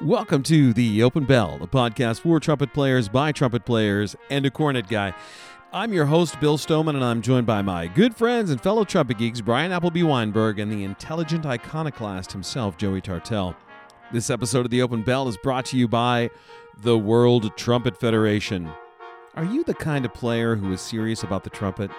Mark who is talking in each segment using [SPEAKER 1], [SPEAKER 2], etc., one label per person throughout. [SPEAKER 1] Welcome to The Open Bell, the podcast for trumpet players by trumpet players and a cornet guy. I'm your host, Bill Stoneman, and I'm joined by my good friends and fellow trumpet geeks, Brian Appleby Weinberg and the intelligent iconoclast himself, Joey Tartell. This episode of The Open Bell is brought to you by the World Trumpet Federation. Are you the kind of player who is serious about the trumpet?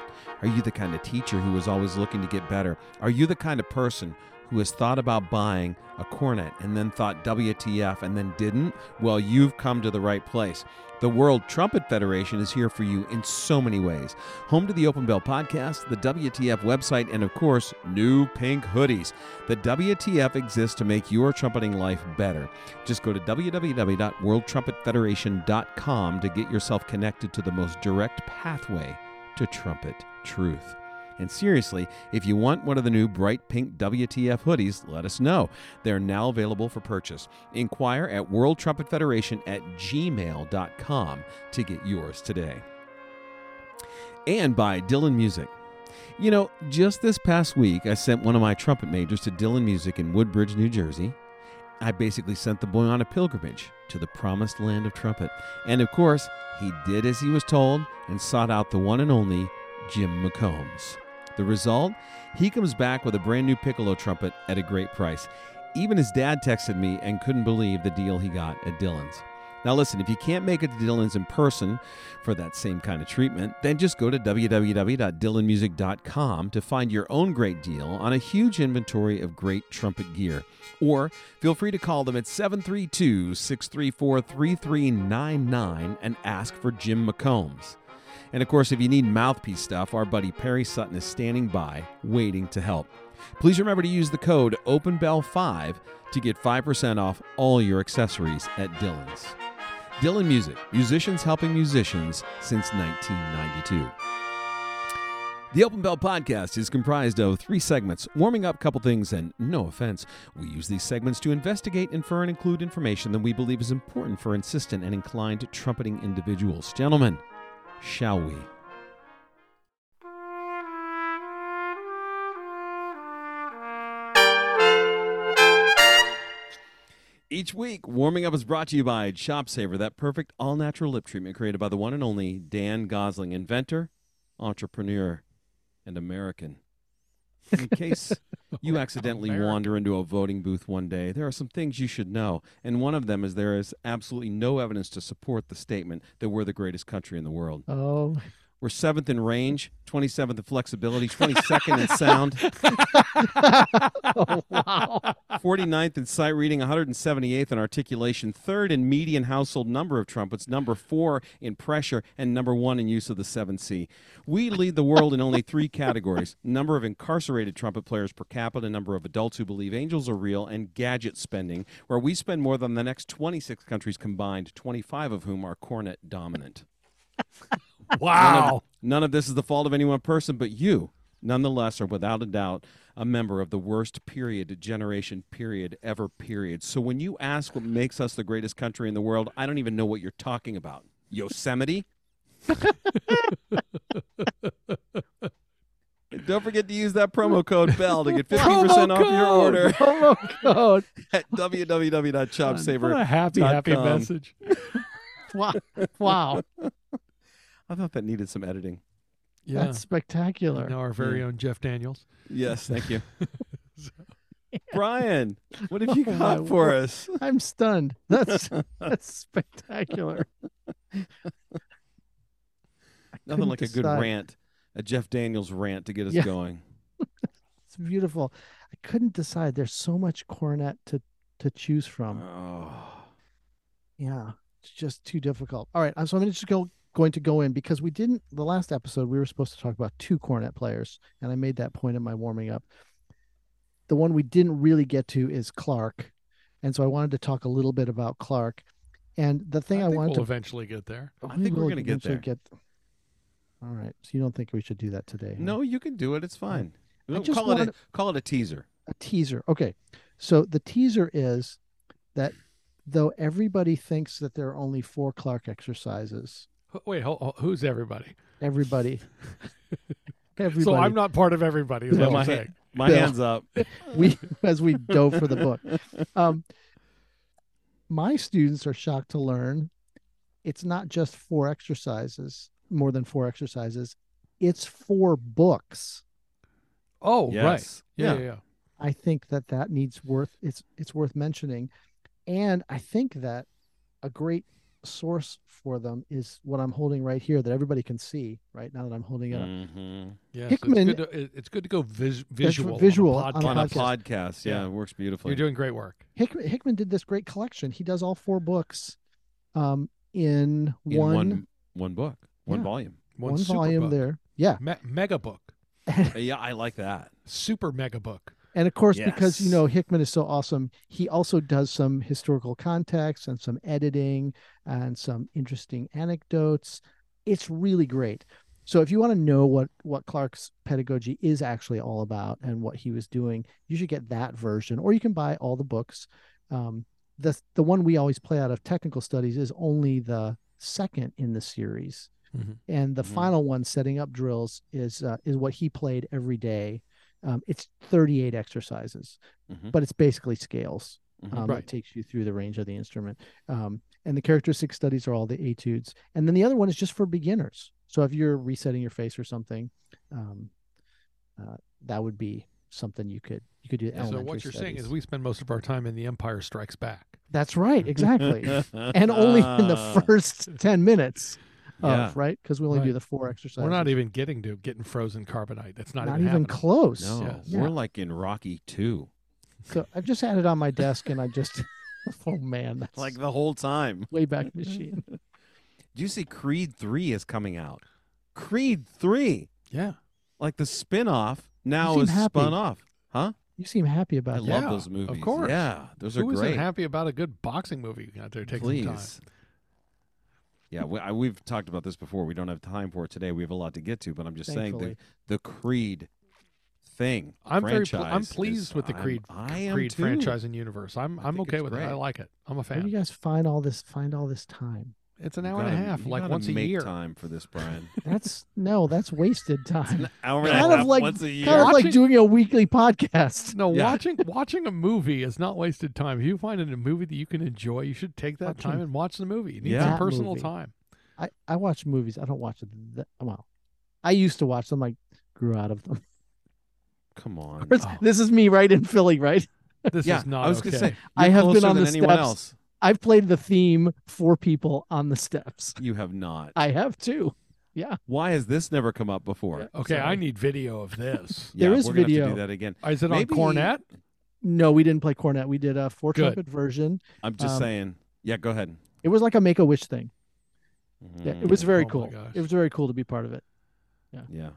[SPEAKER 1] Are you the kind of teacher who is always looking to get better? Are you the kind of person who has thought about buying a cornet and then thought WTF and then didn't? Well, you've come to the right place. The World Trumpet Federation is here for you in so many ways. Home to the Open Bell podcast, the WTF website, and of course, new pink hoodies. The WTF exists to make your trumpeting life better. Just go to www.worldtrumpetfederation.com to get yourself connected to the most direct pathway to trumpet truth. And seriously, if you want one of the new bright pink WTF hoodies, let us know. They're now available for purchase. Inquire at World Trumpet Federation at gmail.com to get yours today. And by Dylan Music. You know, just this past week, I sent one of my trumpet majors to Dylan Music in Woodbridge, New Jersey. I basically sent the boy on a pilgrimage to the promised land of trumpet. And of course, he did as he was told and sought out the one and only Jim McCombs. The result? He comes back with a brand new piccolo trumpet at a great price. Even his dad texted me and couldn't believe the deal he got at Dylan's. Now, listen, if you can't make it to Dylan's in person for that same kind of treatment, then just go to www.dylanmusic.com to find your own great deal on a huge inventory of great trumpet gear. Or feel free to call them at 732 634 3399 and ask for Jim McCombs. And of course, if you need mouthpiece stuff, our buddy Perry Sutton is standing by, waiting to help. Please remember to use the code OpenBell5 to get 5% off all your accessories at Dylan's. Dylan Music, musicians helping musicians since 1992. The Open Bell podcast is comprised of three segments warming up, couple things, and no offense. We use these segments to investigate, infer, and include information that we believe is important for insistent and inclined trumpeting individuals. Gentlemen, shall we? Each week, Warming Up is brought to you by Chop Saver, that perfect all natural lip treatment created by the one and only Dan Gosling, inventor, entrepreneur, and American. In case you accidentally
[SPEAKER 2] American.
[SPEAKER 1] wander into a voting booth one day, there are some things you should know, and one of them is there is absolutely no evidence to support the statement that we're the greatest country in the world.
[SPEAKER 2] Oh,
[SPEAKER 1] We're seventh in range, 27th in flexibility, 22nd in sound,
[SPEAKER 2] oh wow.
[SPEAKER 1] 49th in sight reading, 178th in articulation, third in median household number of trumpets, number four in pressure, and number one in use of the 7C. We lead the world in only three categories number of incarcerated trumpet players per capita, number of adults who believe angels are real, and gadget spending, where we spend more than the next 26 countries combined, 25 of whom are cornet dominant.
[SPEAKER 2] Wow.
[SPEAKER 1] None of this is the fault of any one person, but you, nonetheless, are without a doubt a member of the worst period, generation, period, ever, period. So when you ask what makes us the greatest country in the world, I don't even know what you're talking about. Yosemite? And don't forget to use that promo code BELL to get 50% off your order
[SPEAKER 2] Promo code.
[SPEAKER 1] at www.chopsaver.
[SPEAKER 3] What a happy, happy
[SPEAKER 1] com.
[SPEAKER 3] message.
[SPEAKER 2] Wow. wow.
[SPEAKER 1] I thought that needed some editing.
[SPEAKER 3] Yeah.
[SPEAKER 2] That's spectacular.
[SPEAKER 3] now our very own Jeff Daniels.
[SPEAKER 1] Yes, thank you. Brian, what have you
[SPEAKER 2] Oh,
[SPEAKER 1] got
[SPEAKER 2] my
[SPEAKER 1] for
[SPEAKER 2] word.
[SPEAKER 1] us?
[SPEAKER 2] I'm stunned. That's that's spectacular.
[SPEAKER 1] Nothing
[SPEAKER 2] couldn't
[SPEAKER 1] like a good
[SPEAKER 2] decide.
[SPEAKER 1] rant, a Jeff Daniels rant to get us
[SPEAKER 2] Yeah.
[SPEAKER 1] going.
[SPEAKER 2] It's beautiful. I couldn't decide. There's so much cornet to to choose from.
[SPEAKER 1] Oh.
[SPEAKER 2] Yeah. It's just too difficult. All right. uh, So I'm just go going to go in because we didn't the last episode we were supposed to talk about two cornet players, and I made that point in my warming up. The one we didn't really get to is Clark. And so I wanted to talk a little bit about Clark. And the thing I,
[SPEAKER 3] think
[SPEAKER 2] wanted
[SPEAKER 3] we'll
[SPEAKER 2] to
[SPEAKER 3] eventually get there.
[SPEAKER 1] I think we're
[SPEAKER 2] will
[SPEAKER 1] gonna get
[SPEAKER 2] eventually
[SPEAKER 1] there.
[SPEAKER 2] get- All right. So you don't think we should do that today? huh?
[SPEAKER 1] No, you can do it. It's fine.
[SPEAKER 2] I
[SPEAKER 1] Well,
[SPEAKER 2] just
[SPEAKER 1] call, it a,
[SPEAKER 2] wanted-
[SPEAKER 1] call it a teaser.
[SPEAKER 2] a teaser. Okay. So the teaser is that though everybody thinks that there are only four Clark exercises,
[SPEAKER 3] Wh- Wait, ho- ho- who's everybody?
[SPEAKER 2] everybody everybody
[SPEAKER 3] So I'm not part of everybody. Is
[SPEAKER 2] No.
[SPEAKER 3] what
[SPEAKER 1] My
[SPEAKER 3] I'm
[SPEAKER 1] hand-
[SPEAKER 3] saying.
[SPEAKER 1] My
[SPEAKER 2] Bill.
[SPEAKER 1] hands up.
[SPEAKER 2] we as we dove for the book. Um my students are shocked to learn it's not just four exercises, more than four exercises, it's four books.
[SPEAKER 3] Oh, right.
[SPEAKER 1] Yes.
[SPEAKER 3] Yeah,
[SPEAKER 1] Yeah.
[SPEAKER 3] yeah, yeah.
[SPEAKER 2] I think that that needs worth it's it's worth mentioning, and I think that a great source for them is what I'm holding right here that everybody can see right now that I'm holding it up.
[SPEAKER 1] Mhm.
[SPEAKER 3] Yes,
[SPEAKER 2] Hickman-
[SPEAKER 3] it's good to, it- it's good to go vis- visual.
[SPEAKER 2] visual
[SPEAKER 3] On a
[SPEAKER 2] on
[SPEAKER 3] podcast.
[SPEAKER 1] On a
[SPEAKER 2] podcast.
[SPEAKER 1] podcast, yeah,
[SPEAKER 3] Yeah.
[SPEAKER 1] it works beautifully.
[SPEAKER 3] You're doing great work.
[SPEAKER 2] Hick, Hickman did this great collection. He does all four books, um, in,
[SPEAKER 1] In
[SPEAKER 2] one
[SPEAKER 1] one one book, one
[SPEAKER 2] Yeah.
[SPEAKER 1] volume.
[SPEAKER 2] one
[SPEAKER 3] super
[SPEAKER 2] volume
[SPEAKER 3] book.
[SPEAKER 2] there. Yeah,
[SPEAKER 3] Me- mega book.
[SPEAKER 1] Yeah, I like that.
[SPEAKER 3] Super mega book.
[SPEAKER 2] And of course, because you
[SPEAKER 1] Yes.
[SPEAKER 2] know Hickman is so awesome, he also does some historical context and some editing and some interesting anecdotes. It's really great. So if you want to know what what Clark's pedagogy is actually all about and what he was doing, you should get that version, or you can buy all the books. Um, the the one we always play out of technical studies is only the second in the series,
[SPEAKER 3] Mhm.
[SPEAKER 2] and the
[SPEAKER 1] Mhm.
[SPEAKER 2] final one, setting up drills, is uh, is what he played every day um, it's 38 exercises
[SPEAKER 1] Mhm.
[SPEAKER 2] but it's basically scales
[SPEAKER 1] Mhm.
[SPEAKER 2] um,
[SPEAKER 3] Right.
[SPEAKER 2] that takes you through the range of the instrument um, and the characteristic studies are all the etudes and then the other one is just for beginners so if you're resetting your face or something um, uh, that would be something you could you could do
[SPEAKER 3] So
[SPEAKER 2] elementary
[SPEAKER 3] what you're saying
[SPEAKER 2] studies.
[SPEAKER 3] is we spend most of our time in The Empire Strikes Back.
[SPEAKER 2] that's right exactly and only in
[SPEAKER 1] Ah,
[SPEAKER 2] the first 10 minutes
[SPEAKER 1] yeah.
[SPEAKER 2] of right because we only do
[SPEAKER 3] Right.
[SPEAKER 2] the four exercises
[SPEAKER 3] We're not even getting to getting frozen carbonite. That's not,
[SPEAKER 2] not
[SPEAKER 3] even,
[SPEAKER 2] even
[SPEAKER 3] happening.
[SPEAKER 2] close
[SPEAKER 1] No,
[SPEAKER 3] Yes.
[SPEAKER 1] we're like in Rocky Two,
[SPEAKER 2] so i've just had it on my desk and i just oh man that's
[SPEAKER 1] like the whole time.
[SPEAKER 2] way back machine.
[SPEAKER 1] Do you see Creed Three is coming out? Creed Three,
[SPEAKER 3] Yeah.
[SPEAKER 1] like the spin-off, now
[SPEAKER 2] seem
[SPEAKER 1] is spun
[SPEAKER 2] happy.
[SPEAKER 1] off. Huh?
[SPEAKER 2] You seem happy
[SPEAKER 1] I
[SPEAKER 2] about that.
[SPEAKER 1] love
[SPEAKER 3] Yeah,
[SPEAKER 1] those
[SPEAKER 3] of
[SPEAKER 1] movies.
[SPEAKER 3] course.
[SPEAKER 1] Yeah, those are
[SPEAKER 3] Who isn't
[SPEAKER 1] great.
[SPEAKER 3] happy about a good boxing movie out there taking
[SPEAKER 1] Please.
[SPEAKER 3] some time?
[SPEAKER 1] Yeah, we, I, we've talked about this before. We don't have time for it today. We have a lot to get to, but I'm just saying
[SPEAKER 2] Thankfully.
[SPEAKER 1] the the Creed thing.
[SPEAKER 3] I'm very pl-
[SPEAKER 1] franchise
[SPEAKER 3] I'm pleased
[SPEAKER 1] is-
[SPEAKER 3] with the
[SPEAKER 1] I'm-
[SPEAKER 3] Creed
[SPEAKER 1] I am
[SPEAKER 3] Creed
[SPEAKER 1] too.
[SPEAKER 3] franchise and universe. I'm
[SPEAKER 1] I
[SPEAKER 3] I'm
[SPEAKER 1] think
[SPEAKER 3] okay
[SPEAKER 1] it's
[SPEAKER 3] with it. I
[SPEAKER 1] great.
[SPEAKER 3] like it. I'm a
[SPEAKER 2] Where do
[SPEAKER 3] fan.
[SPEAKER 2] you guys find all this find all this time?
[SPEAKER 3] It's an
[SPEAKER 1] You
[SPEAKER 3] hour and a
[SPEAKER 1] gotta-
[SPEAKER 3] half,
[SPEAKER 1] you
[SPEAKER 3] like
[SPEAKER 1] gotta
[SPEAKER 3] once a
[SPEAKER 1] make
[SPEAKER 3] year.
[SPEAKER 1] time for this, Brian.
[SPEAKER 2] That's no, that's wasted time.
[SPEAKER 1] hour and
[SPEAKER 2] Kind
[SPEAKER 1] a
[SPEAKER 2] of
[SPEAKER 1] half
[SPEAKER 2] like-
[SPEAKER 1] once a year.
[SPEAKER 2] Kind of like
[SPEAKER 3] Watching-
[SPEAKER 2] doing a weekly podcast.
[SPEAKER 3] No,
[SPEAKER 1] Yeah.
[SPEAKER 3] watching watching a movie is not wasted time. If you find a movie that you can enjoy, you should take that time
[SPEAKER 2] Watching
[SPEAKER 3] and watch the movie. You need
[SPEAKER 1] Yeah.
[SPEAKER 3] some
[SPEAKER 2] that
[SPEAKER 3] personal
[SPEAKER 2] movie.
[SPEAKER 3] time.
[SPEAKER 2] I, I watch movies. I don't watch that well. I used to watch them. I grew out of them.
[SPEAKER 1] Come on.
[SPEAKER 3] Oh.
[SPEAKER 2] This is me right in Philly, right?
[SPEAKER 3] This
[SPEAKER 1] yeah,
[SPEAKER 3] is not
[SPEAKER 1] I was
[SPEAKER 3] okay.
[SPEAKER 1] gonna say
[SPEAKER 2] I
[SPEAKER 1] you're
[SPEAKER 2] have been
[SPEAKER 1] closer
[SPEAKER 2] on
[SPEAKER 1] than
[SPEAKER 2] the
[SPEAKER 1] anyone
[SPEAKER 2] steps.
[SPEAKER 1] else.
[SPEAKER 2] I've played the theme for people on the steps.
[SPEAKER 1] You have not.
[SPEAKER 2] I have too.
[SPEAKER 1] Why has this never come up before?
[SPEAKER 3] okay, I
[SPEAKER 2] Sorry.
[SPEAKER 3] need video of this.
[SPEAKER 1] Yeah,
[SPEAKER 2] There is
[SPEAKER 1] we're gonna have to
[SPEAKER 2] video.
[SPEAKER 1] do that again.
[SPEAKER 3] Is it
[SPEAKER 1] Maybe-
[SPEAKER 3] on cornet?
[SPEAKER 2] No, we didn't play cornet. We did a four
[SPEAKER 3] Good.
[SPEAKER 2] trumpet version.
[SPEAKER 1] I'm just
[SPEAKER 2] Um,
[SPEAKER 1] saying. Yeah, go ahead.
[SPEAKER 2] It was like a make a wish thing. Yeah, it was
[SPEAKER 1] Mhm.
[SPEAKER 2] very
[SPEAKER 3] Oh my
[SPEAKER 2] cool.
[SPEAKER 3] gosh.
[SPEAKER 2] It was very cool to be part of it.
[SPEAKER 1] Yeah.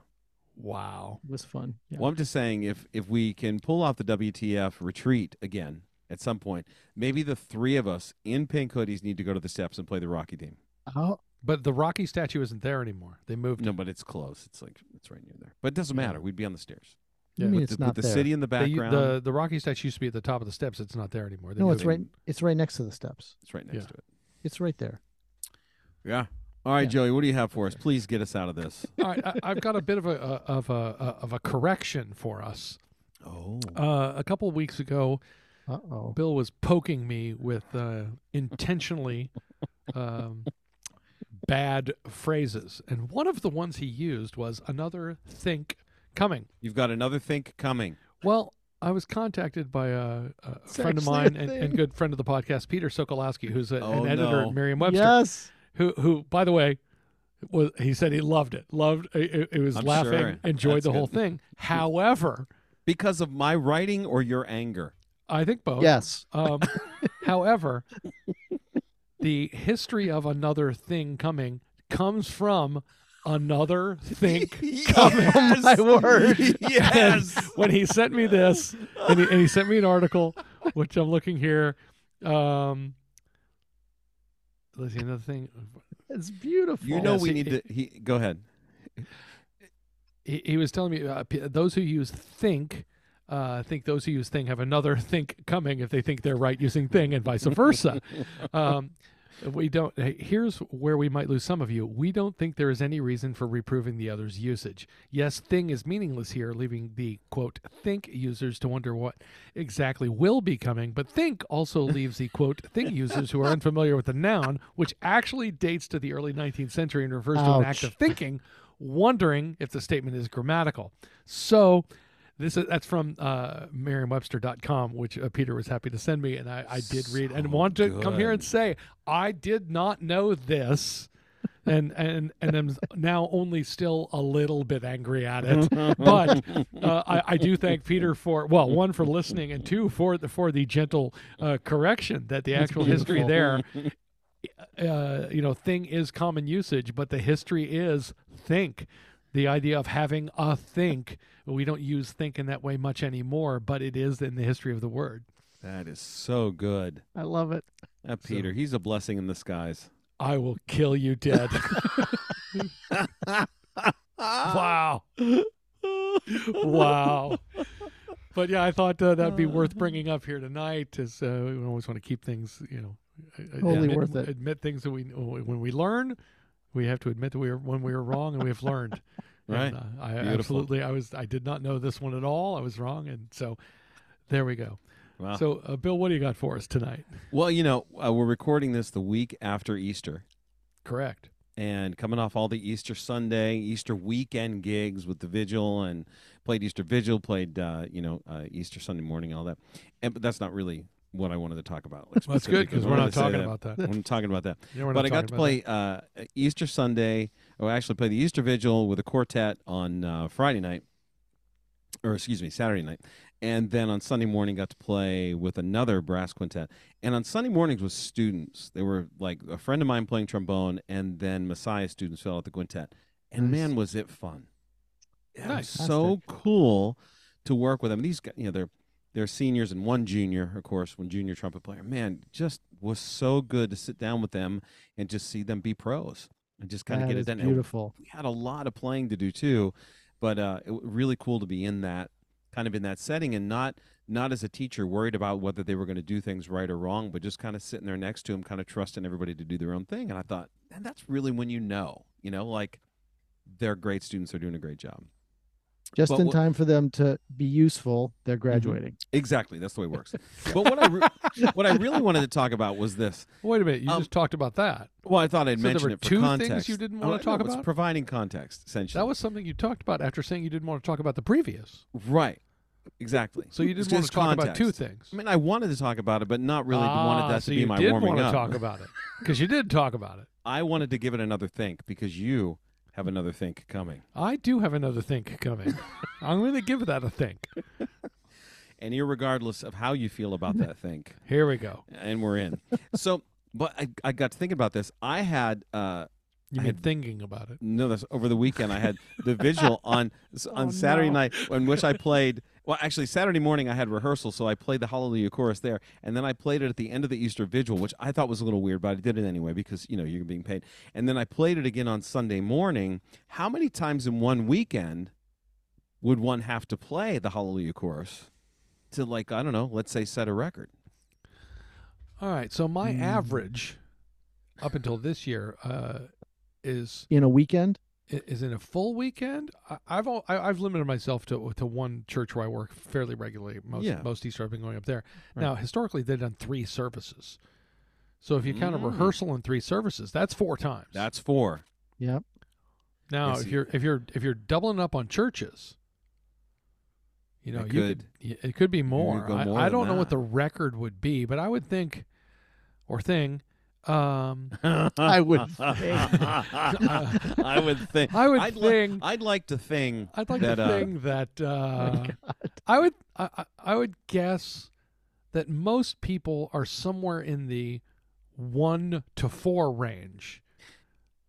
[SPEAKER 3] Wow.
[SPEAKER 2] It was fun. Yeah.
[SPEAKER 1] Well, I'm just saying if if we can pull off the WTF retreat again at some point, maybe the three of us in pink hoodies need to go to the steps and play the Rocky theme.
[SPEAKER 2] How-
[SPEAKER 3] But the Rocky statue isn't there anymore. They moved.
[SPEAKER 1] No, but it's close. It's like it's right near there. But it doesn't
[SPEAKER 3] Yeah.
[SPEAKER 1] matter. We'd be on the stairs.
[SPEAKER 3] Yeah.
[SPEAKER 2] I mean,
[SPEAKER 1] with
[SPEAKER 2] it's
[SPEAKER 1] the,
[SPEAKER 2] not
[SPEAKER 1] with the
[SPEAKER 2] there.
[SPEAKER 1] city in the
[SPEAKER 3] They-
[SPEAKER 1] background.
[SPEAKER 3] the the Rocky statue used to be at the top of the steps. It's not there anymore. They
[SPEAKER 2] No, it's
[SPEAKER 3] moved it.
[SPEAKER 2] right. It's right next to the steps.
[SPEAKER 1] it's right next
[SPEAKER 3] yeah.
[SPEAKER 1] to it.
[SPEAKER 2] It's right there.
[SPEAKER 1] Yeah. All right,
[SPEAKER 2] Yeah.
[SPEAKER 1] Joey, what do you have for us? Please get us out of this.
[SPEAKER 3] All right, I, I've got a bit of a uh, of a uh, of a correction for us.
[SPEAKER 1] Oh.
[SPEAKER 3] Uh, a couple of weeks ago,
[SPEAKER 2] Uh oh.
[SPEAKER 3] Bill was poking me with uh, intentionally um, bad phrases, and one of the ones he used was another think coming.
[SPEAKER 1] You've got another think coming.
[SPEAKER 3] Well, I was contacted by a, a
[SPEAKER 2] It's
[SPEAKER 3] friend of
[SPEAKER 2] actually a
[SPEAKER 3] mine and, and
[SPEAKER 2] thing.
[SPEAKER 3] good friend of the podcast, Peter Sokolowski, who's a,
[SPEAKER 1] Oh,
[SPEAKER 3] an editor
[SPEAKER 1] no.
[SPEAKER 3] at Merriam-Webster.
[SPEAKER 2] Yes.
[SPEAKER 3] who who by the way was he said he loved it loved it- it, it was
[SPEAKER 1] I'm
[SPEAKER 3] laughing
[SPEAKER 1] sure.
[SPEAKER 3] enjoyed
[SPEAKER 1] That's
[SPEAKER 3] the whole
[SPEAKER 1] good.
[SPEAKER 3] thing however
[SPEAKER 1] Because of my writing or your anger?
[SPEAKER 3] i think
[SPEAKER 1] Oh.
[SPEAKER 3] both
[SPEAKER 2] Yes.
[SPEAKER 3] um, however the history of another thing coming comes from another think
[SPEAKER 1] Yes!
[SPEAKER 2] my word.
[SPEAKER 1] yes.
[SPEAKER 3] when he sent me this and he, and he sent me an article which i'm looking here um let's see another thing
[SPEAKER 2] It's beautiful.
[SPEAKER 1] You know
[SPEAKER 3] Yes,
[SPEAKER 1] we
[SPEAKER 3] he-
[SPEAKER 1] need to he, go ahead.
[SPEAKER 3] he, he was telling me uh, p- those who use think uh, think those who use thing have another think coming if they think they're right using thing and vice versa. um, We don't. hey, Here's where we might lose some of you. We don't think there is any reason for reproving the other's usage. Yes, thing is meaningless here, leaving the quote think users to wonder what exactly will be coming. But think also leaves the quote thing users who are unfamiliar with the noun, which actually dates to the early 19th century and refers to an act
[SPEAKER 2] Ouch.
[SPEAKER 3] of thinking, wondering if the statement is grammatical. So. This is that's from uh, Merriam-Webster.com, which uh, Peter was happy to send me, and I, I did read and
[SPEAKER 1] So
[SPEAKER 3] want to come here
[SPEAKER 1] good.
[SPEAKER 3] and say I did not know this, and and and am now only still a little bit angry at it. But uh, I, I do thank Peter for well, one for listening, and two for the for the gentle uh, correction that the actual history there, uh, you know, thing is common usage, but the history is think. The idea of having a think. We don't use think in that way much anymore, but it is in the history of the word.
[SPEAKER 1] That is so good.
[SPEAKER 2] I love it.
[SPEAKER 1] Uh, Peter, he's a blessing in disguise.
[SPEAKER 3] I will kill you dead.
[SPEAKER 1] Ah.
[SPEAKER 3] wow. wow. But yeah, I thought uh, that'd be
[SPEAKER 1] Uh-huh.
[SPEAKER 3] worth bringing up here tonight. Is uh, we always want to keep things, you know, a- a-
[SPEAKER 2] Totally
[SPEAKER 3] admit,
[SPEAKER 2] worth it.
[SPEAKER 3] Admit things that we when we learn, we have to admit that we are when we are wrong and we have learned.
[SPEAKER 1] Right.
[SPEAKER 3] And, uh, I
[SPEAKER 1] Beautiful.
[SPEAKER 3] absolutely. I was. I did not know this one at all. I was wrong, and so there we go.
[SPEAKER 1] Wow.
[SPEAKER 3] So, uh, Bill, what do you got for us tonight?
[SPEAKER 1] well, you know, uh, we're recording this the week after Easter.
[SPEAKER 3] Correct.
[SPEAKER 1] and coming off all the Easter Sunday, Easter weekend gigs with the Vigil, and played Easter Vigil, played uh, you know uh, Easter Sunday morning, all that. And but that's not really what I wanted to talk about. Like,
[SPEAKER 3] Well, that's
[SPEAKER 1] specifically,
[SPEAKER 3] good because
[SPEAKER 1] I
[SPEAKER 3] we're
[SPEAKER 1] wanted
[SPEAKER 3] not
[SPEAKER 1] to say
[SPEAKER 3] talking
[SPEAKER 1] that.
[SPEAKER 3] about that.
[SPEAKER 1] I'm talking about that.
[SPEAKER 3] Yeah, we're not
[SPEAKER 1] but I got
[SPEAKER 3] talking
[SPEAKER 1] to
[SPEAKER 3] about that.
[SPEAKER 1] play uh, Easter Sunday. Or actually, play the Easter Vigil with a quartet on uh, Friday night, or excuse me, Saturday night, and then on Sunday morning got to play with another brass quintet. And on Sunday mornings was students. They were like a friend of mine playing trombone, and then Messiah students fell out the quintet. And
[SPEAKER 2] Nice.
[SPEAKER 1] man, was it fun! It was
[SPEAKER 3] Nice.
[SPEAKER 1] so cool to work with them. These guys, you know, they're they're seniors and one junior, of course, one junior trumpet player. Man, just was so good to sit down with them and just see them be pros and just kind of
[SPEAKER 2] That
[SPEAKER 1] get
[SPEAKER 2] is
[SPEAKER 1] it done. And
[SPEAKER 2] Beautiful.
[SPEAKER 1] we had a lot of playing to do too, but uh, it was really cool to be in that kind of in that setting and not not as a teacher worried about whether they were going to do things right or wrong, but just kind of sitting there next to them, kind of trusting everybody to do their own thing. And I thought, and that's really when you know, you know, like they're great students, they're doing a great job.
[SPEAKER 2] Just
[SPEAKER 1] But Mm-hmm.
[SPEAKER 2] in
[SPEAKER 1] what-
[SPEAKER 2] time for them to be useful. They're graduating.
[SPEAKER 1] Exactly, that's the way it works. but what I re- what I really wanted to talk about was this.
[SPEAKER 3] Wait a minute. You
[SPEAKER 1] Um,
[SPEAKER 3] just talked about that.
[SPEAKER 1] Well, I thought I'd
[SPEAKER 3] So there
[SPEAKER 1] mention
[SPEAKER 3] were
[SPEAKER 1] it for
[SPEAKER 3] two things
[SPEAKER 1] context.
[SPEAKER 3] you didn't
[SPEAKER 1] Oh,
[SPEAKER 3] wanna talk
[SPEAKER 1] no, it's
[SPEAKER 3] about?
[SPEAKER 1] providing context, essentially.
[SPEAKER 3] That was something you talked about after saying you didn't want to talk about the previous.
[SPEAKER 1] right, exactly.
[SPEAKER 3] So you
[SPEAKER 1] It's
[SPEAKER 3] didn't want
[SPEAKER 1] just
[SPEAKER 3] to talk
[SPEAKER 1] context.
[SPEAKER 3] about two things. Ah,
[SPEAKER 1] I mean, I wanted to talk about it, but not really wanted that
[SPEAKER 3] so
[SPEAKER 1] to be
[SPEAKER 3] you
[SPEAKER 1] my
[SPEAKER 3] did
[SPEAKER 1] warming
[SPEAKER 3] want
[SPEAKER 1] up.
[SPEAKER 3] to talk about it because you did talk about it.
[SPEAKER 1] I wanted to give it another think because you have another think coming,
[SPEAKER 3] I do have another think coming. I'm going to give that a think.
[SPEAKER 1] and irregardless of how you feel about that think,
[SPEAKER 3] Here we go.
[SPEAKER 1] and we're in. so, but I, I got to thinking about this. I had uh,
[SPEAKER 3] You
[SPEAKER 1] I
[SPEAKER 3] mean
[SPEAKER 1] had-
[SPEAKER 3] thinking about it?
[SPEAKER 1] No, that's over the weekend. I had the vigil on s- on
[SPEAKER 2] Oh,
[SPEAKER 1] Saturday
[SPEAKER 2] no.
[SPEAKER 1] night, in which I played. Well, actually, Saturday morning I had rehearsal, so I played the Hallelujah chorus there, and then I played it at the end of the Easter vigil, which I thought was a little weird, but I did it anyway because you know you're being paid. And then I played it again on Sunday morning. How many times in one weekend would one have to play the Hallelujah chorus to like I don't know, let's say set a record?
[SPEAKER 3] All right. So my
[SPEAKER 1] Hmm.
[SPEAKER 3] average up until this year uh, is
[SPEAKER 2] In a weekend.
[SPEAKER 3] i- is in a full weekend. I, I've al- I, I've limited myself to to one church where I work fairly regularly. Most
[SPEAKER 1] Yeah.
[SPEAKER 3] most Easter I've been going up there.
[SPEAKER 1] Right.
[SPEAKER 3] Now historically they've done three services, so if you count a
[SPEAKER 1] Mm.
[SPEAKER 3] rehearsal and three services, that's four times.
[SPEAKER 1] That's four.
[SPEAKER 2] Yep.
[SPEAKER 3] now
[SPEAKER 1] I
[SPEAKER 3] if
[SPEAKER 1] see.
[SPEAKER 3] you're if you're if you're doubling up on churches, you know
[SPEAKER 1] It
[SPEAKER 3] you could y- it could be more.
[SPEAKER 1] go
[SPEAKER 3] I,
[SPEAKER 1] more
[SPEAKER 3] I
[SPEAKER 1] than
[SPEAKER 3] don't know what
[SPEAKER 1] that.
[SPEAKER 3] the record would be, but I would think or thing. Um,
[SPEAKER 1] I
[SPEAKER 2] would think.
[SPEAKER 1] I would think.
[SPEAKER 3] I would
[SPEAKER 1] I'd li-
[SPEAKER 3] think.
[SPEAKER 1] I'd like to think.
[SPEAKER 3] I'd like
[SPEAKER 1] that,
[SPEAKER 3] to
[SPEAKER 1] uh,
[SPEAKER 3] think that uh,
[SPEAKER 2] God.
[SPEAKER 3] I would I, I- I would guess that most people are somewhere in the one to four range,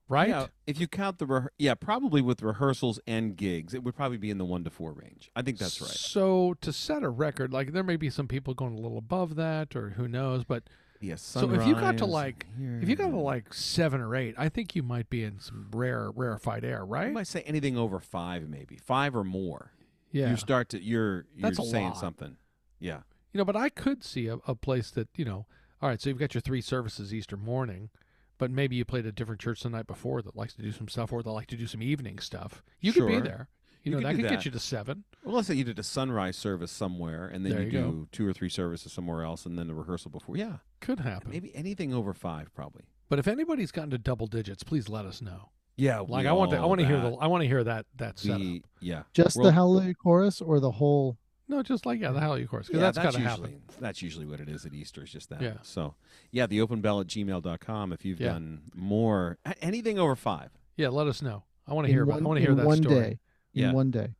[SPEAKER 3] right?
[SPEAKER 1] Yeah, if you count the rehe yeah, probably with rehearsals and gigs, it would probably be in the one to four range. I think that's right.
[SPEAKER 3] So to set a record, like there may be some people going a little above that, or who knows. But
[SPEAKER 1] Yes.
[SPEAKER 3] So if you got to, like- if you got
[SPEAKER 1] Hmm.
[SPEAKER 3] to like seven or eight, I think you might be in some rare rarefied air,
[SPEAKER 1] I
[SPEAKER 3] right?
[SPEAKER 1] might say anything over five, maybe five or more.
[SPEAKER 3] yeah,
[SPEAKER 1] You start to you're you're
[SPEAKER 3] That's a
[SPEAKER 1] saying
[SPEAKER 3] lot.
[SPEAKER 1] something. Yeah.
[SPEAKER 3] you know. But I could see a, a place that you know All right, so you've got your three services Easter morning, but maybe you played a different church the night before that likes to do some stuff or that like to do some evening stuff. You could be
[SPEAKER 1] Sure.
[SPEAKER 3] there. You,
[SPEAKER 1] You could
[SPEAKER 3] know, that
[SPEAKER 1] do
[SPEAKER 3] could
[SPEAKER 1] that.
[SPEAKER 3] get you to seven.
[SPEAKER 1] Well, let's say you did a sunrise service somewhere, and then
[SPEAKER 3] There
[SPEAKER 1] you,
[SPEAKER 3] you
[SPEAKER 1] do
[SPEAKER 3] go.
[SPEAKER 1] two or three services somewhere else, and then the rehearsal before. Yeah,
[SPEAKER 3] Could happen.
[SPEAKER 1] maybe anything over five, probably.
[SPEAKER 3] But if anybody's gotten to double digits, please let us know.
[SPEAKER 1] Yeah,
[SPEAKER 3] Like I want to I want to hear the I want to hear that that setup.
[SPEAKER 1] We, yeah,
[SPEAKER 2] Just
[SPEAKER 1] Well-
[SPEAKER 2] the Hallelujah chorus or the whole?
[SPEAKER 3] No, just like yeah, the Hallelujah chorus because
[SPEAKER 1] yeah,
[SPEAKER 3] that's gotta
[SPEAKER 1] usually
[SPEAKER 3] happen.
[SPEAKER 1] that's usually what it is at Easter. It's just that.
[SPEAKER 3] Yeah.
[SPEAKER 1] So yeah, the open bell at gmail.com if you've
[SPEAKER 3] Yeah.
[SPEAKER 1] done more a- anything over five.
[SPEAKER 3] Yeah, let us know. I want to
[SPEAKER 2] in
[SPEAKER 3] hear about.
[SPEAKER 2] one-
[SPEAKER 3] I want to hear
[SPEAKER 2] in
[SPEAKER 3] that
[SPEAKER 2] one
[SPEAKER 3] story.
[SPEAKER 2] day. In
[SPEAKER 1] Yeah.
[SPEAKER 2] one day.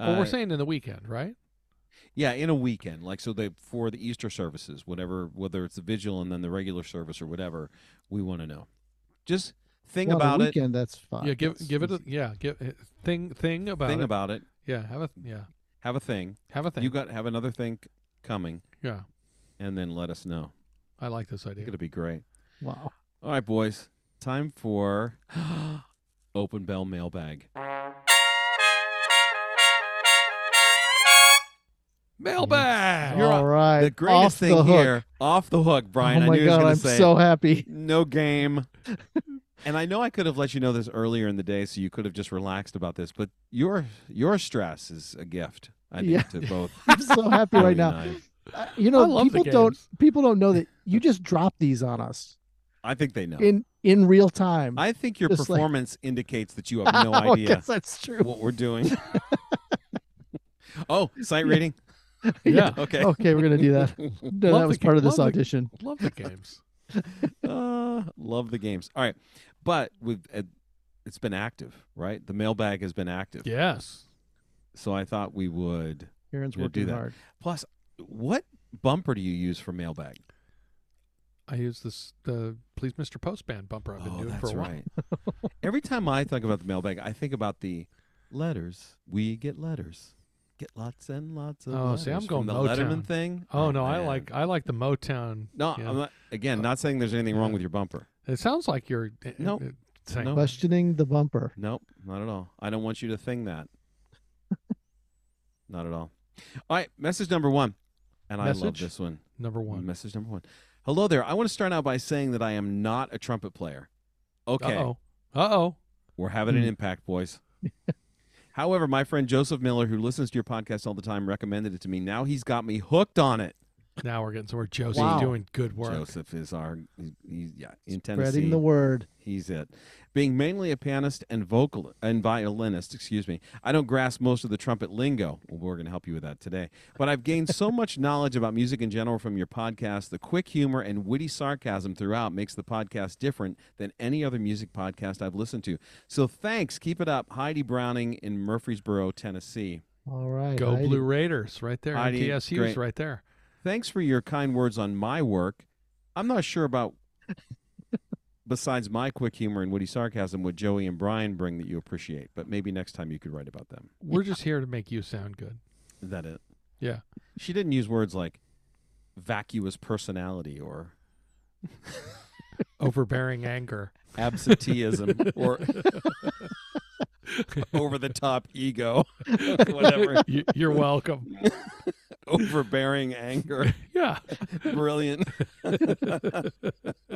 [SPEAKER 3] Well,
[SPEAKER 1] Uh,
[SPEAKER 3] we're saying in the weekend, right?
[SPEAKER 1] Yeah, in a weekend, like so, they for the Easter services, whatever, whether it's the vigil and then the regular service or whatever, we want to know. Just think
[SPEAKER 2] Well, the
[SPEAKER 1] about it.
[SPEAKER 2] weekend, That's
[SPEAKER 1] uh,
[SPEAKER 2] fine.
[SPEAKER 3] yeah, give
[SPEAKER 2] That's
[SPEAKER 3] give it a
[SPEAKER 2] easy.
[SPEAKER 3] yeah, give uh, thing thing about
[SPEAKER 1] Think
[SPEAKER 3] it.
[SPEAKER 1] about it.
[SPEAKER 3] yeah, have a yeah,
[SPEAKER 1] Have a thing.
[SPEAKER 3] have a thing.
[SPEAKER 1] You got have another thing c- coming,
[SPEAKER 3] yeah,
[SPEAKER 1] and then let us know.
[SPEAKER 3] I like this idea.
[SPEAKER 1] It's gonna be great.
[SPEAKER 2] Wow.
[SPEAKER 1] All right, boys. Time for open bell mailbag.
[SPEAKER 3] Mailbag.
[SPEAKER 1] You're
[SPEAKER 2] All right.
[SPEAKER 1] the greatest
[SPEAKER 2] Off
[SPEAKER 1] thing
[SPEAKER 2] the hook.
[SPEAKER 1] here, off the hook, Brian.
[SPEAKER 2] oh my
[SPEAKER 1] I knew he was
[SPEAKER 2] god,
[SPEAKER 1] gonna
[SPEAKER 2] I'm
[SPEAKER 1] say
[SPEAKER 2] so happy.
[SPEAKER 1] no game. and I know I could have let you know this earlier in the day, so you could have just relaxed about this. But your your stress is a gift. I think
[SPEAKER 2] Yeah.
[SPEAKER 1] to both.
[SPEAKER 2] I'm so happy
[SPEAKER 1] Joey and
[SPEAKER 2] right now.
[SPEAKER 1] I.
[SPEAKER 2] Uh, You
[SPEAKER 3] I
[SPEAKER 2] know,
[SPEAKER 3] love the
[SPEAKER 2] people don't
[SPEAKER 3] games.
[SPEAKER 2] people don't know that you just drop these on us
[SPEAKER 1] I think they know.
[SPEAKER 2] in in real time.
[SPEAKER 1] I think your
[SPEAKER 2] Just like- Oh,
[SPEAKER 1] performance indicates that you have no
[SPEAKER 2] I
[SPEAKER 1] idea
[SPEAKER 2] guess that's true.
[SPEAKER 1] what we're doing. oh, sight reading.
[SPEAKER 3] Yeah. Oh.
[SPEAKER 1] Okay.
[SPEAKER 2] Okay, we're gonna do that. No,
[SPEAKER 3] Love
[SPEAKER 2] that
[SPEAKER 3] the
[SPEAKER 2] was
[SPEAKER 3] ga-
[SPEAKER 2] part of this
[SPEAKER 3] love the-
[SPEAKER 2] audition.
[SPEAKER 3] Love the games.
[SPEAKER 1] uh, love the games. All right, but we've uh, it's been active, right? The mailbag has been active.
[SPEAKER 3] yes.
[SPEAKER 1] So I thought we would.
[SPEAKER 2] Aaron's
[SPEAKER 1] We'll do
[SPEAKER 2] working
[SPEAKER 1] that.
[SPEAKER 2] hard.
[SPEAKER 1] Plus, what bumper do you use for mailbag?
[SPEAKER 3] I use this the Please Mr. Postman bumper I've been
[SPEAKER 1] oh,
[SPEAKER 3] doing
[SPEAKER 1] that's
[SPEAKER 3] for a while.
[SPEAKER 1] right. Every time I think about the mailbag, I think about the letters. We get letters. Get lots and lots of
[SPEAKER 3] Oh,
[SPEAKER 1] letters.
[SPEAKER 3] see, I'm
[SPEAKER 1] From
[SPEAKER 3] going
[SPEAKER 1] the
[SPEAKER 3] Motown.
[SPEAKER 1] Letterman thing.
[SPEAKER 3] Oh, no, I
[SPEAKER 1] man.
[SPEAKER 3] like I like the Motown.
[SPEAKER 1] No,
[SPEAKER 3] yeah.
[SPEAKER 1] I'm not, again, not saying there's anything wrong with your bumper.
[SPEAKER 3] It sounds like you're uh,
[SPEAKER 1] Nope.
[SPEAKER 3] uh, saying
[SPEAKER 1] Nope.
[SPEAKER 2] Questioning the bumper.
[SPEAKER 1] Nope, not at all. I don't want you to think that. not at all. All right, message number one. And I love
[SPEAKER 3] Message?
[SPEAKER 1] this one.
[SPEAKER 3] number one.
[SPEAKER 1] Message number one. Hello there. I want to start out by saying that I am not a trumpet player. Okay.
[SPEAKER 3] Uh oh. Uh oh.
[SPEAKER 1] We're having an
[SPEAKER 2] Hmm.
[SPEAKER 1] impact, boys. However, my friend Joseph Miller, who listens to your podcast all the time, recommended it to me. Now he's got me hooked on it.
[SPEAKER 3] Now we're getting somewhere. Joseph's
[SPEAKER 2] Wow.
[SPEAKER 3] doing good work.
[SPEAKER 1] Joseph is our, he- he's, yeah, in Tennessee.
[SPEAKER 2] Spreading the word.
[SPEAKER 1] He's it. Being mainly a pianist and vocal and violinist, excuse me, I don't grasp most of the trumpet lingo. Well, we're going to help you with that today. But I've gained so much knowledge about music in general from your podcast. The quick humor and witty sarcasm throughout makes the podcast different than any other music podcast I've listened to. So thanks. Keep it up. Heidi Browning in Murfreesboro, Tennessee.
[SPEAKER 2] All right.
[SPEAKER 3] Go
[SPEAKER 2] Heidi.
[SPEAKER 3] Blue Raiders right there.
[SPEAKER 1] Heidi,
[SPEAKER 3] MTSU's
[SPEAKER 1] great.
[SPEAKER 3] right there.
[SPEAKER 1] Thanks for your kind words on my work. I'm not sure about, besides my quick humor and witty sarcasm, what Joey and Brian bring that you appreciate, but maybe next time you could write about them.
[SPEAKER 3] We're just here to make you sound good.
[SPEAKER 1] Is that it?
[SPEAKER 3] Yeah.
[SPEAKER 1] She didn't use words like vacuous personality or
[SPEAKER 3] Overbearing anger.
[SPEAKER 1] absenteeism or over the top ego, whatever,
[SPEAKER 3] You- You're welcome.
[SPEAKER 1] overbearing anger.
[SPEAKER 3] Yeah.
[SPEAKER 1] Brilliant.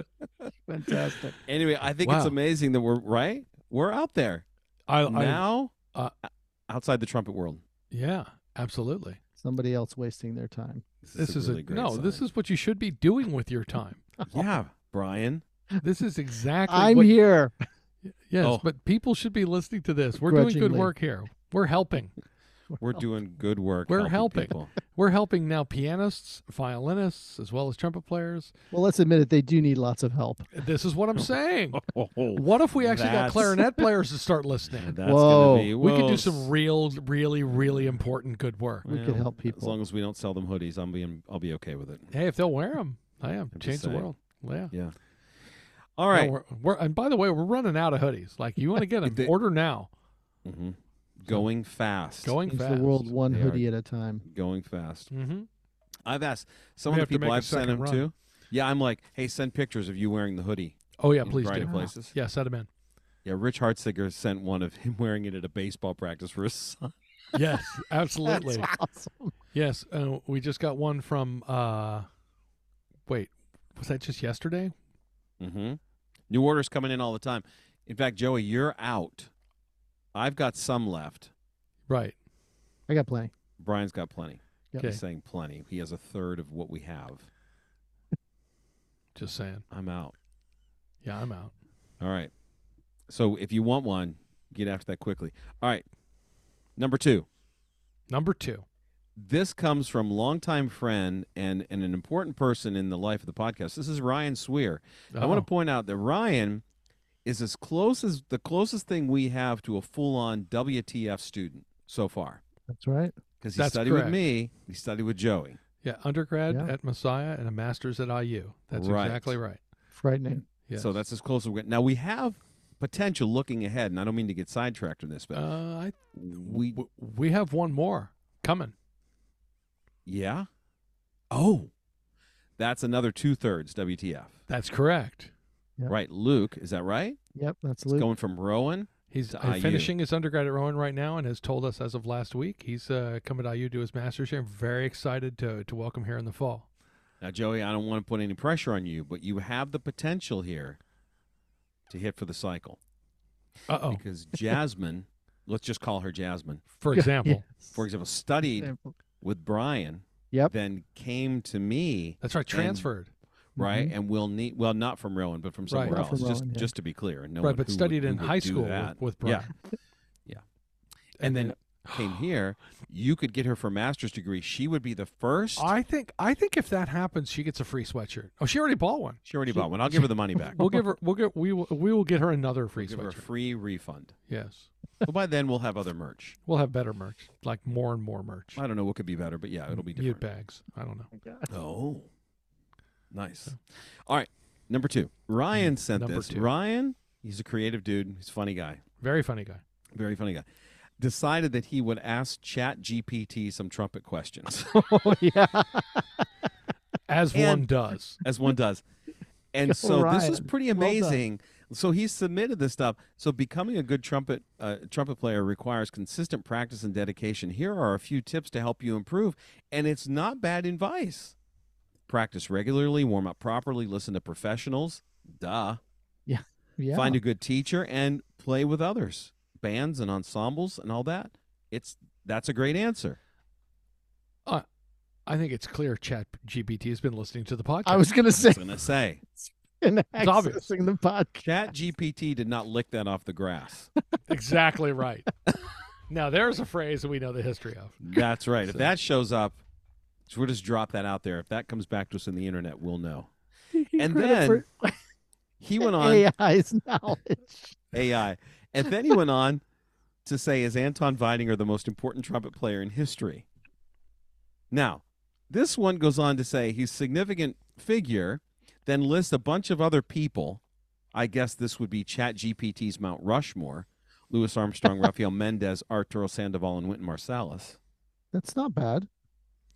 [SPEAKER 2] Fantastic.
[SPEAKER 1] Anyway, I think it's
[SPEAKER 3] Wow.
[SPEAKER 1] amazing that we're right. We're out there
[SPEAKER 3] I, I
[SPEAKER 1] now
[SPEAKER 3] uh,
[SPEAKER 1] o- outside the trumpet world.
[SPEAKER 3] yeah, absolutely.
[SPEAKER 2] Somebody else wasting their time.
[SPEAKER 3] This is
[SPEAKER 1] really
[SPEAKER 3] a
[SPEAKER 1] great
[SPEAKER 3] no, this
[SPEAKER 1] sign.
[SPEAKER 3] is what you should be doing with your time.
[SPEAKER 1] yeah, Brian.
[SPEAKER 3] This is exactly
[SPEAKER 2] I'm
[SPEAKER 3] what
[SPEAKER 2] here.
[SPEAKER 3] Yes,
[SPEAKER 1] Oh.
[SPEAKER 3] but people should be listening to this. We're doing good
[SPEAKER 2] Grudgingly.
[SPEAKER 3] work here. We're helping.
[SPEAKER 1] We're doing good work.
[SPEAKER 3] We're helping.
[SPEAKER 1] people.
[SPEAKER 3] We're helping now pianists, violinists, as well as trumpet players.
[SPEAKER 2] Well, let's admit it. They do need lots of help.
[SPEAKER 3] This is what I'm saying. What if we actually
[SPEAKER 1] That's-
[SPEAKER 3] got clarinet players to start listening?
[SPEAKER 1] Oh, That's
[SPEAKER 2] Whoa.
[SPEAKER 1] gonna be.
[SPEAKER 3] we could
[SPEAKER 1] whoa.
[SPEAKER 3] do some real, really, really important good work.
[SPEAKER 2] We could
[SPEAKER 1] Well,
[SPEAKER 2] help people.
[SPEAKER 1] As long as we don't sell them hoodies, I'm being. I'll be okay with it.
[SPEAKER 3] Hey, if they'll wear them, I am
[SPEAKER 1] just
[SPEAKER 3] change the
[SPEAKER 1] saying.
[SPEAKER 3] world. Yeah.
[SPEAKER 1] Yeah. All
[SPEAKER 3] No,
[SPEAKER 1] right.
[SPEAKER 3] we're, we're- and by the way, we're running out of hoodies. Like you want to get them?
[SPEAKER 1] They-
[SPEAKER 3] order now.
[SPEAKER 1] Mhm. Going fast.
[SPEAKER 3] Going
[SPEAKER 2] Change
[SPEAKER 3] fast.
[SPEAKER 2] the world one
[SPEAKER 1] They are-
[SPEAKER 2] hoodie at a time.
[SPEAKER 1] Going fast.
[SPEAKER 3] hmm
[SPEAKER 1] I've asked some
[SPEAKER 3] We
[SPEAKER 1] of
[SPEAKER 3] have
[SPEAKER 1] the
[SPEAKER 3] to
[SPEAKER 1] people
[SPEAKER 3] make a
[SPEAKER 1] I've sent
[SPEAKER 3] second
[SPEAKER 1] them
[SPEAKER 3] run.
[SPEAKER 1] to. Yeah, I'm like, hey, send pictures of you wearing the hoodie.
[SPEAKER 3] Oh yeah,
[SPEAKER 1] in a
[SPEAKER 3] please
[SPEAKER 1] variety
[SPEAKER 3] do.
[SPEAKER 1] of places.
[SPEAKER 3] Yeah, set them in.
[SPEAKER 1] Yeah, Rich Hartzinger sent one of him wearing it at a baseball practice for his son.
[SPEAKER 3] Yes, absolutely.
[SPEAKER 2] That's awesome.
[SPEAKER 3] Yes, uh, we just got one from. uh Wait, was that just yesterday?
[SPEAKER 1] Mm-hmm. New orders coming in all the time. In fact, Joey, you're out. I've got some left.
[SPEAKER 3] Right.
[SPEAKER 2] I got plenty.
[SPEAKER 1] Brian's got plenty. He's
[SPEAKER 2] Yep.
[SPEAKER 3] Okay.
[SPEAKER 1] saying plenty. He has a third of what we have.
[SPEAKER 3] Just saying.
[SPEAKER 1] I'm out.
[SPEAKER 3] Yeah, I'm out.
[SPEAKER 1] All right. So if you want one, get after that quickly. All right. Number two.
[SPEAKER 3] Number two.
[SPEAKER 1] This comes from longtime friend and, and an important person in the life of the podcast. This is Ryan Swear. I
[SPEAKER 3] Oh.
[SPEAKER 1] want to point out that Ryan is as close as the closest thing we have to a full on WTF student so far.
[SPEAKER 2] That's right.
[SPEAKER 1] Because he
[SPEAKER 3] That's
[SPEAKER 1] studied
[SPEAKER 3] correct.
[SPEAKER 1] with me, he studied with Joey.
[SPEAKER 3] Yeah, undergrad
[SPEAKER 2] Yeah.
[SPEAKER 3] at Messiah and a master's at IU. That's
[SPEAKER 1] Right.
[SPEAKER 3] exactly right.
[SPEAKER 2] Frightening.
[SPEAKER 3] Yes.
[SPEAKER 1] So that's as close as we get. Now we have potential looking ahead, and I don't mean to get sidetracked on this, but
[SPEAKER 3] Uh, I
[SPEAKER 1] we
[SPEAKER 3] w- we have one more coming.
[SPEAKER 1] yeah. Oh, that's another two thirds WTF.
[SPEAKER 3] That's correct.
[SPEAKER 2] Yep.
[SPEAKER 1] Right, Luke, is that right?
[SPEAKER 2] Yep, that's
[SPEAKER 1] It's
[SPEAKER 2] Luke.
[SPEAKER 1] going from Rowan.
[SPEAKER 3] He's
[SPEAKER 1] To
[SPEAKER 3] uh,
[SPEAKER 1] IU.
[SPEAKER 3] finishing his undergrad at Rowan right now, and has told us as of last week he's uh, coming to IU to do his master's here. I'm very excited to to welcome here in the fall.
[SPEAKER 1] Now, Joey, I don't want to put any pressure on you, but you have the potential here to hit for the cycle
[SPEAKER 3] Uh oh.
[SPEAKER 1] because Jasmine, let's just call her Jasmine,
[SPEAKER 3] For example,
[SPEAKER 2] Yes.
[SPEAKER 1] for example, studied
[SPEAKER 2] Example.
[SPEAKER 1] with Brian,
[SPEAKER 2] Yep.
[SPEAKER 1] then came to me
[SPEAKER 3] that's right. Transferred.
[SPEAKER 1] right? And we'll need well, not from Rowan, but from
[SPEAKER 3] Mm-hmm. Right.
[SPEAKER 1] somewhere
[SPEAKER 2] Not from
[SPEAKER 1] else. just
[SPEAKER 2] Rowan, yeah.
[SPEAKER 1] just to be clear, and no
[SPEAKER 3] right,
[SPEAKER 1] one
[SPEAKER 3] but
[SPEAKER 1] who would-
[SPEAKER 3] studied
[SPEAKER 1] who
[SPEAKER 3] in
[SPEAKER 1] would
[SPEAKER 3] high
[SPEAKER 1] do
[SPEAKER 3] school
[SPEAKER 1] that.
[SPEAKER 3] with, with
[SPEAKER 1] Yeah.
[SPEAKER 3] Brian.
[SPEAKER 1] Yeah. And then came here. You could get her for a master's degree. She would be the first.
[SPEAKER 3] I think I think if that happens, she gets a free sweatshirt. Oh, she already bought one.
[SPEAKER 1] she already bought one. I'll give her the money back.
[SPEAKER 3] We'll give her. We'll get. We will. We will get her another free
[SPEAKER 1] give her a
[SPEAKER 3] sweatshirt.
[SPEAKER 1] free refund.
[SPEAKER 3] Yes.
[SPEAKER 1] Well, by then we'll have other merch.
[SPEAKER 3] We'll have better merch, like more and more merch.
[SPEAKER 1] I don't know what could be better, but yeah, it'll be
[SPEAKER 3] Mute
[SPEAKER 1] different.
[SPEAKER 3] bags. I don't know.
[SPEAKER 1] Oh, nice. All right, number two. Ryan sent
[SPEAKER 3] Mm. Number
[SPEAKER 1] this.
[SPEAKER 3] two.
[SPEAKER 1] Ryan, he's a creative dude. He's a funny guy.
[SPEAKER 3] Very funny guy.
[SPEAKER 1] Very funny guy. Decided that he would ask Chat GPT some trumpet questions,
[SPEAKER 2] oh yeah.
[SPEAKER 3] As
[SPEAKER 1] And-
[SPEAKER 3] one does.
[SPEAKER 1] as one does. And
[SPEAKER 2] Go
[SPEAKER 1] so this is
[SPEAKER 2] Ryan.
[SPEAKER 1] pretty
[SPEAKER 2] Well done.
[SPEAKER 1] amazing. so he submitted this stuff. So becoming a good trumpet uh, trumpet player requires consistent practice and dedication. Here are a few tips to help you improve, and it's not bad advice. Practice regularly, warm up properly, listen to professionals. Duh.
[SPEAKER 2] Yeah.
[SPEAKER 1] find a good teacher and play with others bands and ensembles and all that it's that's a great answer
[SPEAKER 3] I think it's clear Chat GPT has been listening to the podcast.
[SPEAKER 2] I was gonna
[SPEAKER 1] i
[SPEAKER 2] say
[SPEAKER 1] was gonna say
[SPEAKER 2] in
[SPEAKER 3] obvious.
[SPEAKER 2] accessing the podcast.
[SPEAKER 1] chat gpt did not lick that off the grass
[SPEAKER 3] exactly right. now there's a phrase that we know the history of.
[SPEAKER 1] that's right if
[SPEAKER 3] So-
[SPEAKER 1] that shows up so we'll just drop that out there if that comes back to us in the internet we'll know And then
[SPEAKER 2] Credit for
[SPEAKER 1] he went on
[SPEAKER 2] AI's knowledge.
[SPEAKER 1] ai and then he went on to say is anton weidinger the most important trumpet player in history now this one goes on to say he's significant figure then lists a bunch of other people I guess this would be Chat GPT's Mount Rushmore, Louis Armstrong, Rafael Mendez, Arturo Sandoval, and Wynton Marsalis.
[SPEAKER 2] That's not bad.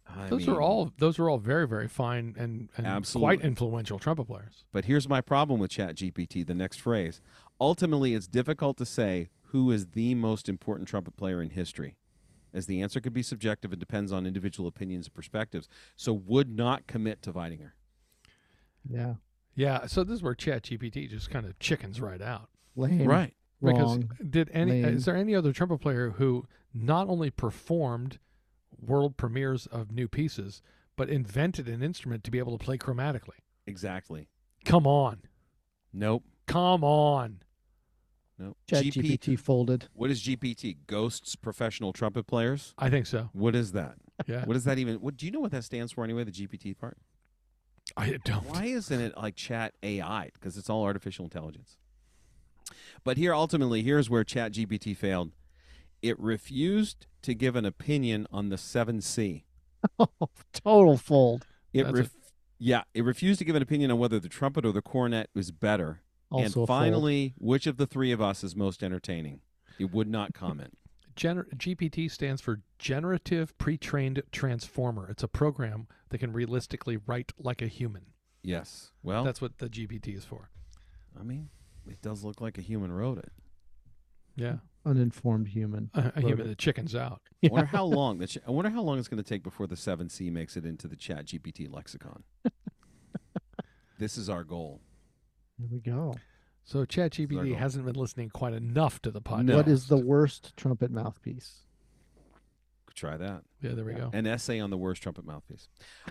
[SPEAKER 1] I
[SPEAKER 3] those
[SPEAKER 1] mean,
[SPEAKER 3] are all. Those are all very very fine and, and
[SPEAKER 1] Absolutely.
[SPEAKER 3] quite influential trumpet players.
[SPEAKER 1] But here's my problem with Chat GPT, the next phrase. Ultimately, it's difficult to say who is the most important trumpet player in history, as the answer could be subjective and depends on individual opinions and perspectives. So would not commit to Weidinger.
[SPEAKER 2] Yeah.
[SPEAKER 3] Yeah. So this is where Chat GPT just kind of chickens right out.
[SPEAKER 2] Lame.
[SPEAKER 3] Because
[SPEAKER 2] Wrong.
[SPEAKER 3] did any
[SPEAKER 2] lame.
[SPEAKER 3] is there any other trumpet player who not only performed world premieres of new pieces, but invented an instrument to be able to play chromatically?
[SPEAKER 1] Exactly.
[SPEAKER 3] Come on.
[SPEAKER 1] Nope.
[SPEAKER 3] Come on.
[SPEAKER 1] Nope.
[SPEAKER 2] Chat
[SPEAKER 1] GP
[SPEAKER 2] GPT folded.
[SPEAKER 1] What is GPT? Ghosts professional trumpet players?
[SPEAKER 3] I think so.
[SPEAKER 1] What is that?
[SPEAKER 3] Yeah.
[SPEAKER 1] What does that even? What do you know what that stands for anyway? The GPT part.
[SPEAKER 3] I don't.
[SPEAKER 1] Why isn't it like Chat AI? Because it's all artificial intelligence. But here, ultimately, here's where Chat GPT failed. It refused to give an opinion on the seven C.
[SPEAKER 2] Total fold.
[SPEAKER 1] It
[SPEAKER 3] That's a-
[SPEAKER 1] ref- yeah, it refused to give an opinion on whether the trumpet or the cornet was better,
[SPEAKER 2] Also a
[SPEAKER 1] and
[SPEAKER 2] fold.
[SPEAKER 1] finally, which of the three of us is most entertaining. It would not comment.
[SPEAKER 3] Gener- GPT stands for Generative Pre-trained Transformer. It's a program that can realistically write like a human.
[SPEAKER 1] yes. Well,
[SPEAKER 3] That's what the GPT is for.
[SPEAKER 1] I mean, it does look like a human wrote it.
[SPEAKER 3] Yeah.
[SPEAKER 2] uninformed human.
[SPEAKER 3] A, a
[SPEAKER 2] Wrote
[SPEAKER 3] human
[SPEAKER 2] it.
[SPEAKER 3] that chickens out.
[SPEAKER 1] I wonder how long the ch- I wonder how long it's going to take before the 7C makes it into the Chat GPT lexicon. This is our goal.
[SPEAKER 2] Here we go.
[SPEAKER 3] So
[SPEAKER 1] Their
[SPEAKER 3] ChatGPT
[SPEAKER 1] goal.
[SPEAKER 3] hasn't been listening quite enough to the podcast.
[SPEAKER 1] No.
[SPEAKER 2] What is the worst trumpet mouthpiece?
[SPEAKER 1] Try that.
[SPEAKER 3] Yeah, there
[SPEAKER 2] Oh.
[SPEAKER 3] we go.
[SPEAKER 1] An essay on the worst trumpet mouthpiece.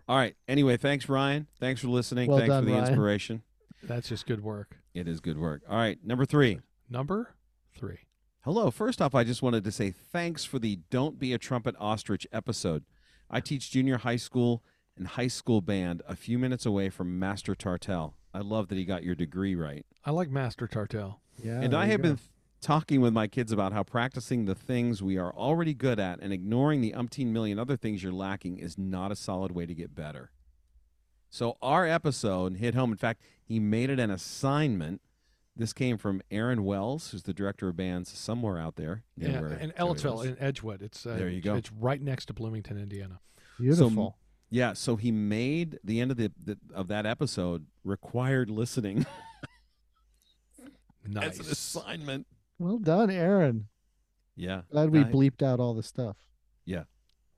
[SPEAKER 1] All right. Anyway, thanks, Ryan. Thanks for listening.
[SPEAKER 2] Well
[SPEAKER 1] thanks
[SPEAKER 2] done,
[SPEAKER 1] for the
[SPEAKER 2] Ryan.
[SPEAKER 1] inspiration.
[SPEAKER 3] That's just good work.
[SPEAKER 1] It is good work. All right. Number three.
[SPEAKER 3] Number three.
[SPEAKER 1] Hello. First off, I just wanted to say thanks for the Don't Be a Trumpet Ostrich episode. I teach junior high school and high school band a few minutes away from Master Tartell. I love that he got your degree right.
[SPEAKER 3] I like Master Tartell.
[SPEAKER 2] Yeah.
[SPEAKER 1] and
[SPEAKER 2] there
[SPEAKER 1] I
[SPEAKER 2] you
[SPEAKER 1] have
[SPEAKER 2] go.
[SPEAKER 1] been talking with my kids about how practicing the things we are already good at and ignoring the umpteen million other things you're lacking is not a solid way to get better. So our episode hit home. In fact, he made it an assignment. This came from Aaron Wells, who's the director of bands somewhere out there. near
[SPEAKER 3] Yeah,
[SPEAKER 1] where
[SPEAKER 3] and
[SPEAKER 1] Joey
[SPEAKER 3] Ellettsville
[SPEAKER 1] lives.
[SPEAKER 3] in Edgewood. It's uh,
[SPEAKER 1] There you go.
[SPEAKER 3] It's right next to Bloomington, Indiana.
[SPEAKER 2] beautiful.
[SPEAKER 1] Yeah, so he made the end of the, the of that episode required listening
[SPEAKER 3] Nice.
[SPEAKER 1] as an assignment.
[SPEAKER 2] well done, Aaron.
[SPEAKER 1] Yeah.
[SPEAKER 2] Glad we
[SPEAKER 1] Nice.
[SPEAKER 2] bleeped out all the stuff.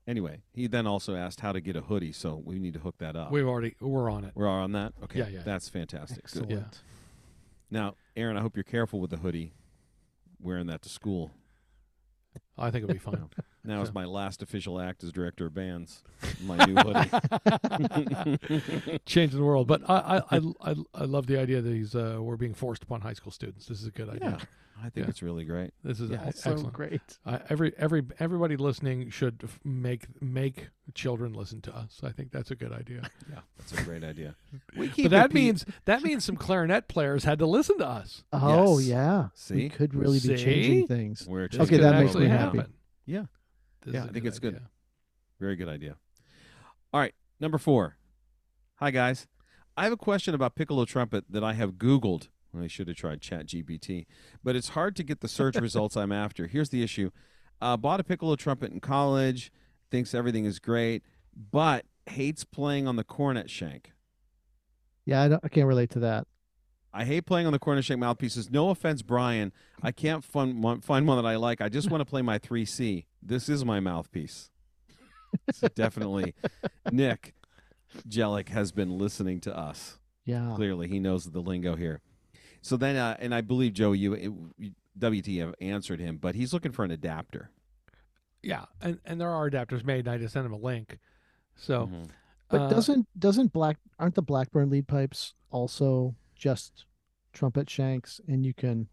[SPEAKER 1] Anyway, he then also asked how to get a hoodie, so we need to hook that up.
[SPEAKER 3] We've already we're on it.
[SPEAKER 1] We're all on that? Okay.
[SPEAKER 3] Yeah, yeah.
[SPEAKER 1] That's fantastic. Good.
[SPEAKER 2] Excellent.
[SPEAKER 3] Yeah.
[SPEAKER 1] Now, Aaron, I hope you're careful with the hoodie. Wearing that to school.
[SPEAKER 3] I think it'll be fine.
[SPEAKER 1] Now is
[SPEAKER 3] So-
[SPEAKER 1] my last official act as director of bands. My new hoodie.
[SPEAKER 3] Changing the world, but I I, I, I, I love the idea that he's uh, we're being forced upon high school students. This is a good idea.
[SPEAKER 1] yeah. I think
[SPEAKER 3] Yeah.
[SPEAKER 1] it's really great.
[SPEAKER 3] This is
[SPEAKER 1] Yeah,
[SPEAKER 3] e-
[SPEAKER 1] it's
[SPEAKER 2] So
[SPEAKER 3] excellent.
[SPEAKER 2] great.
[SPEAKER 3] I every every everybody listening should f- make make children listen to us. I think that's a good idea.
[SPEAKER 1] That's a great idea. We keep
[SPEAKER 3] But that
[SPEAKER 1] repeat-
[SPEAKER 3] means that means some clarinet players had to listen to us.
[SPEAKER 2] Oh
[SPEAKER 1] Yes.
[SPEAKER 2] yeah.
[SPEAKER 1] See?
[SPEAKER 2] We could really be
[SPEAKER 3] See?
[SPEAKER 2] changing things.
[SPEAKER 1] We're
[SPEAKER 2] Okay,
[SPEAKER 3] This
[SPEAKER 1] changing
[SPEAKER 3] could
[SPEAKER 2] that
[SPEAKER 1] the
[SPEAKER 2] makes
[SPEAKER 1] world
[SPEAKER 2] me
[SPEAKER 1] now.
[SPEAKER 2] happy.
[SPEAKER 1] Yeah.
[SPEAKER 3] This
[SPEAKER 1] Yeah,
[SPEAKER 3] is
[SPEAKER 1] I
[SPEAKER 3] a
[SPEAKER 1] think it's good.
[SPEAKER 3] idea.
[SPEAKER 1] Very good idea. All right, number four. Hi guys, I have a question about piccolo trumpet that I have Googled. Well, I should have tried ChatGPT, but it's hard to get the search results I'm after. Here's the issue: uh, bought a piccolo trumpet in college, thinks everything is great, but hates playing on the cornet shank.
[SPEAKER 2] Yeah, I, don't, I can't relate to that.
[SPEAKER 1] I hate playing on the cornet shank mouthpieces. No offense, Brian. I can't find one, find one that I like. I just want to play my 3C. This is my mouthpiece. So definitely, Nick Jellick has been listening to us.
[SPEAKER 2] Yeah.
[SPEAKER 1] Clearly, he knows the lingo here. So then, uh, and I believe Joe, you it, WT have answered him, but he's looking for an adapter.
[SPEAKER 3] Yeah, and and there are adapters made. and I just sent him a link. So,
[SPEAKER 2] Mm-hmm.
[SPEAKER 1] Mhm.
[SPEAKER 2] But
[SPEAKER 3] uh,
[SPEAKER 2] doesn't doesn't black aren't the Blackburn lead pipes also just trumpet shanks and you can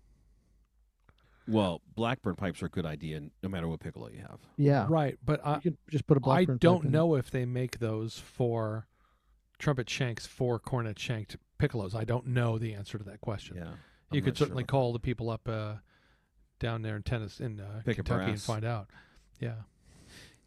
[SPEAKER 1] Well, Blackburn pipes are a good idea, no matter what piccolo you have.
[SPEAKER 2] yeah
[SPEAKER 3] right? But I
[SPEAKER 2] you can just put a
[SPEAKER 3] I
[SPEAKER 2] Blackburn. pipe
[SPEAKER 3] don't
[SPEAKER 2] in.
[SPEAKER 3] know if they make those for trumpet shanks for cornet shanked piccolos. I don't know the answer to that question.
[SPEAKER 1] Yeah, I'm
[SPEAKER 3] you could
[SPEAKER 1] not sure.
[SPEAKER 3] certainly call the people up uh, down there in Tennessee, in uh,
[SPEAKER 1] Pick a
[SPEAKER 3] Kentucky, and
[SPEAKER 1] brass.
[SPEAKER 3] find out. Yeah,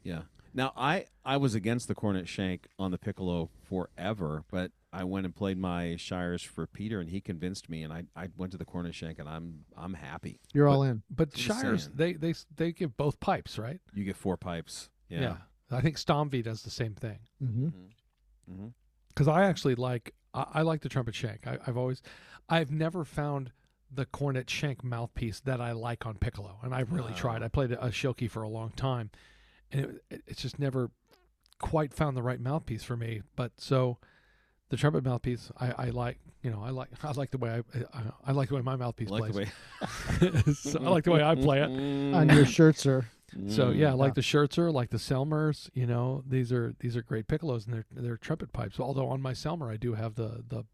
[SPEAKER 1] Yeah. Now I I was against the cornet shank on the piccolo forever, but I went and played my shires for Peter, and he convinced me, and I, I went to the cornet shank, and I'm I'm happy.
[SPEAKER 2] You're all in.
[SPEAKER 3] but
[SPEAKER 1] Just
[SPEAKER 3] shires
[SPEAKER 1] saying.
[SPEAKER 3] they they they give both pipes, right?
[SPEAKER 1] You get four pipes. Yeah.
[SPEAKER 3] I think Stomvy does the same thing.
[SPEAKER 2] Mm-hmm.
[SPEAKER 3] because I actually like I, I like the trumpet shank. I, I've always I've never found the cornet shank mouthpiece that I like on piccolo, and I really
[SPEAKER 1] Oh.
[SPEAKER 3] tried. I played a, a Shilke for a long time, and it, it, it's just never quite found the right mouthpiece for me. But so the trumpet mouthpiece, I, I like. You know, I like I like the way I I, I like the way my mouthpiece
[SPEAKER 1] I like
[SPEAKER 3] plays.
[SPEAKER 1] the way
[SPEAKER 3] so I like the way I play it.
[SPEAKER 1] Mm.
[SPEAKER 2] On your shirt, sir.
[SPEAKER 3] So yeah, I like
[SPEAKER 2] Yeah.
[SPEAKER 3] the Scherzer, like the Selmers, you know, these are these are great piccolos and they're they're trumpet pipes. Although on my Selmer I do have the the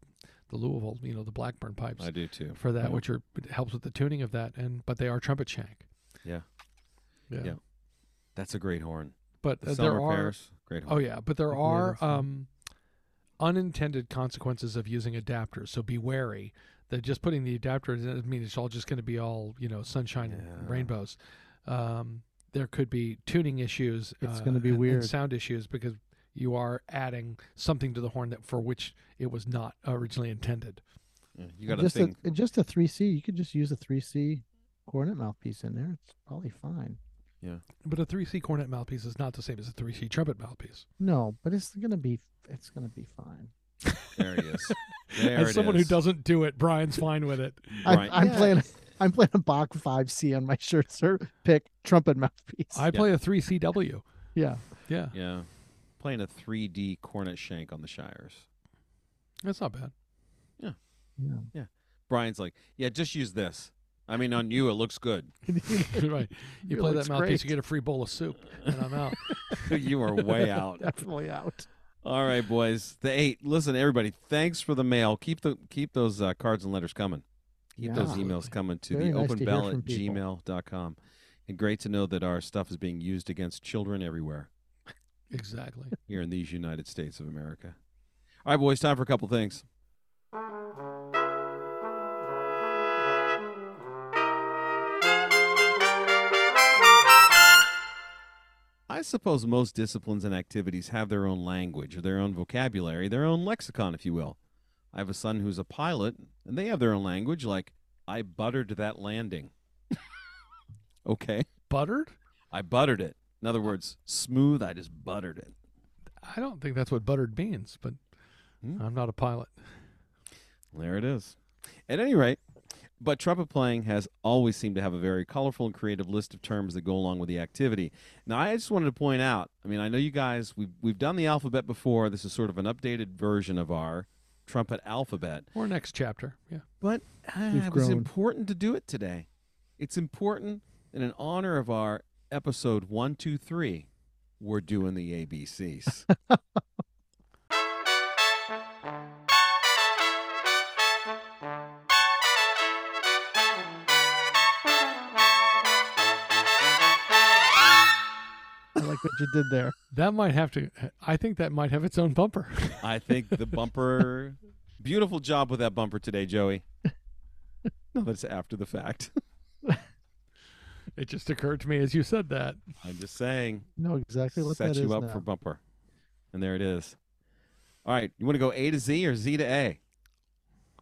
[SPEAKER 3] the Louisville, you know, the Blackburn pipes
[SPEAKER 1] I do too.
[SPEAKER 3] for that,
[SPEAKER 1] yeah.
[SPEAKER 3] which are it helps with the tuning of that. And but they are trumpet shank.
[SPEAKER 1] Yeah.
[SPEAKER 3] yeah.
[SPEAKER 1] Yeah. That's a great horn.
[SPEAKER 3] But
[SPEAKER 1] The
[SPEAKER 3] uh,
[SPEAKER 1] Selmer
[SPEAKER 3] there are
[SPEAKER 1] Paris, great horn.
[SPEAKER 3] oh yeah, but there
[SPEAKER 2] Like Louisville
[SPEAKER 3] are
[SPEAKER 2] Selmer.
[SPEAKER 3] um, unintended consequences of using adapters. So be wary that just putting the adapter in doesn't mean it's all just going to be all you know sunshine
[SPEAKER 1] Yeah.
[SPEAKER 3] and rainbows. Um, there could be tuning issues.
[SPEAKER 2] It's
[SPEAKER 3] uh,
[SPEAKER 2] gonna be
[SPEAKER 3] and- and
[SPEAKER 2] weird.
[SPEAKER 3] sound issues because you are adding something to the horn that for which it was not originally intended. oh,
[SPEAKER 1] yeah. You got to
[SPEAKER 2] just
[SPEAKER 1] think.
[SPEAKER 2] a and just a three C. You could just use a three C cornet mouthpiece in there. It's probably fine.
[SPEAKER 3] But a three C cornet mouthpiece is not the same as a three C trumpet mouthpiece.
[SPEAKER 2] No, but it's gonna be it's gonna be fine.
[SPEAKER 1] There he is. There
[SPEAKER 3] as
[SPEAKER 1] it
[SPEAKER 3] someone
[SPEAKER 1] is.
[SPEAKER 3] who doesn't do it, Brian's fine with it.
[SPEAKER 1] Right.
[SPEAKER 2] I, I'm
[SPEAKER 1] Yeah.
[SPEAKER 2] playing I'm playing a Bach five C on my shirt, sir. Pick trumpet mouthpiece.
[SPEAKER 3] I play a three CW.
[SPEAKER 2] yeah.
[SPEAKER 3] Yeah,
[SPEAKER 1] Yeah. Playing a 3D cornet shank on the shires.
[SPEAKER 3] that's not bad.
[SPEAKER 2] Yeah.
[SPEAKER 1] Brian's like, yeah, just use this. I mean, on you, it looks good.
[SPEAKER 3] right. You
[SPEAKER 2] It
[SPEAKER 3] play that
[SPEAKER 2] looks
[SPEAKER 3] mouthpiece,
[SPEAKER 2] great.
[SPEAKER 3] you get a free bowl of soup, and I'm out.
[SPEAKER 1] you are way out.
[SPEAKER 2] Definitely out.
[SPEAKER 1] All right, boys. The eight. Listen, everybody. Thanks for the mail. Keep the keep those uh, cards and letters coming. Keep those
[SPEAKER 2] Yeah.
[SPEAKER 1] emails coming to the
[SPEAKER 2] Very nice to
[SPEAKER 1] open
[SPEAKER 2] hear
[SPEAKER 1] ballot
[SPEAKER 2] from
[SPEAKER 1] at
[SPEAKER 2] people.
[SPEAKER 1] gmail.com. And great to know that our stuff is being used against children everywhere
[SPEAKER 3] exactly.
[SPEAKER 1] here in these United States of America. All right, boys. Time for a couple things. I suppose most disciplines and activities have their own language, or their own vocabulary, their own lexicon, if you will. I have a son who's a pilot, and they have their own language, like, I buttered that landing. okay.
[SPEAKER 3] Buttered?
[SPEAKER 1] I buttered it. In other words, smooth, I just buttered it.
[SPEAKER 3] I don't think that's what buttered means, but
[SPEAKER 1] Hmm.
[SPEAKER 3] I'm not a pilot.
[SPEAKER 1] There it is. At any rate, but trumpet playing has always seemed to have a very colorful and creative list of terms that go along with the activity. Now, I just wanted to point out. I mean, I know you guys we've we've done the alphabet before. This is sort of an updated version of our trumpet alphabet.
[SPEAKER 3] Or next chapter. Yeah.
[SPEAKER 1] But uh,
[SPEAKER 2] We've
[SPEAKER 1] it was
[SPEAKER 2] grown.
[SPEAKER 1] important to do it today. It's important, and in honor of our episode one, two, three, we're doing the ABCs.
[SPEAKER 2] I like what you did there.
[SPEAKER 3] That might have to, I think that might have its own bumper.
[SPEAKER 1] I think the bumper. Beautiful job with that bumper today, Joey. No, that's after the fact.
[SPEAKER 3] it just occurred to me as you said that.
[SPEAKER 1] I'm just saying.
[SPEAKER 2] Know exactly what
[SPEAKER 1] set
[SPEAKER 2] that is
[SPEAKER 1] you up
[SPEAKER 2] now.
[SPEAKER 1] for bumper. And there it is. All right. You want to go A to Z or Z to A?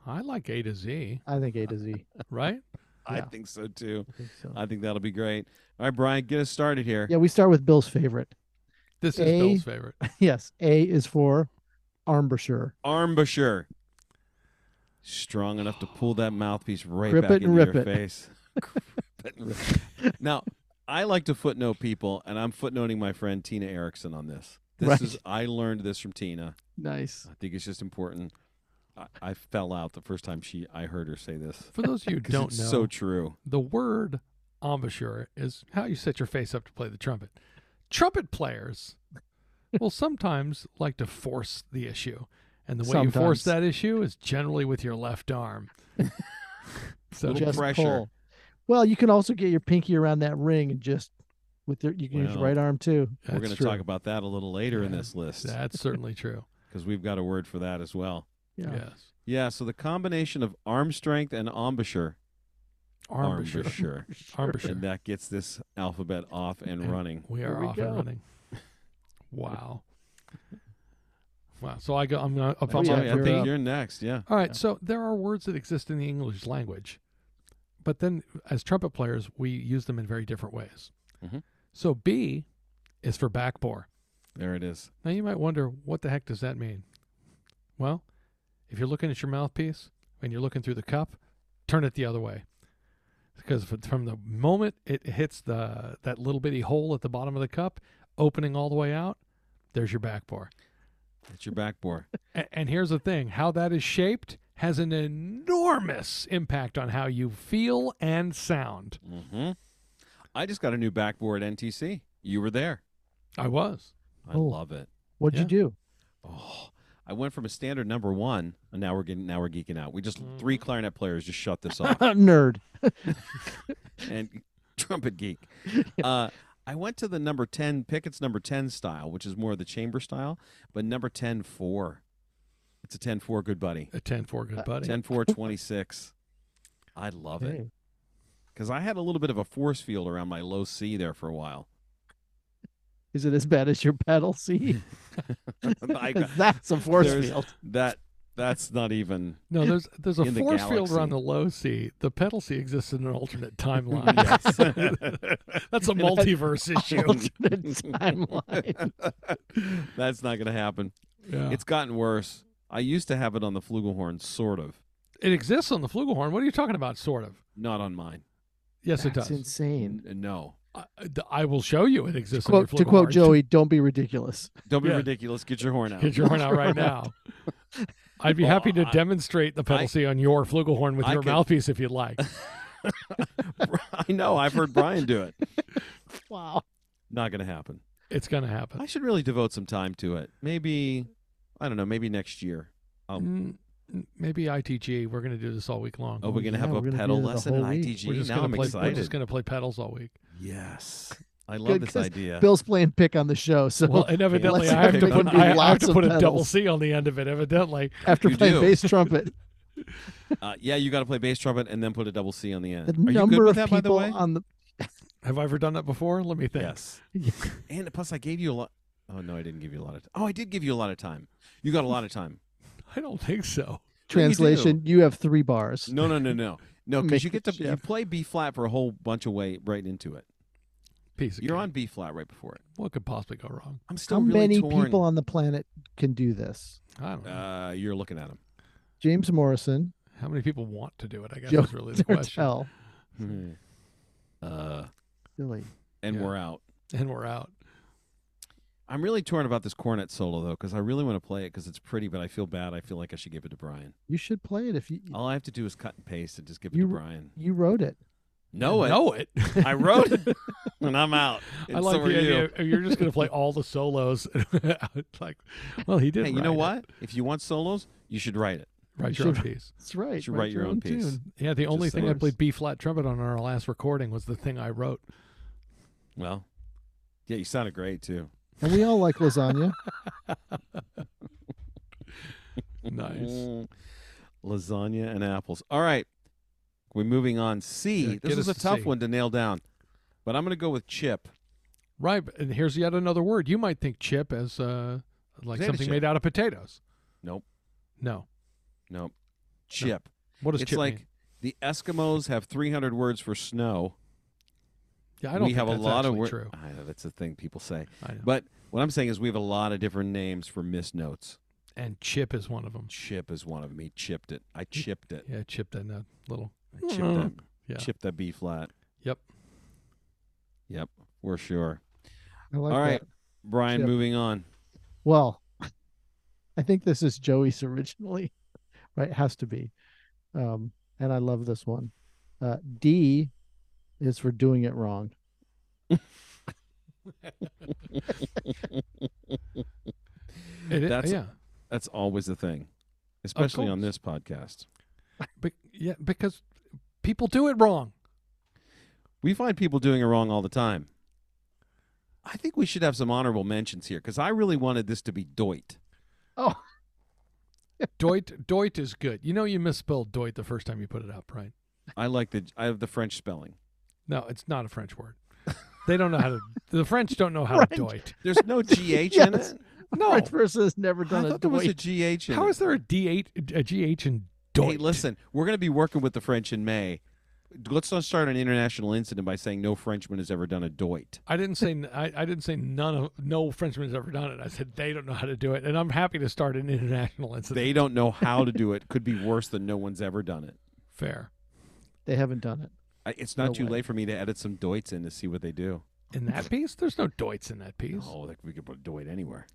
[SPEAKER 3] I like A to Z,
[SPEAKER 2] I think A to Z.
[SPEAKER 3] right?
[SPEAKER 1] I
[SPEAKER 2] Yeah.
[SPEAKER 1] think so too.
[SPEAKER 2] I think so.
[SPEAKER 1] I think that'll be great. All right, Brian, get us started here.
[SPEAKER 2] yeah, we start with Bill's favorite.
[SPEAKER 3] This is
[SPEAKER 2] A.
[SPEAKER 3] Bill's favorite.
[SPEAKER 2] Yes, A is for Armbusher.
[SPEAKER 1] Armbusher. Strong enough to pull that mouthpiece right
[SPEAKER 2] Grip
[SPEAKER 1] back
[SPEAKER 2] it and
[SPEAKER 1] into
[SPEAKER 2] rip
[SPEAKER 1] your
[SPEAKER 2] it.
[SPEAKER 1] face. Grip it and rip it. now, I like to footnote people, and I'm footnoting my friend Tina Erickson on this. This
[SPEAKER 2] Right.
[SPEAKER 1] is I learned this from Tina.
[SPEAKER 2] Nice.
[SPEAKER 1] I think it's just important. I, I fell out the first time she I heard her say this.
[SPEAKER 3] For those of you who
[SPEAKER 1] 'Cause
[SPEAKER 3] don't
[SPEAKER 1] it's
[SPEAKER 3] know,
[SPEAKER 1] so true.
[SPEAKER 3] the word embouchure is how you set your face up to play the trumpet. Trumpet players will sometimes like to force the issue. And the way you
[SPEAKER 2] Sometimes.
[SPEAKER 3] force that issue is generally with your left arm. so
[SPEAKER 1] Little
[SPEAKER 2] Just
[SPEAKER 1] pressure.
[SPEAKER 2] pull. Well, you can also get your pinky around that ring and just with your you can use your
[SPEAKER 1] Well,
[SPEAKER 2] right arm too.
[SPEAKER 1] We're
[SPEAKER 3] that's
[SPEAKER 1] going to
[SPEAKER 3] true.
[SPEAKER 1] talk about that a little later in
[SPEAKER 3] Yeah.
[SPEAKER 1] this list
[SPEAKER 3] That's certainly true.
[SPEAKER 1] because we've got a word for that as well.
[SPEAKER 2] Yeah.
[SPEAKER 3] Yes.
[SPEAKER 1] Yeah, so the combination of arm strength and embouchure.
[SPEAKER 3] Embouchure. Embouchure.
[SPEAKER 1] And that gets this alphabet off and
[SPEAKER 3] And
[SPEAKER 1] running.
[SPEAKER 3] We
[SPEAKER 2] There
[SPEAKER 3] are
[SPEAKER 2] we
[SPEAKER 3] off
[SPEAKER 2] go.
[SPEAKER 3] and running. Wow. Wow. So I go. I'm gonna up on
[SPEAKER 2] That's
[SPEAKER 1] yeah,
[SPEAKER 3] my
[SPEAKER 2] it.
[SPEAKER 1] I
[SPEAKER 2] we're
[SPEAKER 1] think
[SPEAKER 2] up.
[SPEAKER 1] you're next. Yeah.
[SPEAKER 3] All right.
[SPEAKER 2] Yeah.
[SPEAKER 3] So there are words that exist in the English language, but then as trumpet players, we use them in very different ways.
[SPEAKER 1] Mhm.
[SPEAKER 3] So B is for backbore.
[SPEAKER 1] There it is.
[SPEAKER 3] Now you might wonder what the heck does that mean. Well, if you're looking at your mouthpiece and you're looking through the cup, turn it the other way. Because f- from the moment it hits the that little bitty hole at the bottom of the cup, opening all the way out, there's your back bar.
[SPEAKER 1] It's your backboard.
[SPEAKER 3] And, and here's the thing: how that is shaped has an enormous impact on how you feel and sound.
[SPEAKER 1] mm-hmm. I just got a new backboard at NTC. You were there.
[SPEAKER 3] I was.
[SPEAKER 1] I
[SPEAKER 2] Oh.
[SPEAKER 1] love it.
[SPEAKER 2] What'd you
[SPEAKER 3] Yeah.
[SPEAKER 2] do?
[SPEAKER 1] Oh, I went from a standard number one, and now we're getting now we're geeking out. We just three
[SPEAKER 3] Mm.
[SPEAKER 1] clarinet players just shut this off,
[SPEAKER 2] Nerd.
[SPEAKER 1] and trumpet geek. Uh, I went to the number ten Pickett's number ten style, which is more of the chamber style, but number 10 four. It's a 10-4, good buddy.
[SPEAKER 3] A ten four, good buddy.
[SPEAKER 1] 10-4, 26. I love it
[SPEAKER 2] Hey,
[SPEAKER 1] because I had a little bit of a force field around my low C there for a while.
[SPEAKER 2] Is it as bad as your pedal C?
[SPEAKER 1] I,
[SPEAKER 2] 'Cause that's a force
[SPEAKER 1] There's-
[SPEAKER 2] field.
[SPEAKER 1] that that's not even
[SPEAKER 3] No, there's there's a
[SPEAKER 1] In the
[SPEAKER 3] force field around
[SPEAKER 1] galaxy.
[SPEAKER 3] the low C. The pedal C exists in an alternate timeline.
[SPEAKER 1] uh, yes.
[SPEAKER 3] That's a multiverse issue.
[SPEAKER 2] Alternate timeline.
[SPEAKER 1] that's not going to happen.
[SPEAKER 3] Yeah.
[SPEAKER 1] It's gotten worse. I used to have it on the flugelhorn, sort of.
[SPEAKER 3] it exists on the flugelhorn. What are you talking about? Sort of.
[SPEAKER 1] Not on mine.
[SPEAKER 3] Yes, it
[SPEAKER 2] That's
[SPEAKER 3] does.
[SPEAKER 2] insane.
[SPEAKER 1] N- No.
[SPEAKER 3] I, I will show you. It exists
[SPEAKER 2] Quote, to
[SPEAKER 3] on your
[SPEAKER 2] quote
[SPEAKER 3] flugelhorn.
[SPEAKER 2] Joey, don't be ridiculous.
[SPEAKER 1] Don't be
[SPEAKER 3] Yeah.
[SPEAKER 1] ridiculous. Get your horn out.
[SPEAKER 3] Get your horn out right now. I'd be
[SPEAKER 1] Oh,
[SPEAKER 3] happy to
[SPEAKER 1] I-
[SPEAKER 3] demonstrate the pedal
[SPEAKER 1] I-
[SPEAKER 3] C on your flugelhorn with
[SPEAKER 1] I
[SPEAKER 3] your
[SPEAKER 1] could-
[SPEAKER 3] mouthpiece if you'd like.
[SPEAKER 1] I know. I've heard Brian do it.
[SPEAKER 2] Wow.
[SPEAKER 1] Not going to happen.
[SPEAKER 3] It's gonna happen.
[SPEAKER 1] I should really devote some time to it. Maybe, I don't know, maybe next year.
[SPEAKER 3] Mm, mm, Maybe ITG. We're gonna do this all week long.
[SPEAKER 1] Um, Oh, we're going to
[SPEAKER 2] yeah,
[SPEAKER 1] have
[SPEAKER 2] we're
[SPEAKER 1] a
[SPEAKER 2] gonna do
[SPEAKER 1] pedal
[SPEAKER 2] that the
[SPEAKER 1] lesson in
[SPEAKER 2] whole week.
[SPEAKER 1] ITG.
[SPEAKER 3] we're just
[SPEAKER 1] now
[SPEAKER 3] gonna
[SPEAKER 1] I'm
[SPEAKER 3] play. We're
[SPEAKER 1] excited.
[SPEAKER 3] just gonna play pedals all week.
[SPEAKER 1] Yes. I love
[SPEAKER 2] Good,
[SPEAKER 1] this
[SPEAKER 2] 'cause
[SPEAKER 1] idea.
[SPEAKER 2] Bill's playing pick on the show. So
[SPEAKER 3] Well, and evidently
[SPEAKER 1] Let's
[SPEAKER 3] I have to
[SPEAKER 1] pick
[SPEAKER 3] put
[SPEAKER 1] up
[SPEAKER 3] I I have
[SPEAKER 2] lots
[SPEAKER 3] to
[SPEAKER 2] of
[SPEAKER 3] put a double
[SPEAKER 2] pedals.
[SPEAKER 3] C on the end of it. Evidently,
[SPEAKER 2] after
[SPEAKER 1] You
[SPEAKER 2] playing
[SPEAKER 1] do.
[SPEAKER 2] bass trumpet,
[SPEAKER 1] Uh, yeah, you got to play bass trumpet and then put a double C on the end.
[SPEAKER 2] the
[SPEAKER 1] Are you good
[SPEAKER 2] number
[SPEAKER 1] with
[SPEAKER 2] of
[SPEAKER 1] that, by the
[SPEAKER 2] people
[SPEAKER 1] way?
[SPEAKER 2] on the
[SPEAKER 3] have I ever done that before? Let me think.
[SPEAKER 1] Yes. and plus, I gave you a lot. Oh no, I didn't give you a lot of. Oh, I did give you a lot of time. You got a lot of time.
[SPEAKER 3] I don't think so.
[SPEAKER 2] translation, you, have three bars.
[SPEAKER 1] No, no, no, no, no, because
[SPEAKER 2] Make
[SPEAKER 1] you get to
[SPEAKER 2] it
[SPEAKER 1] you
[SPEAKER 2] shift.
[SPEAKER 1] play B flat for a whole bunch of way right into it.
[SPEAKER 3] Piece of
[SPEAKER 1] You're
[SPEAKER 3] cake.
[SPEAKER 1] on B flat right before it.
[SPEAKER 3] What could possibly go wrong?
[SPEAKER 1] I'm still
[SPEAKER 2] How
[SPEAKER 1] really
[SPEAKER 2] many
[SPEAKER 1] torn.
[SPEAKER 2] people on the planet can do this?
[SPEAKER 3] I don't know.
[SPEAKER 1] Uh, you're looking at
[SPEAKER 2] James Morrison,
[SPEAKER 3] How many people want to do it? I guess
[SPEAKER 2] Joe
[SPEAKER 3] is really the question.
[SPEAKER 2] Turtel,
[SPEAKER 1] him. uh,
[SPEAKER 2] Billy.
[SPEAKER 1] and
[SPEAKER 3] Yeah.
[SPEAKER 1] we're out.
[SPEAKER 3] And we're out.
[SPEAKER 1] I'm really torn about this cornet solo though, because I really want to play it because it's pretty, but I feel bad. I feel like I should give it to Brian.
[SPEAKER 2] You should play it if you
[SPEAKER 1] All I have to do is cut and paste and just give it
[SPEAKER 2] You-
[SPEAKER 1] to Brian.
[SPEAKER 2] you wrote it.
[SPEAKER 1] Know it.
[SPEAKER 3] Know it.
[SPEAKER 1] I wrote it, and I'm out.
[SPEAKER 3] I
[SPEAKER 1] And
[SPEAKER 3] like
[SPEAKER 1] so are
[SPEAKER 3] the
[SPEAKER 1] you.
[SPEAKER 3] idea. of- You're just going to play all the solos. It's like, well, he did.
[SPEAKER 1] Hey, you know
[SPEAKER 3] write
[SPEAKER 1] what?
[SPEAKER 3] it.
[SPEAKER 1] If you want solos, you should write it.
[SPEAKER 3] Write
[SPEAKER 2] You
[SPEAKER 3] your own
[SPEAKER 2] should-
[SPEAKER 3] piece.
[SPEAKER 2] That's right.
[SPEAKER 1] You should write your own piece.
[SPEAKER 2] tune.
[SPEAKER 3] Yeah, the only thing I
[SPEAKER 1] saying.
[SPEAKER 3] played B flat trumpet on our last recording was the thing I wrote.
[SPEAKER 1] Well, yeah, you sounded great too.
[SPEAKER 2] And we all like lasagna.
[SPEAKER 3] Nice.
[SPEAKER 1] Mm. Lasagna and apples. All right, we're moving on.
[SPEAKER 3] Yeah,
[SPEAKER 1] C.
[SPEAKER 3] get
[SPEAKER 1] this is a
[SPEAKER 3] us to
[SPEAKER 1] tough
[SPEAKER 3] C.
[SPEAKER 1] one to nail down, but I'm going to go with chip.
[SPEAKER 3] Right, but- and here's yet another word. You might think chip as uh, like
[SPEAKER 1] Potato
[SPEAKER 3] something
[SPEAKER 1] chip.
[SPEAKER 3] made out of potatoes.
[SPEAKER 1] Nope.
[SPEAKER 3] No.
[SPEAKER 1] Nope. Chip.
[SPEAKER 3] What does
[SPEAKER 1] it's
[SPEAKER 3] chip
[SPEAKER 1] like
[SPEAKER 3] mean?
[SPEAKER 1] the Eskimos have 300 words for snow.
[SPEAKER 3] Yeah, I don't
[SPEAKER 1] we
[SPEAKER 3] think
[SPEAKER 1] have a
[SPEAKER 3] that's
[SPEAKER 1] lot of
[SPEAKER 3] actually
[SPEAKER 1] wor-
[SPEAKER 3] true.
[SPEAKER 1] I know that's the thing people say.
[SPEAKER 3] I know.
[SPEAKER 1] But what I'm saying is we have a lot of different names for missed notes.
[SPEAKER 3] and chip is one of them.
[SPEAKER 1] Chip is one of them. He chipped it. I chipped it.
[SPEAKER 3] Yeah, chip that note. Little.
[SPEAKER 1] I chipped
[SPEAKER 3] Mm.
[SPEAKER 1] that.
[SPEAKER 3] Yeah.
[SPEAKER 1] Chipped that B flat.
[SPEAKER 3] Yep.
[SPEAKER 1] Yep. For sure.
[SPEAKER 2] I like
[SPEAKER 1] All right,
[SPEAKER 2] that.
[SPEAKER 1] Brian.
[SPEAKER 2] Chip.
[SPEAKER 1] Moving on.
[SPEAKER 2] Well, I think this is Joey's originally, right? It has to be. Um, and I love this one. Uh, D is for doing it wrong.
[SPEAKER 3] It,
[SPEAKER 1] That's-
[SPEAKER 3] yeah.
[SPEAKER 1] That's always the thing, especially on
[SPEAKER 3] course.
[SPEAKER 1] this podcast.
[SPEAKER 3] But yeah, because people do it wrong.
[SPEAKER 1] We find people doing it wrong all the time. I think we should have some honorable mentions here because I really wanted this to be Doit.
[SPEAKER 2] Oh,
[SPEAKER 3] Doit Doit is good. You know you misspelled Doit the first time you put it up, right?
[SPEAKER 1] I like the I have the French spelling.
[SPEAKER 3] No, it's not a French word. They don't know how to. The French don't know how to doit.
[SPEAKER 1] There's no GH in
[SPEAKER 2] Yes.
[SPEAKER 1] it.
[SPEAKER 3] No,
[SPEAKER 2] French person has never done
[SPEAKER 1] I
[SPEAKER 2] it.
[SPEAKER 1] thought there was a GH in
[SPEAKER 3] how
[SPEAKER 1] it.
[SPEAKER 3] is there a D eight a G H in doit?
[SPEAKER 1] Hey, listen, we're going to be working with the French in May. Let's not start an international incident by saying no Frenchman has ever done a Doit.
[SPEAKER 3] I didn't say n- I, I didn't say none of no Frenchman has ever done it. I said they don't know how to do it, and I'm happy to start an international incident.
[SPEAKER 1] They don't know how to do it. Could be worse than no one's ever done it.
[SPEAKER 3] Fair
[SPEAKER 2] They haven't done it.
[SPEAKER 1] I, it's not
[SPEAKER 2] No
[SPEAKER 1] too
[SPEAKER 2] way.
[SPEAKER 1] late for me to edit some Doits in to see what they do.
[SPEAKER 3] in that piece. There's no doits in that piece.
[SPEAKER 1] Oh, like we could put Doit anywhere.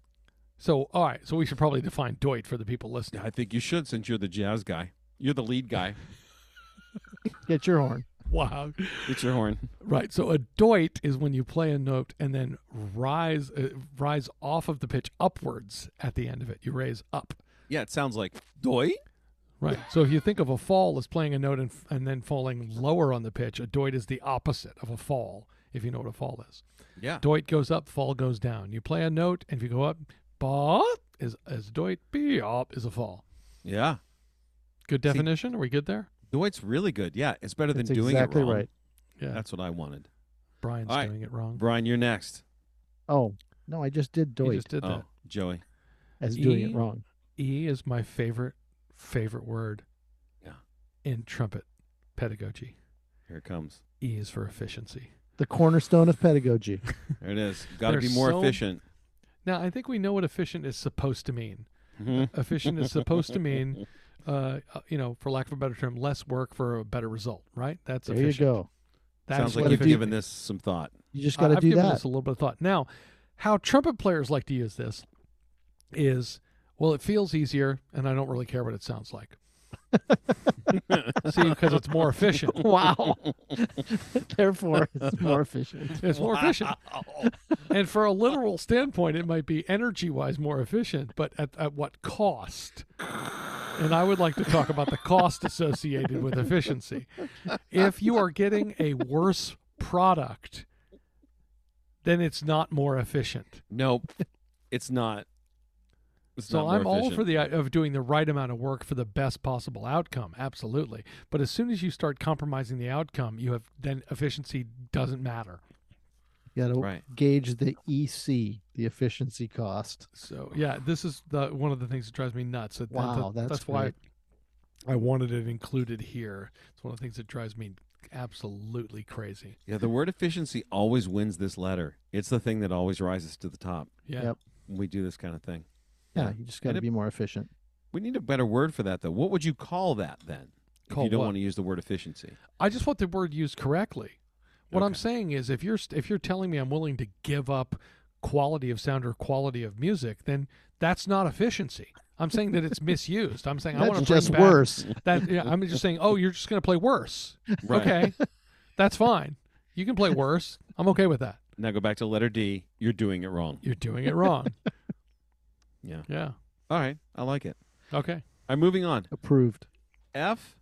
[SPEAKER 3] So all right, so we should probably define doit for the people listening.
[SPEAKER 1] I think you should since you're the jazz guy. You're the lead guy.
[SPEAKER 2] Get your horn.
[SPEAKER 3] Wow.
[SPEAKER 1] It's your horn.
[SPEAKER 3] Right. So a doit is when you play a note and then rise uh, rise off of the pitch upwards at the end of it. You raise up.
[SPEAKER 1] Yeah, it sounds like Doit.
[SPEAKER 3] Right. So if you think of a fall as playing a note and, and then falling lower on the pitch, a doit is the opposite of a fall, if you know what a fall is.
[SPEAKER 1] Yeah.
[SPEAKER 3] Doit goes up, fall goes down. You play a note, and if you go up, ba is, is doit, be up is a fall.
[SPEAKER 1] Yeah.
[SPEAKER 3] Good definition? Are we good there?
[SPEAKER 1] Doit's really good. Yeah, it's better than
[SPEAKER 2] That's
[SPEAKER 1] doing
[SPEAKER 2] exactly
[SPEAKER 1] it wrong.
[SPEAKER 2] right.
[SPEAKER 3] Yeah.
[SPEAKER 1] That's what I wanted.
[SPEAKER 3] Brian's
[SPEAKER 1] all right.
[SPEAKER 3] doing it wrong.
[SPEAKER 1] Brian, you're next.
[SPEAKER 2] Oh, no, I just did
[SPEAKER 3] He
[SPEAKER 2] doit
[SPEAKER 3] just did
[SPEAKER 1] oh,
[SPEAKER 3] that.
[SPEAKER 1] Joey.
[SPEAKER 2] as doing
[SPEAKER 3] E.
[SPEAKER 2] it wrong.
[SPEAKER 3] E is my favorite, favorite word
[SPEAKER 1] Yeah.
[SPEAKER 3] in trumpet pedagogy.
[SPEAKER 1] Here it comes.
[SPEAKER 3] E is for efficiency.
[SPEAKER 2] The cornerstone of pedagogy.
[SPEAKER 1] There it is. Got to be
[SPEAKER 3] There's
[SPEAKER 1] more
[SPEAKER 3] so-
[SPEAKER 1] efficient.
[SPEAKER 3] Now, I think we know what efficient is supposed to mean.
[SPEAKER 1] Mm-hmm.
[SPEAKER 3] efficient is supposed to mean, uh, uh, you know, for lack of a better term, less work for a better result, right? That's
[SPEAKER 2] There you
[SPEAKER 3] efficient.
[SPEAKER 2] go.
[SPEAKER 3] That's
[SPEAKER 1] Sounds like
[SPEAKER 2] what
[SPEAKER 1] you've
[SPEAKER 2] it
[SPEAKER 3] efficient
[SPEAKER 1] given
[SPEAKER 3] means.
[SPEAKER 1] this some thought.
[SPEAKER 2] You just
[SPEAKER 3] I-
[SPEAKER 2] got to
[SPEAKER 3] I've
[SPEAKER 2] do
[SPEAKER 3] given
[SPEAKER 2] that.
[SPEAKER 3] this a little bit of thought. Now, how trumpet players like to use this is Well, it feels easier, and I don't really care what it sounds like. See, because it's more efficient.
[SPEAKER 2] Wow. Therefore, it's more efficient.
[SPEAKER 3] It's more efficient. And for a literal standpoint, it might be energy wise more efficient, but at, at what cost? And I would like to talk about the cost associated with efficiency. If you are getting a worse product, then it's not more efficient.
[SPEAKER 1] Nope, it's not. It's
[SPEAKER 3] So
[SPEAKER 1] not
[SPEAKER 3] I'm
[SPEAKER 1] more
[SPEAKER 3] all for
[SPEAKER 1] efficient.
[SPEAKER 3] the uh, of doing the right amount of work for the best possible outcome, absolutely. But as soon as you start compromising the outcome, you have then efficiency doesn't matter.
[SPEAKER 2] You got to
[SPEAKER 1] right.
[SPEAKER 2] gauge the EC, the efficiency cost.
[SPEAKER 3] So yeah, this is the one of the things that drives me nuts. That- that-
[SPEAKER 2] Wow, that's
[SPEAKER 3] why I wanted it included here. It's one of the things that drives me absolutely crazy.
[SPEAKER 1] Yeah, the word efficiency always wins this letter. It's the thing that always rises to the top
[SPEAKER 3] Yeah.
[SPEAKER 2] Yep.
[SPEAKER 1] when we do this kind of thing.
[SPEAKER 2] Yeah,
[SPEAKER 1] Yeah.
[SPEAKER 2] you just got
[SPEAKER 1] And
[SPEAKER 2] to
[SPEAKER 1] it-
[SPEAKER 2] be more efficient.
[SPEAKER 1] We need a better word for that, though. What would you call that then? if
[SPEAKER 3] Call
[SPEAKER 1] you don't
[SPEAKER 3] what?
[SPEAKER 1] want to use the word efficiency.
[SPEAKER 3] I just want the word used correctly. What I'm
[SPEAKER 1] Okay.
[SPEAKER 3] saying is, if you're st- if you're telling me I'm willing to give up quality of sound or quality of music, then that's not efficiency. I'm saying that it's misused. I'm saying I
[SPEAKER 2] That's
[SPEAKER 3] want to bring
[SPEAKER 2] just
[SPEAKER 3] back
[SPEAKER 2] worse.
[SPEAKER 3] That yeah, I'm just saying, oh, you're just going to play worse.
[SPEAKER 1] Right.
[SPEAKER 3] Okay, that's fine. You can play worse. I'm okay with that.
[SPEAKER 1] Now go back to letter D. You're doing it wrong.
[SPEAKER 3] You're doing it wrong.
[SPEAKER 1] Yeah.
[SPEAKER 3] Yeah.
[SPEAKER 1] All right. I like it.
[SPEAKER 3] Okay.
[SPEAKER 1] All right, moving on.
[SPEAKER 2] Approved.
[SPEAKER 1] F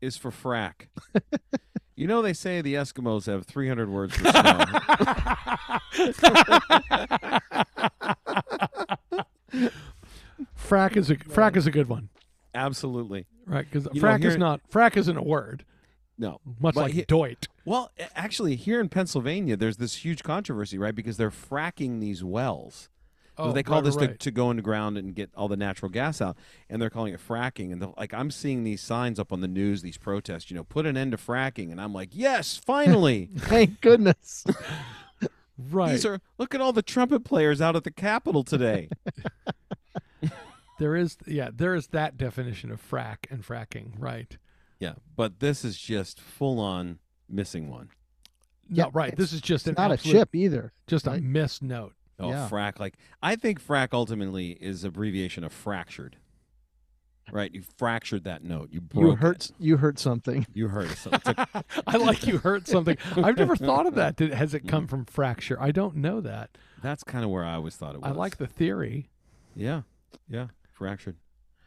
[SPEAKER 1] is for frack. you know they say the Eskimos have 300 words for snow.
[SPEAKER 3] Frack is a frack is a good one,
[SPEAKER 1] Absolutely.
[SPEAKER 3] right? Because
[SPEAKER 1] You know,
[SPEAKER 3] frack is
[SPEAKER 1] here-
[SPEAKER 3] not frack isn't a word,
[SPEAKER 1] No.
[SPEAKER 3] much
[SPEAKER 1] But
[SPEAKER 3] like
[SPEAKER 1] he-
[SPEAKER 3] doit.
[SPEAKER 1] Well, a- actually, here in Pennsylvania, there's this huge controversy, right? Because they're fracking these wells.
[SPEAKER 3] Oh,
[SPEAKER 1] they call
[SPEAKER 3] right,
[SPEAKER 1] this
[SPEAKER 3] right,
[SPEAKER 1] to,
[SPEAKER 3] right.
[SPEAKER 1] to go underground and get all the natural gas out, and they're calling it fracking. And they're- like I'm seeing these signs up on the news, these protests, you know, put an end to fracking, and I'm like, yes, finally.
[SPEAKER 2] Thank goodness.
[SPEAKER 3] right.
[SPEAKER 1] These are look at all the trumpet players out at the Capitol today.
[SPEAKER 3] there is yeah, there is that definition of frack and fracking, right?
[SPEAKER 1] yeah, but this is just full on missing one.
[SPEAKER 3] No,
[SPEAKER 2] Yeah,
[SPEAKER 3] right. This is just an
[SPEAKER 2] Not a
[SPEAKER 3] absolute-
[SPEAKER 2] chip either.
[SPEAKER 3] just a
[SPEAKER 2] right?
[SPEAKER 3] missed note.
[SPEAKER 1] Oh,
[SPEAKER 2] Yeah.
[SPEAKER 1] frack! Like I think frack ultimately is abbreviation of fractured. Right, you fractured that note. You broke
[SPEAKER 2] You
[SPEAKER 1] it.
[SPEAKER 2] hurt. You hurt something.
[SPEAKER 1] You hurt it. So it's like,
[SPEAKER 3] I like you hurt something. I've never thought of that. Did, has it come
[SPEAKER 1] Mm.
[SPEAKER 3] from fracture? I don't know that.
[SPEAKER 1] that's kind of where I always thought it was.
[SPEAKER 3] I like the theory.
[SPEAKER 1] Yeah, yeah, fractured.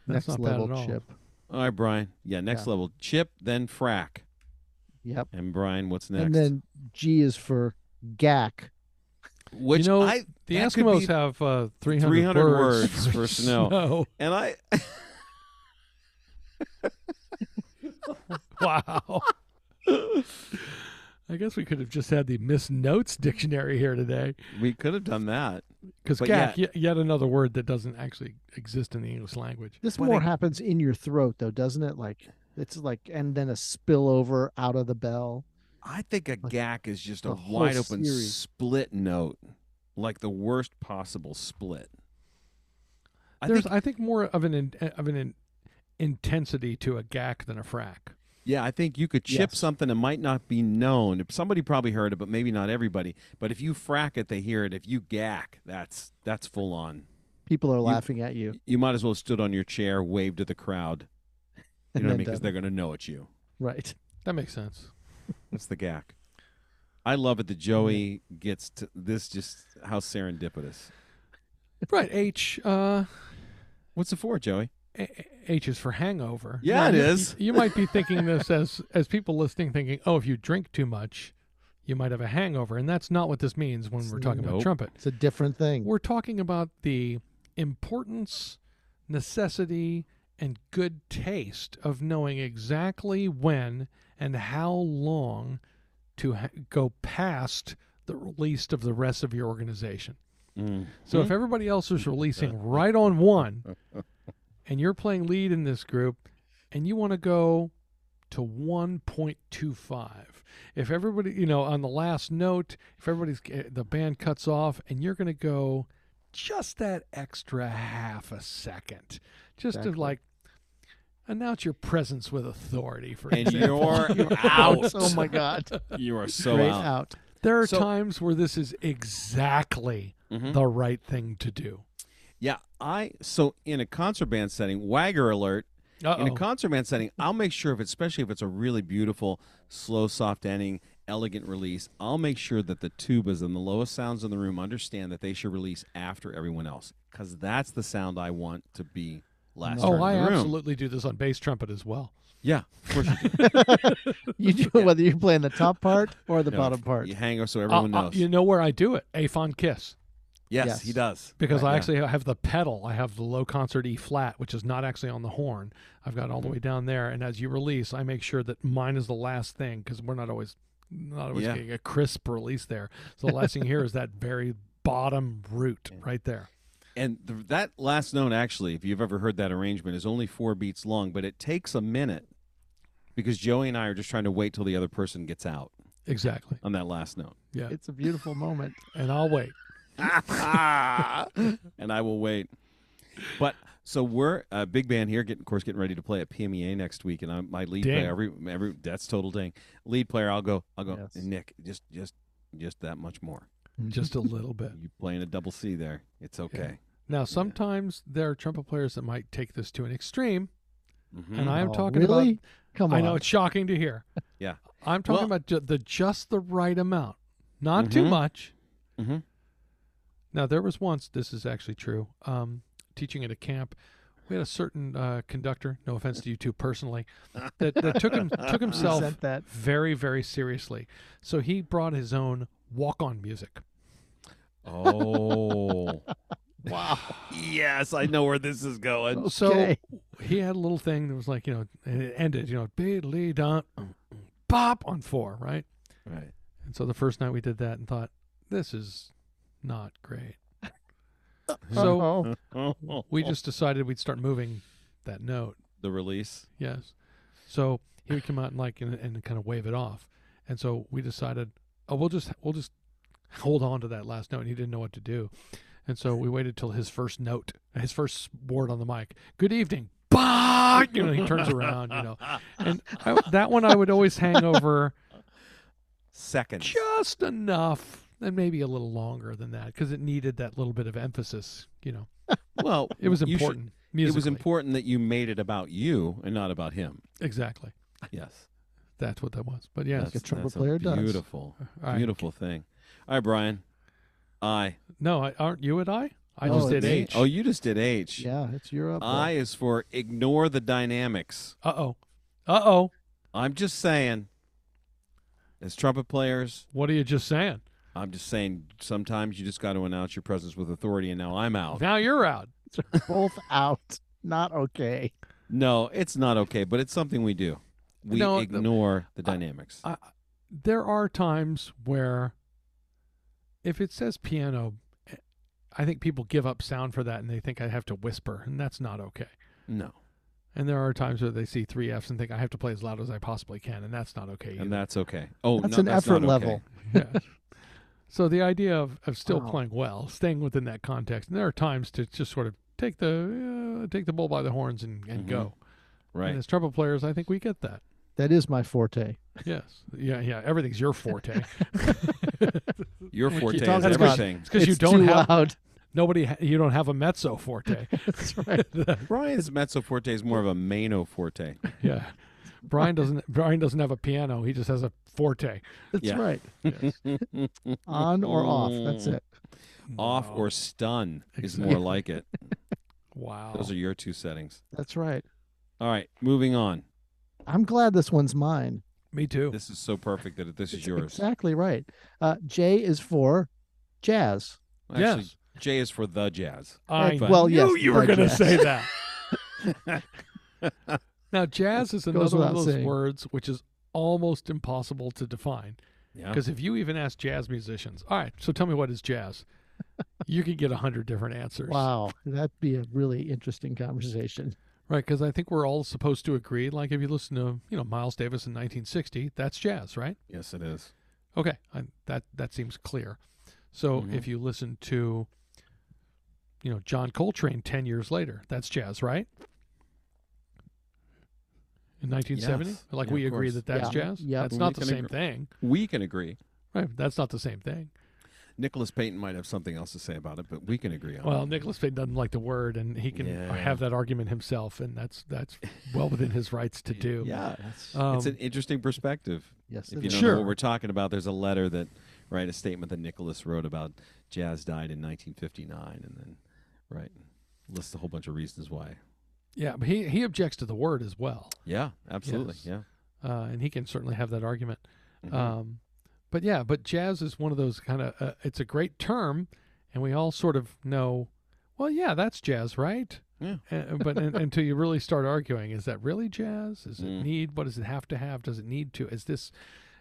[SPEAKER 3] That's
[SPEAKER 2] Next
[SPEAKER 3] not bad
[SPEAKER 2] level
[SPEAKER 3] at all.
[SPEAKER 2] chip.
[SPEAKER 1] All right, Brian. Yeah, next
[SPEAKER 2] Yeah.
[SPEAKER 1] level chip, then frack.
[SPEAKER 2] Yep.
[SPEAKER 1] And Brian, what's next?
[SPEAKER 2] And then G is for gack.
[SPEAKER 1] Which
[SPEAKER 3] You know,
[SPEAKER 1] I
[SPEAKER 3] The
[SPEAKER 1] that could
[SPEAKER 3] Eskimos
[SPEAKER 1] be-
[SPEAKER 3] have uh, 300,
[SPEAKER 1] 300
[SPEAKER 3] words,
[SPEAKER 1] words for snow. and I
[SPEAKER 3] Wow. I guess we could have just had the Miss Notes dictionary here today.
[SPEAKER 1] we could have done that.
[SPEAKER 3] Because
[SPEAKER 1] But
[SPEAKER 3] gack, yet, yet another word that doesn't actually exist in the English language.
[SPEAKER 2] This
[SPEAKER 1] Well,
[SPEAKER 2] more
[SPEAKER 1] they-
[SPEAKER 2] happens in your throat, though, doesn't it? Like it's like, and then a spillover out of the bell.
[SPEAKER 1] I think a
[SPEAKER 2] Like,
[SPEAKER 1] gack is just a
[SPEAKER 2] the whole
[SPEAKER 1] wide open
[SPEAKER 2] series.
[SPEAKER 1] split note, like the worst possible split. I
[SPEAKER 3] There's,
[SPEAKER 1] think,
[SPEAKER 3] I think, more of an in, of an in, intensity to a gack than a frack.
[SPEAKER 1] yeah, I think you could chip
[SPEAKER 2] Yes.
[SPEAKER 1] something that might not be known. Somebody probably heard it, but maybe not everybody. But if you frack it, they hear it. If you gack, that's that's full on.
[SPEAKER 2] People are laughing at you.
[SPEAKER 1] You might as well have stood on your chair, waved to the crowd. You
[SPEAKER 2] And
[SPEAKER 1] know what I
[SPEAKER 2] then
[SPEAKER 1] mean? Because
[SPEAKER 2] done.
[SPEAKER 1] they're going to know it's you.
[SPEAKER 2] Right.
[SPEAKER 3] That makes sense.
[SPEAKER 1] That's the gack. I love it that Joey gets to this. Just how serendipitous.
[SPEAKER 3] Right. H. Uh,
[SPEAKER 1] What's it for, Joey?
[SPEAKER 3] A- H is for hangover.
[SPEAKER 1] Yeah, it
[SPEAKER 3] you-
[SPEAKER 1] is.
[SPEAKER 3] You, you might be thinking this as as people listening thinking, oh, if you drink too much, you might have a hangover, and that's not what this means when we're talking about
[SPEAKER 1] Nope.
[SPEAKER 3] trumpet.
[SPEAKER 2] It's a different thing.
[SPEAKER 3] We're talking about the importance, necessity, and good taste of knowing exactly when and how long to ha- go past the release of the rest of your organization. So
[SPEAKER 1] Hmm?
[SPEAKER 3] if everybody else is releasing right on one, and you're playing lead in this group, and you want to go to 1.25, if everybody, you know, on the last note, if everybody's eh, the band cuts off, and you're going to go just that extra half a second, just to
[SPEAKER 2] Exactly.
[SPEAKER 3] like announce your presence with authority. For
[SPEAKER 1] and
[SPEAKER 3] example.
[SPEAKER 1] you're
[SPEAKER 2] out.
[SPEAKER 1] out.
[SPEAKER 2] Oh my god.
[SPEAKER 1] You are so
[SPEAKER 2] Great
[SPEAKER 1] out.
[SPEAKER 2] out.
[SPEAKER 3] there are
[SPEAKER 1] So-
[SPEAKER 3] times where this is exactly
[SPEAKER 1] Mhm.
[SPEAKER 3] the right thing to do.
[SPEAKER 1] Yeah, I so in a concert band setting, Wagger alert. In a
[SPEAKER 3] Uh-oh.
[SPEAKER 1] concert band setting, I'll make sure if it's especially if it's a really beautiful, slow, soft ending, elegant release, I'll make sure that the tubas and the lowest sounds in the room understand that they should release after everyone else because that's the sound I want to be last. heard
[SPEAKER 2] No.
[SPEAKER 3] Oh,
[SPEAKER 1] in
[SPEAKER 3] I
[SPEAKER 1] the room.
[SPEAKER 3] absolutely do this on bass trumpet as well.
[SPEAKER 1] yeah. Of course you, do.
[SPEAKER 2] You do it whether you're playing the top part or the
[SPEAKER 1] No,
[SPEAKER 2] bottom part.
[SPEAKER 1] you hang so everyone
[SPEAKER 3] Uh, uh,
[SPEAKER 1] knows.
[SPEAKER 3] you know where I do it? Aphon Kiss.
[SPEAKER 1] yes,
[SPEAKER 2] Yes.
[SPEAKER 1] he does
[SPEAKER 3] Because
[SPEAKER 1] Right,
[SPEAKER 3] I
[SPEAKER 1] yeah.
[SPEAKER 3] actually have the pedal. I have the low concert E flat, which is not actually on the horn. I've got it all
[SPEAKER 1] Mm-hmm.
[SPEAKER 3] the way down there. And as you release, I make sure that mine is the last thing because we're not always not always
[SPEAKER 1] Yeah.
[SPEAKER 3] getting a crisp release there. So the last thing here is that very bottom root right there.
[SPEAKER 1] And th- that last note, actually, if you've ever heard that arrangement, is only four beats long, but it takes a minute because Joey and I are just trying to wait till the other person gets out
[SPEAKER 3] Exactly.
[SPEAKER 1] on that last note.
[SPEAKER 3] Yeah.
[SPEAKER 2] It's a beautiful moment.
[SPEAKER 3] And I'll wait.
[SPEAKER 1] and I will wait. But so we're a big band here, getting, of course, getting ready to play at PMEA next week, and I'm my lead
[SPEAKER 3] Dang.
[SPEAKER 1] player. Every every that's total ding. Lead player, I'll go. I'll go.
[SPEAKER 2] Yes.
[SPEAKER 1] Nick, just just just that much more.
[SPEAKER 3] Just a little bit.
[SPEAKER 1] You playing a double C there? It's okay.
[SPEAKER 3] Now sometimes there are trumpet players that might take this to an extreme.
[SPEAKER 1] Mhm.
[SPEAKER 3] And I am
[SPEAKER 2] Oh,
[SPEAKER 3] talking
[SPEAKER 2] really?
[SPEAKER 3] about
[SPEAKER 2] Come on.
[SPEAKER 3] I know it's shocking to hear.
[SPEAKER 1] Yeah.
[SPEAKER 3] I'm talking
[SPEAKER 1] Well-
[SPEAKER 3] about ju- the just the right amount, not too
[SPEAKER 1] Mhm.
[SPEAKER 3] much.
[SPEAKER 1] Mhm.
[SPEAKER 3] Now there was once this is actually true. Um, teaching at a camp, we had a certain uh, conductor. No offense to you two personally, that, that took him took himself
[SPEAKER 2] Resent that.
[SPEAKER 3] very very seriously. So he brought his own walk on music.
[SPEAKER 1] Oh. wow. Yes, I know where this is going.
[SPEAKER 3] So
[SPEAKER 2] Okay.
[SPEAKER 3] he had a little thing that was like you know, and it ended you know, diddly dun, bop on four right.
[SPEAKER 1] Right.
[SPEAKER 3] And so the first night we did that and thought, this is not great. so
[SPEAKER 2] Uh-oh.
[SPEAKER 3] we just decided we'd start moving that note.
[SPEAKER 1] the release.
[SPEAKER 3] Yes. So he would come out and like and, and kind of wave it off. And so we decided, oh, we'll just we'll just hold on to that last note. And he didn't know what to do. And so we waited till his first note, his first word on the mic. Good evening. Bah! You know, he turns around, you know. And I, that one I would always hang over
[SPEAKER 1] Seconds.
[SPEAKER 3] just enough and maybe a little longer than that because it needed that little bit of emphasis you know
[SPEAKER 1] Well,
[SPEAKER 3] it was
[SPEAKER 1] you should-
[SPEAKER 3] important
[SPEAKER 1] it was
[SPEAKER 3] musically.
[SPEAKER 1] important that you made it about you and not about him.
[SPEAKER 3] exactly
[SPEAKER 1] Yes.
[SPEAKER 3] that's what that was but yeah
[SPEAKER 1] That's-
[SPEAKER 2] a trumpet
[SPEAKER 1] that's
[SPEAKER 2] player does.
[SPEAKER 1] Beautiful.
[SPEAKER 3] all right.
[SPEAKER 1] Beautiful thing. All right, Brian. I.
[SPEAKER 3] no I, aren't you and i i
[SPEAKER 2] No,
[SPEAKER 3] just
[SPEAKER 2] it's
[SPEAKER 3] did
[SPEAKER 1] me.
[SPEAKER 3] h
[SPEAKER 1] Oh, you just did H.
[SPEAKER 2] Yeah, it's your up.
[SPEAKER 1] I is for ignore the dynamics.
[SPEAKER 3] uh-oh uh-oh
[SPEAKER 1] I'm just saying, as trumpet players,
[SPEAKER 3] what are you just saying
[SPEAKER 1] I'm just saying sometimes you just got to announce your presence with authority, and now I'm out.
[SPEAKER 3] now you're out
[SPEAKER 2] both out. Not okay.
[SPEAKER 1] No, it's not okay, but it's something we do. We
[SPEAKER 3] No, the-
[SPEAKER 1] ignore the,
[SPEAKER 3] I-
[SPEAKER 1] dynamics.
[SPEAKER 3] I, there are times where if it says piano eh, i think people give up sound for that and they think i have to whisper and that's not okay
[SPEAKER 1] no,
[SPEAKER 3] And there are times where they see three Fs and think I have to play as loud as I possibly can, and that's not okay.
[SPEAKER 1] and that's okay. Oh,
[SPEAKER 2] That's
[SPEAKER 1] no,
[SPEAKER 2] an
[SPEAKER 1] not
[SPEAKER 2] effort
[SPEAKER 1] okay.
[SPEAKER 2] level.
[SPEAKER 3] either. Yeah. so the idea of, of still
[SPEAKER 2] Wow.
[SPEAKER 3] playing well, staying within that context, and there are times to just sort of take the uh, take the bull by the horns and, and
[SPEAKER 2] Mm-hmm.
[SPEAKER 1] Mhm.
[SPEAKER 3] go.
[SPEAKER 1] Right.
[SPEAKER 3] And as trumpet players, I think we get that.
[SPEAKER 2] That is my forte.
[SPEAKER 3] Yes. Yeah. Yeah. Everything's your forte.
[SPEAKER 1] Your forte is
[SPEAKER 2] talking about-
[SPEAKER 1] everything.
[SPEAKER 3] It's because you
[SPEAKER 2] It's
[SPEAKER 3] don't
[SPEAKER 2] too
[SPEAKER 3] have
[SPEAKER 2] loud.
[SPEAKER 3] nobody. Ha- you don't have a mezzo forte.
[SPEAKER 2] That's right.
[SPEAKER 1] Brian's mezzo forte is more of a mano forte.
[SPEAKER 3] yeah. Brian doesn't. Brian doesn't have a piano. He just has a forte.
[SPEAKER 2] That's
[SPEAKER 1] Yeah.
[SPEAKER 2] right.
[SPEAKER 3] Yes.
[SPEAKER 2] On or off. That's
[SPEAKER 1] Mm.
[SPEAKER 2] it.
[SPEAKER 1] Off
[SPEAKER 3] Wow.
[SPEAKER 1] or stun is
[SPEAKER 3] Exactly.
[SPEAKER 1] more like it.
[SPEAKER 3] wow.
[SPEAKER 1] Those are your two settings.
[SPEAKER 2] That's right.
[SPEAKER 1] All right, moving on.
[SPEAKER 2] I'm glad this one's mine.
[SPEAKER 3] Me too.
[SPEAKER 1] This is so perfect that this is
[SPEAKER 2] It's
[SPEAKER 1] yours.
[SPEAKER 2] Exactly right. Uh, J is for jazz.
[SPEAKER 1] Actually,
[SPEAKER 3] yes.
[SPEAKER 1] J is for the jazz.
[SPEAKER 3] I
[SPEAKER 2] Uh, well,
[SPEAKER 3] knew
[SPEAKER 2] yes,
[SPEAKER 3] you
[SPEAKER 2] like
[SPEAKER 3] were going to
[SPEAKER 2] jazz.
[SPEAKER 3] say that. now, jazz is
[SPEAKER 2] Goes
[SPEAKER 3] another one of
[SPEAKER 2] without
[SPEAKER 3] those
[SPEAKER 2] saying.
[SPEAKER 3] words which is almost impossible to define.
[SPEAKER 1] Yeah.
[SPEAKER 3] Because if you even ask jazz musicians, all right, so tell me what is jazz, you could get a hundred different answers.
[SPEAKER 2] Wow, that'd be a really interesting conversation.
[SPEAKER 3] Right? Because I think we're all supposed to agree. Like if you listen to, you know, Miles Davis in 1960, that's jazz, right?
[SPEAKER 1] Yes, it is.
[SPEAKER 3] Okay, I, that that seems clear. So
[SPEAKER 1] Mhm.
[SPEAKER 3] if you listen to, you know, John Coltrane ten years later, that's jazz, right? In 1970,
[SPEAKER 1] Yes.
[SPEAKER 3] like
[SPEAKER 1] Yeah,
[SPEAKER 3] we
[SPEAKER 1] of
[SPEAKER 3] agree
[SPEAKER 1] course.
[SPEAKER 3] that that's
[SPEAKER 2] Yeah.
[SPEAKER 3] jazz.
[SPEAKER 2] Yeah.
[SPEAKER 3] that's
[SPEAKER 1] We
[SPEAKER 3] not the
[SPEAKER 1] can
[SPEAKER 3] same
[SPEAKER 1] agree.
[SPEAKER 3] thing,
[SPEAKER 1] We can agree.
[SPEAKER 3] right? That's not the same thing.
[SPEAKER 1] Nicholas Payton might have something else to say about it, but we can agree on
[SPEAKER 3] Well,
[SPEAKER 1] it.
[SPEAKER 3] Nicholas Payton doesn't like the word, and he can
[SPEAKER 1] Yeah.
[SPEAKER 3] have that argument himself, and that's that's well within his rights to do.
[SPEAKER 1] Yeah, it's,
[SPEAKER 3] Um,
[SPEAKER 1] it's an interesting perspective.
[SPEAKER 2] Yes,
[SPEAKER 1] If
[SPEAKER 2] it
[SPEAKER 1] you
[SPEAKER 2] is.
[SPEAKER 1] don't know
[SPEAKER 3] Sure.
[SPEAKER 1] what we're talking about, there's a letter that, right, a statement that Nicholas wrote about jazz died in 1959, and then, right, lists a whole bunch of reasons why.
[SPEAKER 3] Yeah, but he he objects to the word as well,
[SPEAKER 1] Yeah, absolutely.
[SPEAKER 3] Yes.
[SPEAKER 1] Yeah.
[SPEAKER 3] uh, and he can certainly have that argument.
[SPEAKER 1] Mhm.
[SPEAKER 3] Um, but yeah, but jazz is one of those kind of. Uh, it's a great term, and we all sort of know. Well, yeah, that's jazz, right?
[SPEAKER 1] Yeah.
[SPEAKER 3] Uh, but un until you really start arguing, is that really jazz? Is it
[SPEAKER 1] Mm.
[SPEAKER 3] need? What does it have to have? Does it need to? Is this?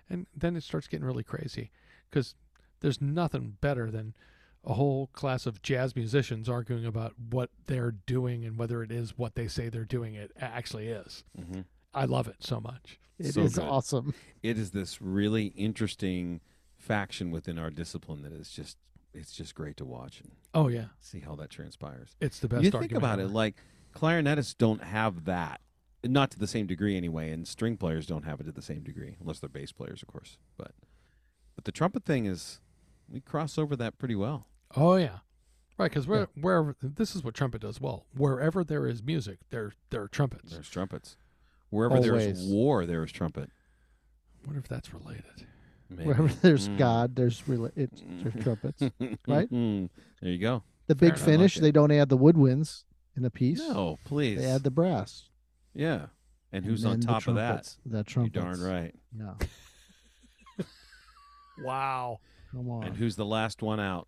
[SPEAKER 3] And then it starts getting really crazy, because there's nothing better than a whole class of jazz musicians arguing about what they're doing and whether it is what they say they're doing. It actually is.
[SPEAKER 1] Mhm.
[SPEAKER 3] I love it so much.
[SPEAKER 2] It
[SPEAKER 1] So
[SPEAKER 2] is
[SPEAKER 1] good.
[SPEAKER 2] awesome.
[SPEAKER 1] It is this really interesting faction within our discipline that is just it's just great to watch and
[SPEAKER 3] Oh yeah,
[SPEAKER 1] see how that transpires.
[SPEAKER 3] it's the best.
[SPEAKER 1] you think
[SPEAKER 3] argument
[SPEAKER 1] about
[SPEAKER 3] ever.
[SPEAKER 1] it, like clarinetists don't have that, not to the same degree anyway, and string players don't have it to the same degree, unless they're bass players, of course. But but the trumpet thing is, we cross over that pretty well.
[SPEAKER 3] Oh yeah, right. Because where, wherever this is what trumpet does well. Wherever there is music, there there are trumpets.
[SPEAKER 1] There's trumpets. Wherever there's
[SPEAKER 2] Always.
[SPEAKER 1] war, there is trumpet.
[SPEAKER 3] Wonder if that's related.
[SPEAKER 1] Maybe.
[SPEAKER 2] Wherever there's
[SPEAKER 1] Mm.
[SPEAKER 2] God, there's rela- it's, there's trumpets. right?
[SPEAKER 1] Mm. there you go.
[SPEAKER 2] The
[SPEAKER 3] Fair
[SPEAKER 2] big
[SPEAKER 3] enough.
[SPEAKER 2] finish,
[SPEAKER 1] Okay.
[SPEAKER 2] they don't add the woodwinds in the piece.
[SPEAKER 1] No, please.
[SPEAKER 2] They add the brass.
[SPEAKER 1] yeah. And who's
[SPEAKER 2] and
[SPEAKER 1] on
[SPEAKER 2] then
[SPEAKER 1] top
[SPEAKER 2] the
[SPEAKER 1] of that?
[SPEAKER 2] trumpets, The
[SPEAKER 1] You're
[SPEAKER 2] trumpets.
[SPEAKER 1] darn right.
[SPEAKER 2] Yeah.
[SPEAKER 3] Wow.
[SPEAKER 2] Come on.
[SPEAKER 1] And who's the last one out?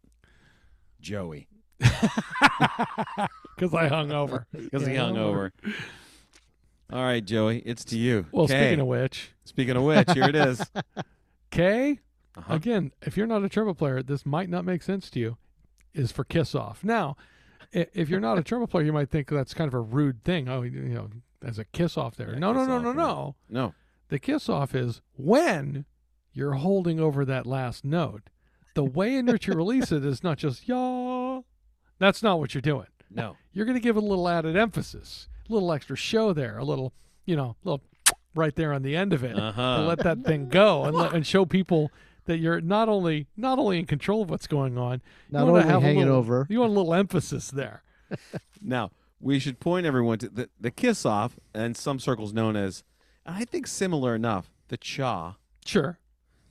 [SPEAKER 1] Joey,
[SPEAKER 3] Because I hung over.
[SPEAKER 1] because he
[SPEAKER 2] Yeah.
[SPEAKER 1] hung over. All right, Joey, it's to you.
[SPEAKER 3] Well,
[SPEAKER 1] Kay.
[SPEAKER 3] speaking of which,
[SPEAKER 1] Speaking of which, here it is.
[SPEAKER 3] K.
[SPEAKER 1] Uh-huh.
[SPEAKER 3] Again, if you're not a trumpet player, this might not make sense to you. Is for kiss off. Now, i- if you're not a trumpet player, you might think that's kind of a rude thing. Oh, you know, there's a kiss off there.
[SPEAKER 1] Yeah,
[SPEAKER 3] no, no,
[SPEAKER 1] kiss
[SPEAKER 3] no,
[SPEAKER 1] off,
[SPEAKER 3] no,
[SPEAKER 1] yeah.
[SPEAKER 3] no.
[SPEAKER 1] No.
[SPEAKER 3] The kiss off is when you're holding over that last note. The way in which you release it is not just yaw. That's not what you're doing.
[SPEAKER 1] No.
[SPEAKER 3] You're going to give it a little added emphasis, a little extra show there, a little, you know, little right there on the end of it to
[SPEAKER 1] Uh-huh.
[SPEAKER 3] let that thing go and let, and show people that you're not only not only in control of what's going on,
[SPEAKER 2] Not
[SPEAKER 3] you wanna
[SPEAKER 2] only
[SPEAKER 3] have a
[SPEAKER 2] hanging
[SPEAKER 3] little-
[SPEAKER 2] over.
[SPEAKER 3] You want a little emphasis there.
[SPEAKER 1] Now, we should point everyone to the, the kiss off, and some circles known as, I think similar enough, the cha.
[SPEAKER 3] Sure.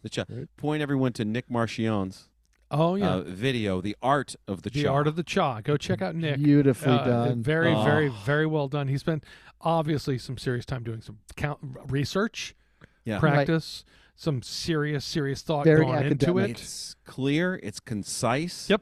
[SPEAKER 1] The cha.
[SPEAKER 2] Right.
[SPEAKER 1] Point everyone to Nick Marchionne's
[SPEAKER 3] Oh yeah.
[SPEAKER 1] uh, video, The Art of the,
[SPEAKER 3] the
[SPEAKER 1] Cha.
[SPEAKER 3] art of the cha. Go check out Nick.
[SPEAKER 2] Beautifully
[SPEAKER 3] Uh,
[SPEAKER 2] done.
[SPEAKER 3] Very,
[SPEAKER 1] Oh.
[SPEAKER 3] very, very well done. He spent obviously some serious time doing some count research,
[SPEAKER 1] Yeah.
[SPEAKER 2] Right.
[SPEAKER 3] practice, some serious, serious thought
[SPEAKER 2] Very
[SPEAKER 3] going into
[SPEAKER 2] academic.
[SPEAKER 3] it.
[SPEAKER 1] It's clear, it's concise.
[SPEAKER 3] Yep.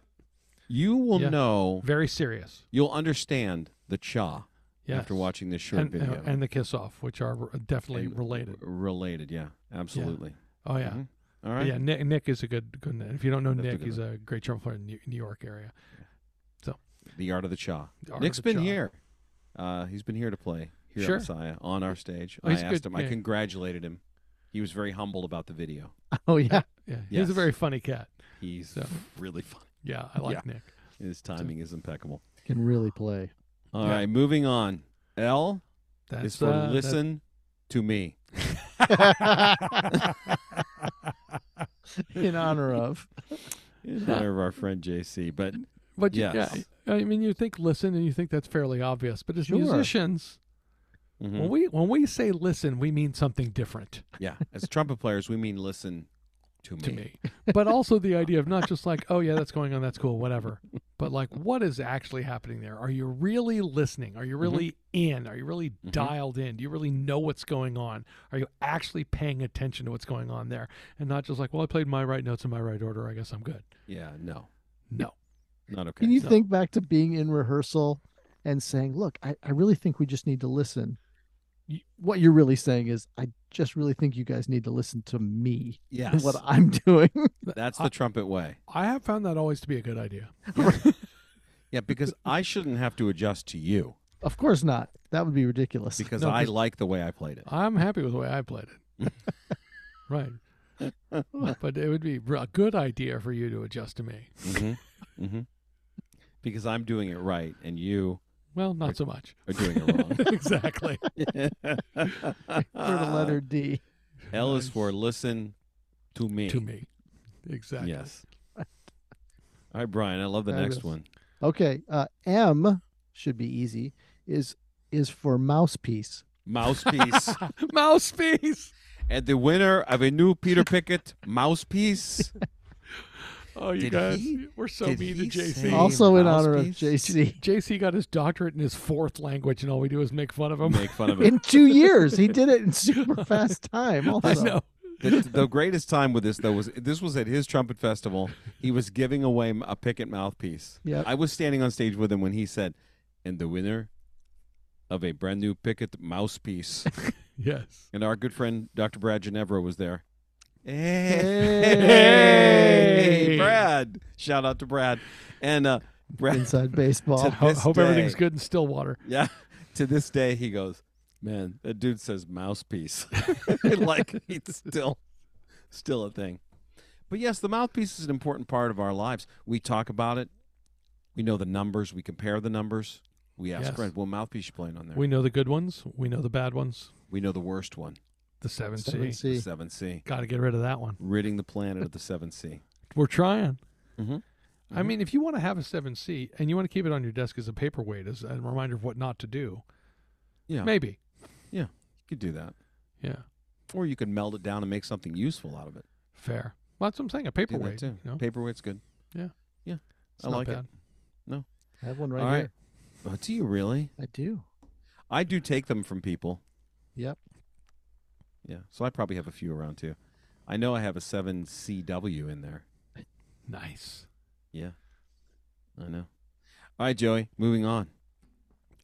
[SPEAKER 1] You will
[SPEAKER 3] Yeah.
[SPEAKER 1] know,
[SPEAKER 3] Very serious.
[SPEAKER 1] you'll understand the cha
[SPEAKER 3] Yes.
[SPEAKER 1] after watching this short
[SPEAKER 3] and, uh,
[SPEAKER 1] video.
[SPEAKER 3] and, and the kiss off, which are r- definitely
[SPEAKER 1] And-
[SPEAKER 3] related.
[SPEAKER 1] Related, yeah, absolutely.
[SPEAKER 3] Oh yeah,
[SPEAKER 1] Mhm. All
[SPEAKER 3] But
[SPEAKER 1] right.
[SPEAKER 3] yeah. Nick, Nick is a good, good. If you don't know
[SPEAKER 1] That's a
[SPEAKER 3] Nick,
[SPEAKER 1] good
[SPEAKER 3] he's a great trumpet player in New New York area.
[SPEAKER 1] The Art of the Cha.
[SPEAKER 3] The Art
[SPEAKER 1] Nick's
[SPEAKER 3] of the
[SPEAKER 1] been
[SPEAKER 3] Cha.
[SPEAKER 1] here. Uh, he's been here to play here
[SPEAKER 3] Sure.
[SPEAKER 1] at Messiah on our stage.
[SPEAKER 3] Oh,
[SPEAKER 1] I
[SPEAKER 3] he's a
[SPEAKER 1] asked
[SPEAKER 3] good-
[SPEAKER 1] him. I
[SPEAKER 3] yeah.
[SPEAKER 1] congratulated him. He was very humble about the video.
[SPEAKER 2] oh yeah.
[SPEAKER 3] Yeah, he's a
[SPEAKER 1] Yes.
[SPEAKER 3] very funny cat.
[SPEAKER 1] He's
[SPEAKER 3] So-
[SPEAKER 1] really fun.
[SPEAKER 3] Yeah, I like Nick.
[SPEAKER 1] His timing is impeccable.
[SPEAKER 2] Can really play.
[SPEAKER 1] All right,
[SPEAKER 3] Yeah.
[SPEAKER 1] moving on. L
[SPEAKER 3] That's
[SPEAKER 1] is for
[SPEAKER 3] uh, that-
[SPEAKER 1] listen to me.
[SPEAKER 2] In honor of.
[SPEAKER 1] In honor of our friend JC, but
[SPEAKER 3] But you-
[SPEAKER 1] Yes.
[SPEAKER 3] yeah, I mean, you think listen, and you think that's fairly obvious. But as
[SPEAKER 2] Sure.
[SPEAKER 3] musicians,
[SPEAKER 1] mhm.
[SPEAKER 3] When we when we say listen, we mean something different
[SPEAKER 1] yeah, as trumpet players, we mean listen to me.
[SPEAKER 3] to me. But also the idea of not just like, oh yeah, that's going on, that's cool, whatever. But like what is actually happening there? Are you really listening? Are you really in? Are you really
[SPEAKER 1] Mhm.
[SPEAKER 3] dialed in? Do you really know what's going on? Are you actually paying attention to what's going on there? And not just like, well, I played my right notes in my right order, I guess I'm good.
[SPEAKER 1] Yeah, no,
[SPEAKER 3] No.
[SPEAKER 1] not okay.
[SPEAKER 2] Can you
[SPEAKER 3] so-
[SPEAKER 2] think back to being in rehearsal and saying, look, I, I really think we just need to listen? You- What you're really saying is, I just really think you guys need to listen to me
[SPEAKER 1] yes,
[SPEAKER 2] and what I'm doing.
[SPEAKER 1] that's the
[SPEAKER 3] I-
[SPEAKER 1] trumpet way.
[SPEAKER 3] I have found that always to be a good idea.
[SPEAKER 1] Yeah, because I shouldn't have to adjust to you
[SPEAKER 2] of course not. That would be ridiculous.
[SPEAKER 1] because
[SPEAKER 3] No,
[SPEAKER 1] I
[SPEAKER 3] 'cause-
[SPEAKER 1] like the way I played it.
[SPEAKER 3] I'm happy with the way I played it. right. but it would be a good idea for you to adjust to me.
[SPEAKER 1] Mm-hmm. mm-hmm. Because I'm doing it right and you
[SPEAKER 3] Well, not so much.
[SPEAKER 1] are doing it wrong.
[SPEAKER 3] exactly.
[SPEAKER 2] for the letter D.
[SPEAKER 1] L is for listen to me.
[SPEAKER 3] to me. Exactly.
[SPEAKER 1] Yes. All right, Brian. I love the next
[SPEAKER 2] Fabulous.
[SPEAKER 1] one.
[SPEAKER 2] Okay. Uh, M should be easy. Is is for mouthpiece.
[SPEAKER 1] Mousepiece.
[SPEAKER 3] Mousepiece.
[SPEAKER 1] and the winner of a new Peter Pickett mousepiece.
[SPEAKER 3] Oh, you
[SPEAKER 1] Did
[SPEAKER 3] guys,
[SPEAKER 1] he-
[SPEAKER 3] we're so
[SPEAKER 1] did
[SPEAKER 3] mean to
[SPEAKER 1] he
[SPEAKER 3] JC.
[SPEAKER 1] say-
[SPEAKER 2] Also in honor of
[SPEAKER 1] mouthpiece?
[SPEAKER 2] JC.
[SPEAKER 3] JC got his doctorate in his fourth language, and all we do is make fun of him.
[SPEAKER 1] Make fun of it.
[SPEAKER 2] In two years, he did it in super fast time.
[SPEAKER 3] I
[SPEAKER 2] Also,
[SPEAKER 3] know.
[SPEAKER 1] The, the greatest time with this though was this was at his trumpet festival. He was giving away a Pickett mouthpiece.
[SPEAKER 2] Yep.
[SPEAKER 1] I was standing on stage with him when he said, "And the winner of a brand new Pickett mousepiece."
[SPEAKER 3] Yes.
[SPEAKER 1] and our good friend Dr. Brad Ginevra was there.
[SPEAKER 2] Hey.
[SPEAKER 1] Hey, Brad! Shout out to Brad and uh, Brad.
[SPEAKER 2] inside baseball.
[SPEAKER 1] To
[SPEAKER 3] Ho-
[SPEAKER 1] this
[SPEAKER 3] hope everything's
[SPEAKER 1] day-
[SPEAKER 3] good in Stillwater.
[SPEAKER 1] Yeah. To this day, he goes, man, that dude says mouthpiece. like it's still, still a thing. But yes, the mouthpiece is an important part of our lives. We talk about it. We know the numbers. We compare the numbers. We ask
[SPEAKER 3] Yes.
[SPEAKER 1] friends, "What mouthpiece you playing on there?"
[SPEAKER 3] We know the good ones. We know the bad ones.
[SPEAKER 1] We know the worst one,
[SPEAKER 3] The seven
[SPEAKER 2] Seven
[SPEAKER 3] C.
[SPEAKER 1] the
[SPEAKER 2] C.
[SPEAKER 1] seven C,
[SPEAKER 3] Got to get rid of that one.
[SPEAKER 1] ridding the planet of the seven C.
[SPEAKER 3] We're trying.
[SPEAKER 1] Mhm.
[SPEAKER 3] I mean, if you want to have a seven C and you want to keep it on your desk as a paperweight, as a reminder of what not to do,
[SPEAKER 1] Yeah, you
[SPEAKER 3] maybe.
[SPEAKER 1] could do that,
[SPEAKER 3] Yeah.
[SPEAKER 1] or you could meld it down and make something useful out of it.
[SPEAKER 3] Fair. Well, that's what I'm saying. A
[SPEAKER 1] Do that
[SPEAKER 3] paperweight.
[SPEAKER 1] too.
[SPEAKER 3] You know?
[SPEAKER 1] Paperweight's good.
[SPEAKER 3] Yeah.
[SPEAKER 1] yeah,
[SPEAKER 3] It's
[SPEAKER 1] I
[SPEAKER 3] not
[SPEAKER 1] like
[SPEAKER 3] bad.
[SPEAKER 2] I have one right,
[SPEAKER 1] All right.
[SPEAKER 2] here.
[SPEAKER 1] it. Oh, do you really?
[SPEAKER 2] I do.
[SPEAKER 1] I do take them from people.
[SPEAKER 2] Yep.
[SPEAKER 1] Yeah. So I probably have a few around too. I know I have a 7CW in there.
[SPEAKER 3] Nice.
[SPEAKER 1] Yeah. I know. All right, Joey, moving on.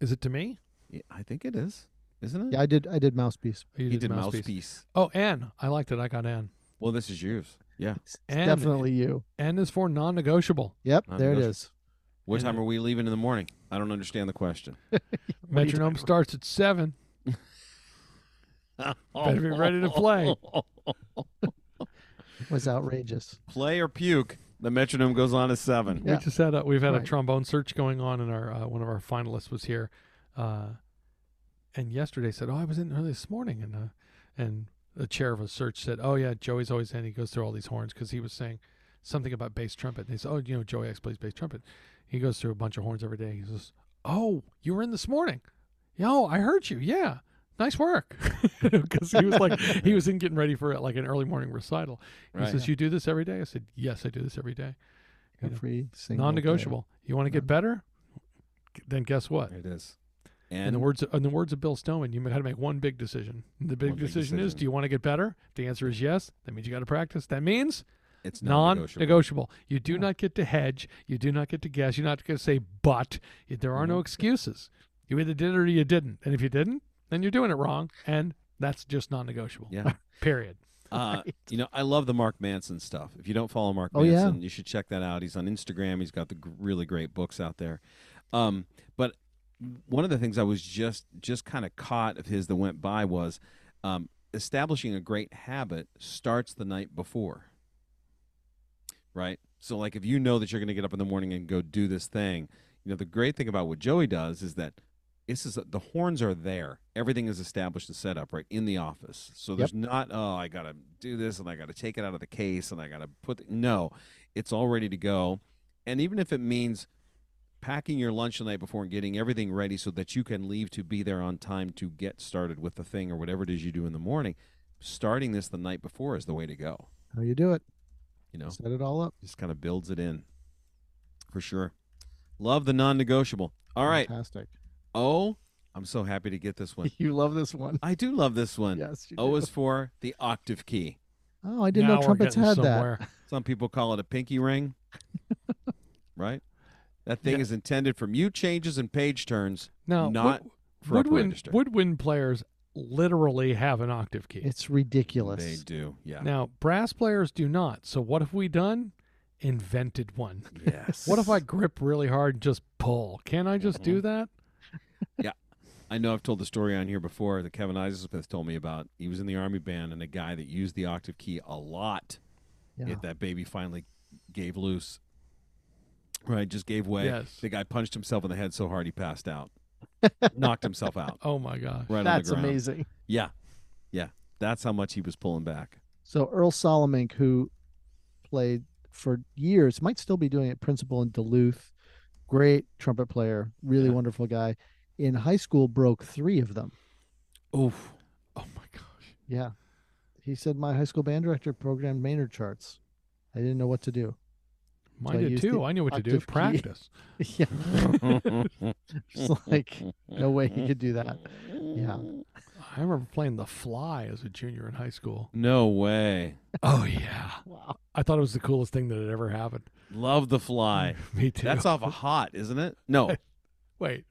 [SPEAKER 3] Is it to me?
[SPEAKER 1] Yeah, I think it is, isn't it?
[SPEAKER 2] Yeah, I did. I did mouthpiece.
[SPEAKER 3] Oh, you
[SPEAKER 1] he did
[SPEAKER 3] mousepiece.
[SPEAKER 1] mouthpiece.
[SPEAKER 3] Oh, Anne. I liked it. I got Anne.
[SPEAKER 1] Well, this is yours. Yeah.
[SPEAKER 2] It's
[SPEAKER 3] And-
[SPEAKER 2] definitely you.
[SPEAKER 3] N is for non-negotiable.
[SPEAKER 2] Yep.
[SPEAKER 1] Not
[SPEAKER 2] There it
[SPEAKER 1] negotiable.
[SPEAKER 2] is.
[SPEAKER 1] What
[SPEAKER 3] And
[SPEAKER 1] time
[SPEAKER 3] it-
[SPEAKER 1] are we leaving in the morning? I don't understand the question.
[SPEAKER 2] What are you
[SPEAKER 3] Metronome
[SPEAKER 2] talking
[SPEAKER 3] starts at seven.
[SPEAKER 1] Oh.
[SPEAKER 3] Better be ready to play.
[SPEAKER 2] about? It was outrageous.
[SPEAKER 1] Play or puke. The metronome goes on to seven.
[SPEAKER 2] Yeah.
[SPEAKER 3] We just had a we've had a
[SPEAKER 2] Right.
[SPEAKER 3] trombone search going on, and our uh, one of our finalists was here, uh, and yesterday said, "Oh, I was in early this morning," and uh, and the chair of a search said, "Oh yeah, Joey's always in. He goes through all these horns because he was saying something about bass trumpet." And they said, "Oh, you know, Joey X plays bass trumpet. He goes through a bunch of horns every day." He goes, "Oh, you were in this morning? Yo, I heard you. Yeah." Nice work, because he was like he was in getting ready for like an early morning recital. He
[SPEAKER 1] Right.
[SPEAKER 3] says, "You do this every day." I said, "Yes, I do this every day." You know,
[SPEAKER 2] Every single day.
[SPEAKER 3] non-negotiable. You want to get better? Then guess what?
[SPEAKER 1] It is.
[SPEAKER 3] In
[SPEAKER 1] And
[SPEAKER 3] the words, in the words of Bill Stoneman, you had to make one big decision. The big,
[SPEAKER 1] One big
[SPEAKER 3] decision, is:
[SPEAKER 1] decision.
[SPEAKER 3] Do you want to get better? The answer is yes. That means you got to practice. That means
[SPEAKER 1] it's non-negotiable.
[SPEAKER 3] non-negotiable. You do not get to hedge. You do not get to guess. You're not going to say but. You- There are
[SPEAKER 1] Mm-hmm.
[SPEAKER 3] no excuses. You either did it or you didn't. And if you didn't, then you're doing it wrong, and that's just non-negotiable.
[SPEAKER 1] Yeah.
[SPEAKER 3] Period.
[SPEAKER 1] Uh, you know, I love the Mark Manson stuff. If you don't follow Mark
[SPEAKER 2] Oh, yeah.
[SPEAKER 1] Manson, you should check that out. He's on Instagram. He's got the g- really great books out there. Um, but one of the things I was just just kind of caught of his that went by was um, establishing a great habit starts the night before. Right. So, like, if you know that you're going to get up in the morning and go do this thing, you know, the great thing about what Joey does is that this is the horns are there. Everything is established and set up right in the office. So there's not oh I gotta do this and I gotta take it out of the case and I gotta put th-" no, it's all ready to go. And even if it means packing your lunch the night before and getting everything ready so that you can leave to be there on time to get started with the thing or whatever it is you do in the morning, starting this the night before is the way to go.
[SPEAKER 2] How you do it?
[SPEAKER 1] You know,
[SPEAKER 2] Set it all up.
[SPEAKER 1] just kind of builds it in, for sure. Love the non-negotiable. All right.
[SPEAKER 2] Fantastic.
[SPEAKER 1] Oh, I'm so happy to get this one.
[SPEAKER 2] You love this one.
[SPEAKER 1] I do love this one.
[SPEAKER 2] Yes. You
[SPEAKER 1] O
[SPEAKER 2] do.
[SPEAKER 1] Oh, is for the octave key.
[SPEAKER 2] Oh, I didn't
[SPEAKER 3] now
[SPEAKER 2] know
[SPEAKER 3] we're
[SPEAKER 2] trumpets
[SPEAKER 3] getting
[SPEAKER 2] had
[SPEAKER 3] somewhere.
[SPEAKER 1] Some people call it a pinky ring. right? That thing
[SPEAKER 3] Yeah.
[SPEAKER 1] is intended for mute changes and page turns
[SPEAKER 3] Now,
[SPEAKER 1] Not
[SPEAKER 3] wood-
[SPEAKER 1] for upper
[SPEAKER 3] woodwind,
[SPEAKER 1] register.
[SPEAKER 3] woodwind players literally have an octave key.
[SPEAKER 2] that. It's
[SPEAKER 1] They
[SPEAKER 2] ridiculous.
[SPEAKER 1] do. Yeah.
[SPEAKER 3] Now, brass players do not. So what have we done? Invented one.
[SPEAKER 1] Yes.
[SPEAKER 3] What if I grip really hard and just pull? Can I just
[SPEAKER 1] Mm-hmm.
[SPEAKER 3] do that?
[SPEAKER 1] I know I've told the story on here before that Kevin Isaacsmith told me about. He was in the army band and a guy that used the octave key a lot.
[SPEAKER 2] Yeah.
[SPEAKER 1] If that baby finally gave loose. Right, just gave way.
[SPEAKER 3] Yes.
[SPEAKER 1] The guy punched himself in the head so hard he passed out. Knocked himself out.
[SPEAKER 3] Oh my gosh.
[SPEAKER 1] Right
[SPEAKER 2] That's
[SPEAKER 1] on the ground.
[SPEAKER 2] amazing.
[SPEAKER 1] Yeah. Yeah. That's how much he was pulling back.
[SPEAKER 2] So Earl Solomink, who played for years. Might still be doing it. Principal in Duluth, great trumpet player, really
[SPEAKER 1] Yeah.
[SPEAKER 2] wonderful guy. In high school, broke three of them.
[SPEAKER 1] Oof.
[SPEAKER 3] Oh my gosh.
[SPEAKER 2] Yeah, he said my high school band director programmed Maynard charts. I didn't know what to do.
[SPEAKER 3] Mine
[SPEAKER 2] I
[SPEAKER 3] did
[SPEAKER 2] used
[SPEAKER 3] too.
[SPEAKER 2] the
[SPEAKER 3] I knew what to do.
[SPEAKER 2] octave key.
[SPEAKER 3] Practice.
[SPEAKER 2] yeah, it's like no way he could do that. Yeah.
[SPEAKER 3] I remember playing The Fly as a junior in high school.
[SPEAKER 1] No way.
[SPEAKER 3] Oh yeah.
[SPEAKER 2] Wow.
[SPEAKER 3] I thought it was the coolest thing that had ever happened.
[SPEAKER 1] Love the fly.
[SPEAKER 3] Me too.
[SPEAKER 1] That's off a hot, isn't it? No,
[SPEAKER 3] Wait.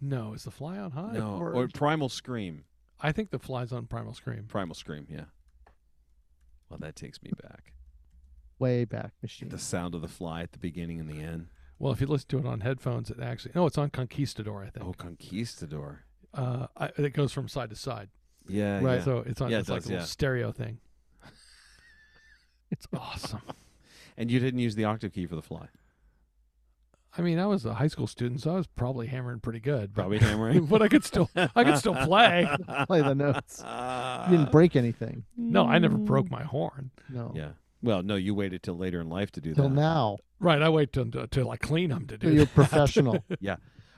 [SPEAKER 3] No, is The Fly on high?
[SPEAKER 1] no.
[SPEAKER 3] Or-
[SPEAKER 1] Or Primal Scream.
[SPEAKER 3] I think The Fly's on Primal Scream.
[SPEAKER 1] Primal Scream, yeah. Well, that takes me back.
[SPEAKER 2] Way back machine.
[SPEAKER 1] The sound of the fly at the beginning and the end.
[SPEAKER 3] Well, if you listen to it on headphones, it actually no, it's on Conquistador. I
[SPEAKER 1] Oh,
[SPEAKER 3] think.
[SPEAKER 1] Conquistador.
[SPEAKER 3] Uh, I, it goes from side to side,
[SPEAKER 1] Yeah, Uh,
[SPEAKER 2] Right.
[SPEAKER 1] yeah.
[SPEAKER 3] so it's on.
[SPEAKER 1] Yeah, it
[SPEAKER 3] it's like
[SPEAKER 1] does,
[SPEAKER 3] a little
[SPEAKER 1] yeah.
[SPEAKER 3] stereo thing. it's awesome.
[SPEAKER 1] And you didn't use the octave key for the fly.
[SPEAKER 3] I mean, I was a high school student, so I was probably hammering pretty good. but-
[SPEAKER 1] Probably hammering.
[SPEAKER 3] but I could still, I could still play.
[SPEAKER 2] Play the notes. You didn't break anything.
[SPEAKER 3] No, I never broke my horn.
[SPEAKER 2] No.
[SPEAKER 1] Ah. Yeah. Well, no, you waited till later in life to do
[SPEAKER 2] Till
[SPEAKER 1] that.
[SPEAKER 2] now,
[SPEAKER 3] Right, I wait till till I clean them to do.
[SPEAKER 2] you're
[SPEAKER 3] that.
[SPEAKER 2] professional.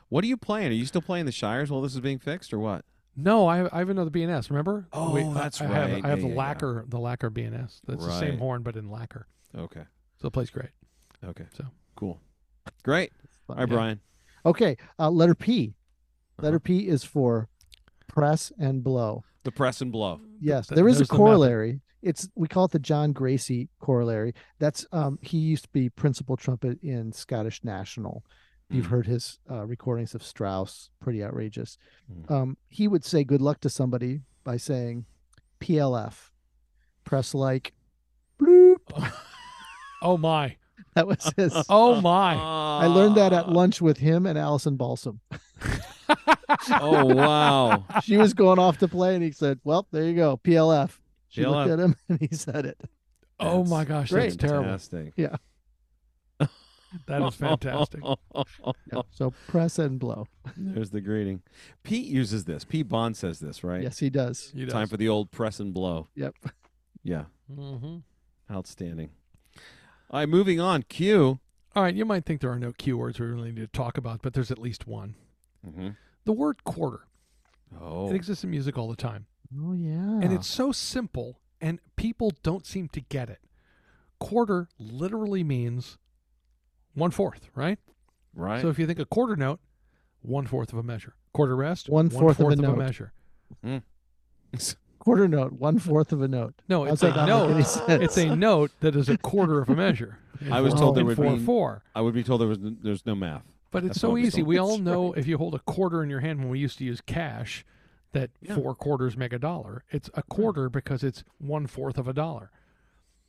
[SPEAKER 1] What are you playing? Are you still playing the Shires while this is being fixed, or what?
[SPEAKER 3] No, I have, I have another BNS. Remember?
[SPEAKER 1] Oh,
[SPEAKER 3] I-
[SPEAKER 1] that's
[SPEAKER 3] I,
[SPEAKER 1] right.
[SPEAKER 3] Have, I have
[SPEAKER 1] Yeah,
[SPEAKER 3] the
[SPEAKER 1] yeah, yeah.
[SPEAKER 3] lacquer, the lacquer BNS. That's the
[SPEAKER 1] Right.
[SPEAKER 3] same horn, but in lacquer.
[SPEAKER 1] Okay.
[SPEAKER 3] So it plays great.
[SPEAKER 1] Okay.
[SPEAKER 3] So.
[SPEAKER 1] cool. Great. All right,
[SPEAKER 3] Yeah.
[SPEAKER 1] Brian.
[SPEAKER 2] Okay, uh, letter P.
[SPEAKER 1] Uh-huh.
[SPEAKER 2] Letter P is for press and blow.
[SPEAKER 1] The press and blow.
[SPEAKER 2] Yes,
[SPEAKER 3] th-
[SPEAKER 2] there is a
[SPEAKER 3] there's the method.
[SPEAKER 2] corollary. It's we call it the John Gracie corollary. That's um, he used to be principal trumpet in Scottish National. You've
[SPEAKER 3] Hmm.
[SPEAKER 1] Mm.
[SPEAKER 2] heard his uh, recordings of Strauss, pretty outrageous.
[SPEAKER 3] Hmm.
[SPEAKER 1] Mm.
[SPEAKER 2] Um, he would say good luck to somebody by saying PLF, press like, bloop.
[SPEAKER 3] Oh my!
[SPEAKER 2] That was his.
[SPEAKER 3] Oh my!
[SPEAKER 1] Ah.
[SPEAKER 2] I learned that at lunch with him and Allison Balsam.
[SPEAKER 1] Oh wow.
[SPEAKER 2] She was going off to play, and he said, "Well, there you go, PLF." She looked
[SPEAKER 1] PLF.
[SPEAKER 2] at him, and he said it.
[SPEAKER 3] Oh
[SPEAKER 1] That's
[SPEAKER 3] my gosh! That's
[SPEAKER 2] great.
[SPEAKER 3] terrible.
[SPEAKER 1] Fantastic.
[SPEAKER 3] That is fantastic. Oh.
[SPEAKER 2] Yeah, So press and blow.
[SPEAKER 1] There's the greeting. Pete uses this. Pete Bond says this, right?
[SPEAKER 2] Yes, he does.
[SPEAKER 3] You
[SPEAKER 1] Time for the old press and blow.
[SPEAKER 2] Yep.
[SPEAKER 1] Yeah.
[SPEAKER 3] Mm-hmm.
[SPEAKER 1] Outstanding. All right, moving on. Q.
[SPEAKER 3] All right, you might think there are no key words we really need to talk about, but there's at least one.
[SPEAKER 1] Mm-hmm.
[SPEAKER 3] The word quarter.
[SPEAKER 1] Oh.
[SPEAKER 3] It exists in music all the time.
[SPEAKER 2] Oh yeah.
[SPEAKER 3] And it's so simple, and people don't seem to get it. Quarter literally means one fourth, right?
[SPEAKER 1] right.
[SPEAKER 3] So if you think a quarter note, one fourth of a measure. Quarter rest,
[SPEAKER 2] One fourth of a note.
[SPEAKER 3] measure.
[SPEAKER 2] quarter note, one fourth of a note.
[SPEAKER 3] No, Oh, it's
[SPEAKER 2] How's
[SPEAKER 3] a
[SPEAKER 2] that not make
[SPEAKER 3] note.
[SPEAKER 2] any
[SPEAKER 3] It's a
[SPEAKER 2] sense?
[SPEAKER 3] note that is a quarter of a measure.
[SPEAKER 1] I was
[SPEAKER 2] Oh. told there
[SPEAKER 3] In
[SPEAKER 1] would
[SPEAKER 3] four
[SPEAKER 1] be-
[SPEAKER 3] four.
[SPEAKER 1] I would be told there was n- there's no math.
[SPEAKER 3] But it's
[SPEAKER 1] That's
[SPEAKER 3] so
[SPEAKER 1] what we
[SPEAKER 3] easy.
[SPEAKER 1] thought.
[SPEAKER 3] We all
[SPEAKER 1] That's
[SPEAKER 3] know if you hold a quarter in your hand when we used to use cash that
[SPEAKER 1] Yeah.
[SPEAKER 3] four quarters make a dollar. It's a quarter because it's one fourth of a dollar.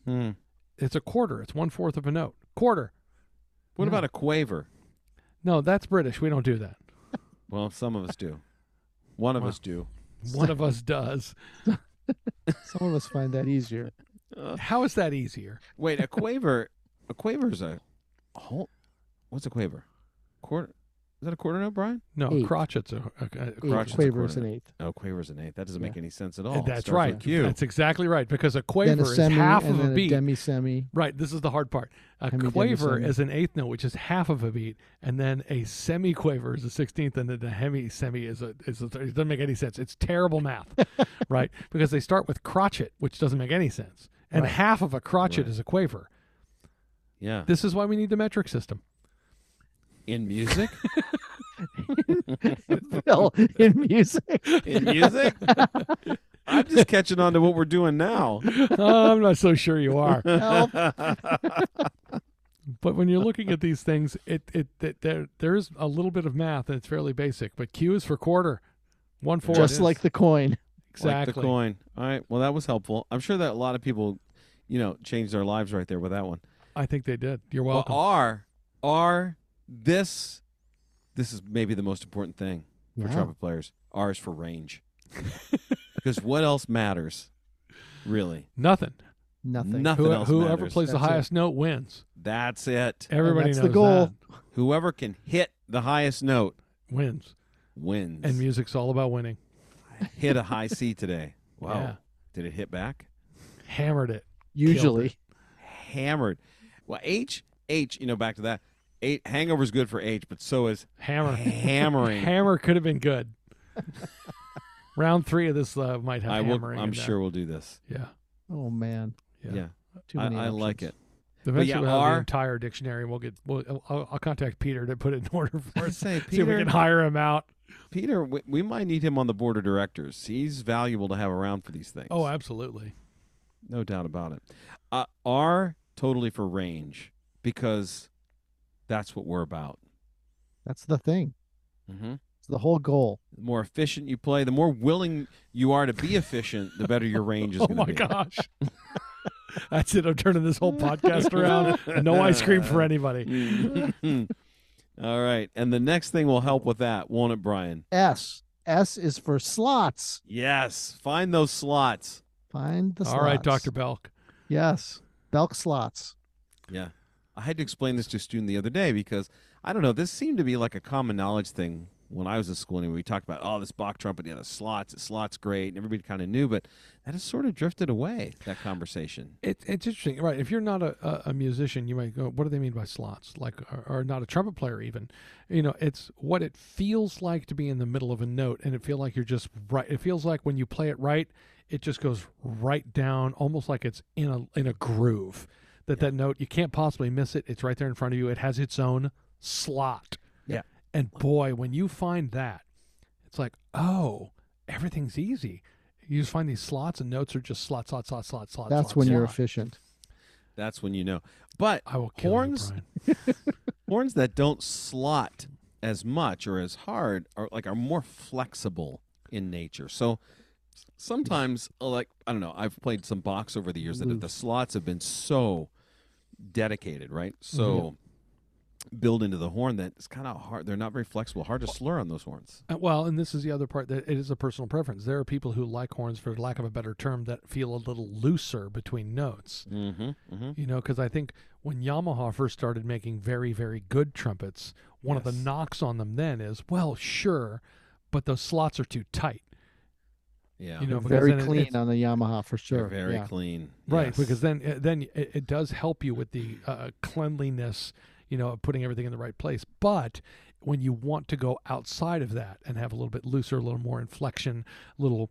[SPEAKER 1] Hmm.
[SPEAKER 3] It's a quarter. It's one fourth of a note. Quarter.
[SPEAKER 1] What
[SPEAKER 3] Yeah.
[SPEAKER 1] about a quaver?
[SPEAKER 3] No, that's British. We don't do that.
[SPEAKER 1] Well, some of us do. One of
[SPEAKER 3] Wow.
[SPEAKER 1] us do.
[SPEAKER 3] One of us does.
[SPEAKER 2] Some of us find that easier.
[SPEAKER 3] How is that easier?
[SPEAKER 1] Wait, a quaver. A quaver is a whole. What's a quaver? Quarter. Is that a quarter note, Brian?
[SPEAKER 3] No,
[SPEAKER 2] Eight.
[SPEAKER 3] crotchet's a, a, a
[SPEAKER 2] Eight
[SPEAKER 1] Crotchet's a
[SPEAKER 2] quavers
[SPEAKER 1] quarter
[SPEAKER 2] an eighth.
[SPEAKER 1] No, quaver's an eighth. That doesn't
[SPEAKER 2] Yeah.
[SPEAKER 1] make any sense at all.
[SPEAKER 3] And
[SPEAKER 1] It
[SPEAKER 3] That's
[SPEAKER 1] starts
[SPEAKER 3] right.
[SPEAKER 1] With Q.
[SPEAKER 3] That's exactly right. Because a
[SPEAKER 2] Then
[SPEAKER 3] quaver
[SPEAKER 2] a
[SPEAKER 3] is
[SPEAKER 2] semi
[SPEAKER 3] half
[SPEAKER 2] and
[SPEAKER 3] of
[SPEAKER 2] then
[SPEAKER 3] a
[SPEAKER 2] a,
[SPEAKER 3] beat.
[SPEAKER 2] demi semi.
[SPEAKER 3] right. This is the hard part. A
[SPEAKER 2] Hemi, demi,
[SPEAKER 3] quaver
[SPEAKER 2] semi.
[SPEAKER 3] is an eighth note, which is half of a beat, and then a semi quaver is a sixteenth, and then a hemi semi is a is a, third. it doesn't make any sense. It's terrible math, right? Because they start with crotchet, which doesn't make any sense, and
[SPEAKER 2] Right.
[SPEAKER 3] half of a crotchet
[SPEAKER 1] Right.
[SPEAKER 3] is a quaver.
[SPEAKER 1] Yeah.
[SPEAKER 3] This is why we need the metric system.
[SPEAKER 1] In music.
[SPEAKER 2] Phil in music.
[SPEAKER 1] in music. I'm just catching on to what we're doing now.
[SPEAKER 3] I'm not so sure you are. But when you're looking at these things, it, it it there there's a little bit of math and it's fairly basic. But Q is for quarter, one fourth.
[SPEAKER 2] Just like the coin.
[SPEAKER 1] Like the
[SPEAKER 3] exactly.
[SPEAKER 1] coin. All right. Well, that was helpful. I'm sure that a lot of people, you know, changed their lives right there with that one.
[SPEAKER 3] I think they did. You're
[SPEAKER 1] Well,
[SPEAKER 3] welcome.
[SPEAKER 1] are are this this is maybe the most important thing for
[SPEAKER 2] Yeah.
[SPEAKER 1] trumpet players. R is for range. because what else matters? Really?
[SPEAKER 3] Nothing.
[SPEAKER 2] Nothing.
[SPEAKER 1] Nothing
[SPEAKER 3] Who-
[SPEAKER 1] else
[SPEAKER 3] whoever
[SPEAKER 1] matters.
[SPEAKER 3] plays the
[SPEAKER 2] That's it.
[SPEAKER 3] highest note wins.
[SPEAKER 1] That's it.
[SPEAKER 3] Everybody
[SPEAKER 2] that's the
[SPEAKER 3] knows
[SPEAKER 2] goal.
[SPEAKER 3] that.
[SPEAKER 1] Whoever can hit the highest note
[SPEAKER 3] Wins.
[SPEAKER 1] wins.
[SPEAKER 3] And music's all about winning.
[SPEAKER 1] hit a high C today. Wow.
[SPEAKER 3] Yeah.
[SPEAKER 1] Did it hit back?
[SPEAKER 3] Hammered it.
[SPEAKER 2] Usually.
[SPEAKER 1] hammered. Well, H H. You know, back to that. Eight hangover's good for H, but so is
[SPEAKER 3] Hammer.
[SPEAKER 1] hammering.
[SPEAKER 3] Hammer could have been good. Round three of this uh, might have
[SPEAKER 1] I will.
[SPEAKER 3] hammering.
[SPEAKER 1] I'm
[SPEAKER 3] in there.
[SPEAKER 1] sure we'll do this.
[SPEAKER 3] Yeah.
[SPEAKER 2] Oh man,
[SPEAKER 3] Yeah.
[SPEAKER 1] Yeah,
[SPEAKER 2] too
[SPEAKER 1] I,
[SPEAKER 2] many.
[SPEAKER 1] I like
[SPEAKER 2] options.
[SPEAKER 1] it.
[SPEAKER 3] Eventually,
[SPEAKER 1] yeah,
[SPEAKER 3] we'll have
[SPEAKER 1] our-
[SPEAKER 3] the entire dictionary. We'll get. We'll, I'll, I'll contact Peter to put it in order for
[SPEAKER 1] I
[SPEAKER 3] us.
[SPEAKER 1] say
[SPEAKER 3] See if we
[SPEAKER 1] Peter.
[SPEAKER 3] can hire him out.
[SPEAKER 1] Peter, we, we might need him on the board of directors. He's valuable to have around for these things.
[SPEAKER 3] Oh, absolutely.
[SPEAKER 1] no doubt about it. Uh, R totally for range because that's what we're about.
[SPEAKER 2] That's the thing.
[SPEAKER 1] Mm-hmm.
[SPEAKER 2] It's the whole goal.
[SPEAKER 1] The more efficient you play, the more willing you are to be efficient, the better your range is
[SPEAKER 3] Oh
[SPEAKER 1] going to
[SPEAKER 3] my
[SPEAKER 1] be.
[SPEAKER 3] gosh. That's it. I'm turning this whole podcast around. No ice cream for anybody.
[SPEAKER 1] Mhm. All right. And the next thing will help with that, won't it, Brian?
[SPEAKER 2] S. S is for slots.
[SPEAKER 1] Yes. Find those slots.
[SPEAKER 2] Find the
[SPEAKER 3] All right,
[SPEAKER 2] slots.
[SPEAKER 3] Dr. Belk.
[SPEAKER 2] Yes. Belk slots.
[SPEAKER 1] Yeah. I had to explain this to a student the other day because I don't know, this seemed to be like a common knowledge thing when I was in school anyway. We talked about oh this Bach trumpet, yeah, the slots, the slots great, and everybody kinda knew, but that has sort of drifted away, that conversation.
[SPEAKER 3] It, it's interesting, right? If you're not a, a, a musician, you might go, "What do they mean by slots?" Like, or, or not a trumpet player, even. You know, it's what it feels like to be in the middle of a note, and it feel like you're just right. It feels like when you play it right, it just goes right down, almost like it's in a in a groove. That that note you can't possibly miss it. It's right there in front of you. It has its own slot.
[SPEAKER 1] Yeah.
[SPEAKER 3] And boy, when you find that, it's like, oh, everything's easy. You just find these slots, and notes are just slot, slot, slot, slot, slot.
[SPEAKER 2] That's
[SPEAKER 3] slot,
[SPEAKER 2] when you're
[SPEAKER 3] slot.
[SPEAKER 2] efficient.
[SPEAKER 1] That's when you know. But
[SPEAKER 3] I will
[SPEAKER 1] kill
[SPEAKER 3] kill
[SPEAKER 1] you, Horns?
[SPEAKER 3] You, Brian.
[SPEAKER 1] horns that don't slot as much or as hard are like are more flexible in nature. So s- sometimes uh, like I don't know, I've played some box over the years that
[SPEAKER 3] Mm-hmm.
[SPEAKER 1] if the slots have been so dedicated, right?
[SPEAKER 3] Mm-hmm,
[SPEAKER 1] So built into the horn that it's kind of hard they're not very flexible, hard to slur on those horns.
[SPEAKER 3] Uh, Well, and this is the other part that it is a personal preference. There are people who like horns, for lack of a better term, that feel a little looser between notes.
[SPEAKER 1] Mhm. Mhm.
[SPEAKER 3] You know, because I think when Yamaha first started making very, very good trumpets, one of the
[SPEAKER 1] Yes.
[SPEAKER 3] knocks on them then is, well, sure, but those slots are too tight.
[SPEAKER 1] Yeah.
[SPEAKER 3] You know, because
[SPEAKER 2] Very
[SPEAKER 3] then it-
[SPEAKER 2] clean
[SPEAKER 3] it's-
[SPEAKER 2] on the Yamaha for
[SPEAKER 1] They're
[SPEAKER 2] sure.
[SPEAKER 1] very
[SPEAKER 2] yeah.
[SPEAKER 1] clean.
[SPEAKER 3] right?
[SPEAKER 1] Yes.
[SPEAKER 3] Because then, uh, then it, it does help you with the uh, cleanliness, you know, of putting everything in the right place. But when you want to go outside of that and have a little bit looser, a little more inflection, a little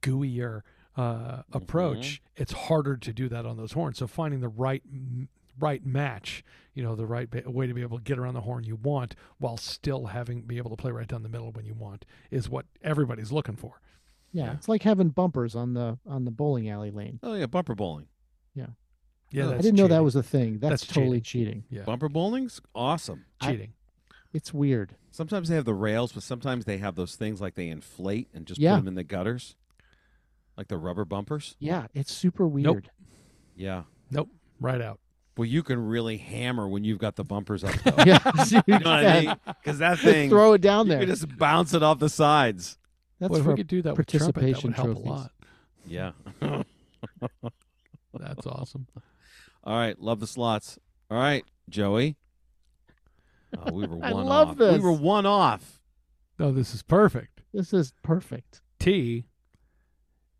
[SPEAKER 3] gooier uh, approach, it's harder to do that on those horns. So finding the right m- right match, you know, the right ba- way to be able to get around the horn you want while still having be able to play right down the middle when you want is what everybody's looking for.
[SPEAKER 2] Yeah, it's like having bumpers on the on the bowling alley lane.
[SPEAKER 1] Oh yeah, bumper bowling.
[SPEAKER 3] Yeah,
[SPEAKER 1] Oh. I
[SPEAKER 3] that's
[SPEAKER 2] I didn't know that
[SPEAKER 3] cheating.
[SPEAKER 2] was a thing. That's,
[SPEAKER 3] That's
[SPEAKER 2] totally cheating.
[SPEAKER 3] yeah
[SPEAKER 1] Bumper bowling's awesome.
[SPEAKER 2] I-
[SPEAKER 3] cheating.
[SPEAKER 2] It's weird.
[SPEAKER 1] Sometimes they have the rails, but sometimes they have those things like they inflate and just put
[SPEAKER 2] Yeah.
[SPEAKER 1] them in the gutters, like the rubber bumpers.
[SPEAKER 2] Yeah, it's super weird.
[SPEAKER 1] Yeah.
[SPEAKER 3] right out.
[SPEAKER 1] Well, you can really hammer when you've got the bumpers up, though.
[SPEAKER 2] Yeah,
[SPEAKER 1] you know what I mean? Because that thing,
[SPEAKER 2] throw it down
[SPEAKER 1] you
[SPEAKER 2] there.
[SPEAKER 1] can just bounce it off the sides.
[SPEAKER 2] That's
[SPEAKER 3] what if
[SPEAKER 2] for
[SPEAKER 3] we could do that with trumpet? That
[SPEAKER 2] participation
[SPEAKER 3] would help
[SPEAKER 2] trophies.
[SPEAKER 3] a lot.
[SPEAKER 1] Yeah.
[SPEAKER 3] That's awesome.
[SPEAKER 1] All right. Love the slots. All right, Joey. Oh, we were one
[SPEAKER 2] I love
[SPEAKER 1] off. We
[SPEAKER 2] this.
[SPEAKER 1] were one off.
[SPEAKER 3] No, this is perfect.
[SPEAKER 2] this is perfect.
[SPEAKER 3] T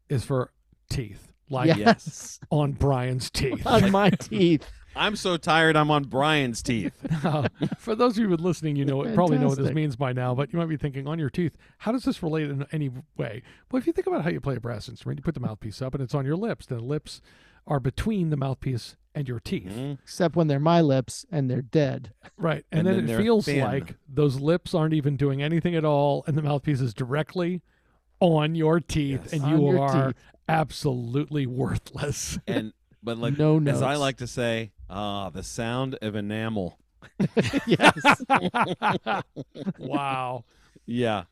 [SPEAKER 3] is for teeth, like
[SPEAKER 1] Yeah.
[SPEAKER 2] yes,
[SPEAKER 3] on Brian's teeth.
[SPEAKER 2] on my teeth.
[SPEAKER 1] I'm so tired. I'm on Brian's teeth.
[SPEAKER 3] Now, Oh. for those of you listening, you know
[SPEAKER 2] It's
[SPEAKER 3] probably know what this
[SPEAKER 2] fantastic.
[SPEAKER 3] means by now, but you might be thinking, on your teeth, how does this relate in any way? Well, if you think about how you play a brass instrument, you put the mouthpiece up and it's on your lips. The lips are between the mouthpiece and your teeth.
[SPEAKER 1] Mhm.
[SPEAKER 2] Except when they're my lips and they're dead.
[SPEAKER 3] Right. And,
[SPEAKER 1] And
[SPEAKER 3] then,
[SPEAKER 1] then
[SPEAKER 3] it
[SPEAKER 1] they're
[SPEAKER 3] feels
[SPEAKER 1] thin.
[SPEAKER 3] like those lips aren't even doing anything at all, and the mouthpiece is directly on your teeth,
[SPEAKER 1] Yes.
[SPEAKER 3] and
[SPEAKER 2] On
[SPEAKER 3] you
[SPEAKER 2] your
[SPEAKER 3] are absolutely worthless.
[SPEAKER 1] And but like
[SPEAKER 2] no notes.
[SPEAKER 1] as I like to say, ah, the sound of enamel.
[SPEAKER 2] yes.
[SPEAKER 3] wow.
[SPEAKER 1] Yeah.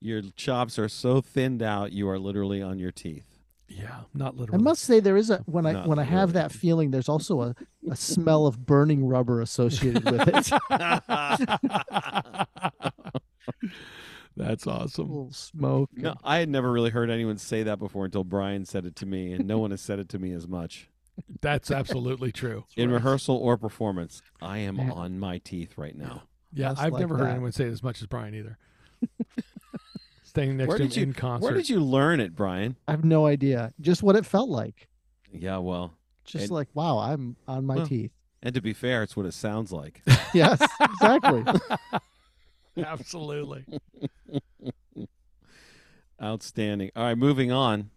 [SPEAKER 1] Your chops are so thinned out, you are literally on your teeth.
[SPEAKER 3] Yeah, not
[SPEAKER 2] I
[SPEAKER 3] literally.
[SPEAKER 2] must say there is a when I
[SPEAKER 1] Not
[SPEAKER 2] when I have
[SPEAKER 1] really.
[SPEAKER 2] that feeling, there's also a, a smell of burning rubber associated with it.
[SPEAKER 3] That's
[SPEAKER 2] A
[SPEAKER 3] awesome.
[SPEAKER 2] little smoke.
[SPEAKER 1] No,
[SPEAKER 2] and-
[SPEAKER 1] I had never really heard anyone say that before until Brian said it to me, and no one has said it to me as much
[SPEAKER 3] That's absolutely true.
[SPEAKER 1] in
[SPEAKER 2] Right.
[SPEAKER 1] rehearsal or performance. I am
[SPEAKER 2] Yeah.
[SPEAKER 1] on my teeth right now.
[SPEAKER 3] Yeah,
[SPEAKER 2] Just
[SPEAKER 3] I've
[SPEAKER 2] like
[SPEAKER 3] never heard
[SPEAKER 2] that.
[SPEAKER 3] anyone say it as much as Brian either. Staying next
[SPEAKER 1] Where
[SPEAKER 3] to him
[SPEAKER 1] did you-
[SPEAKER 3] in concert.
[SPEAKER 1] Where did you learn it, Brian?
[SPEAKER 2] I have no idea. Just what it felt like.
[SPEAKER 1] Yeah, well,
[SPEAKER 2] Just
[SPEAKER 1] And-
[SPEAKER 2] like wow, I'm on my
[SPEAKER 1] Well,
[SPEAKER 2] teeth.
[SPEAKER 1] And to be fair, it's what it sounds like.
[SPEAKER 2] Yes, exactly.
[SPEAKER 3] Absolutely.
[SPEAKER 1] Outstanding. All right, moving on.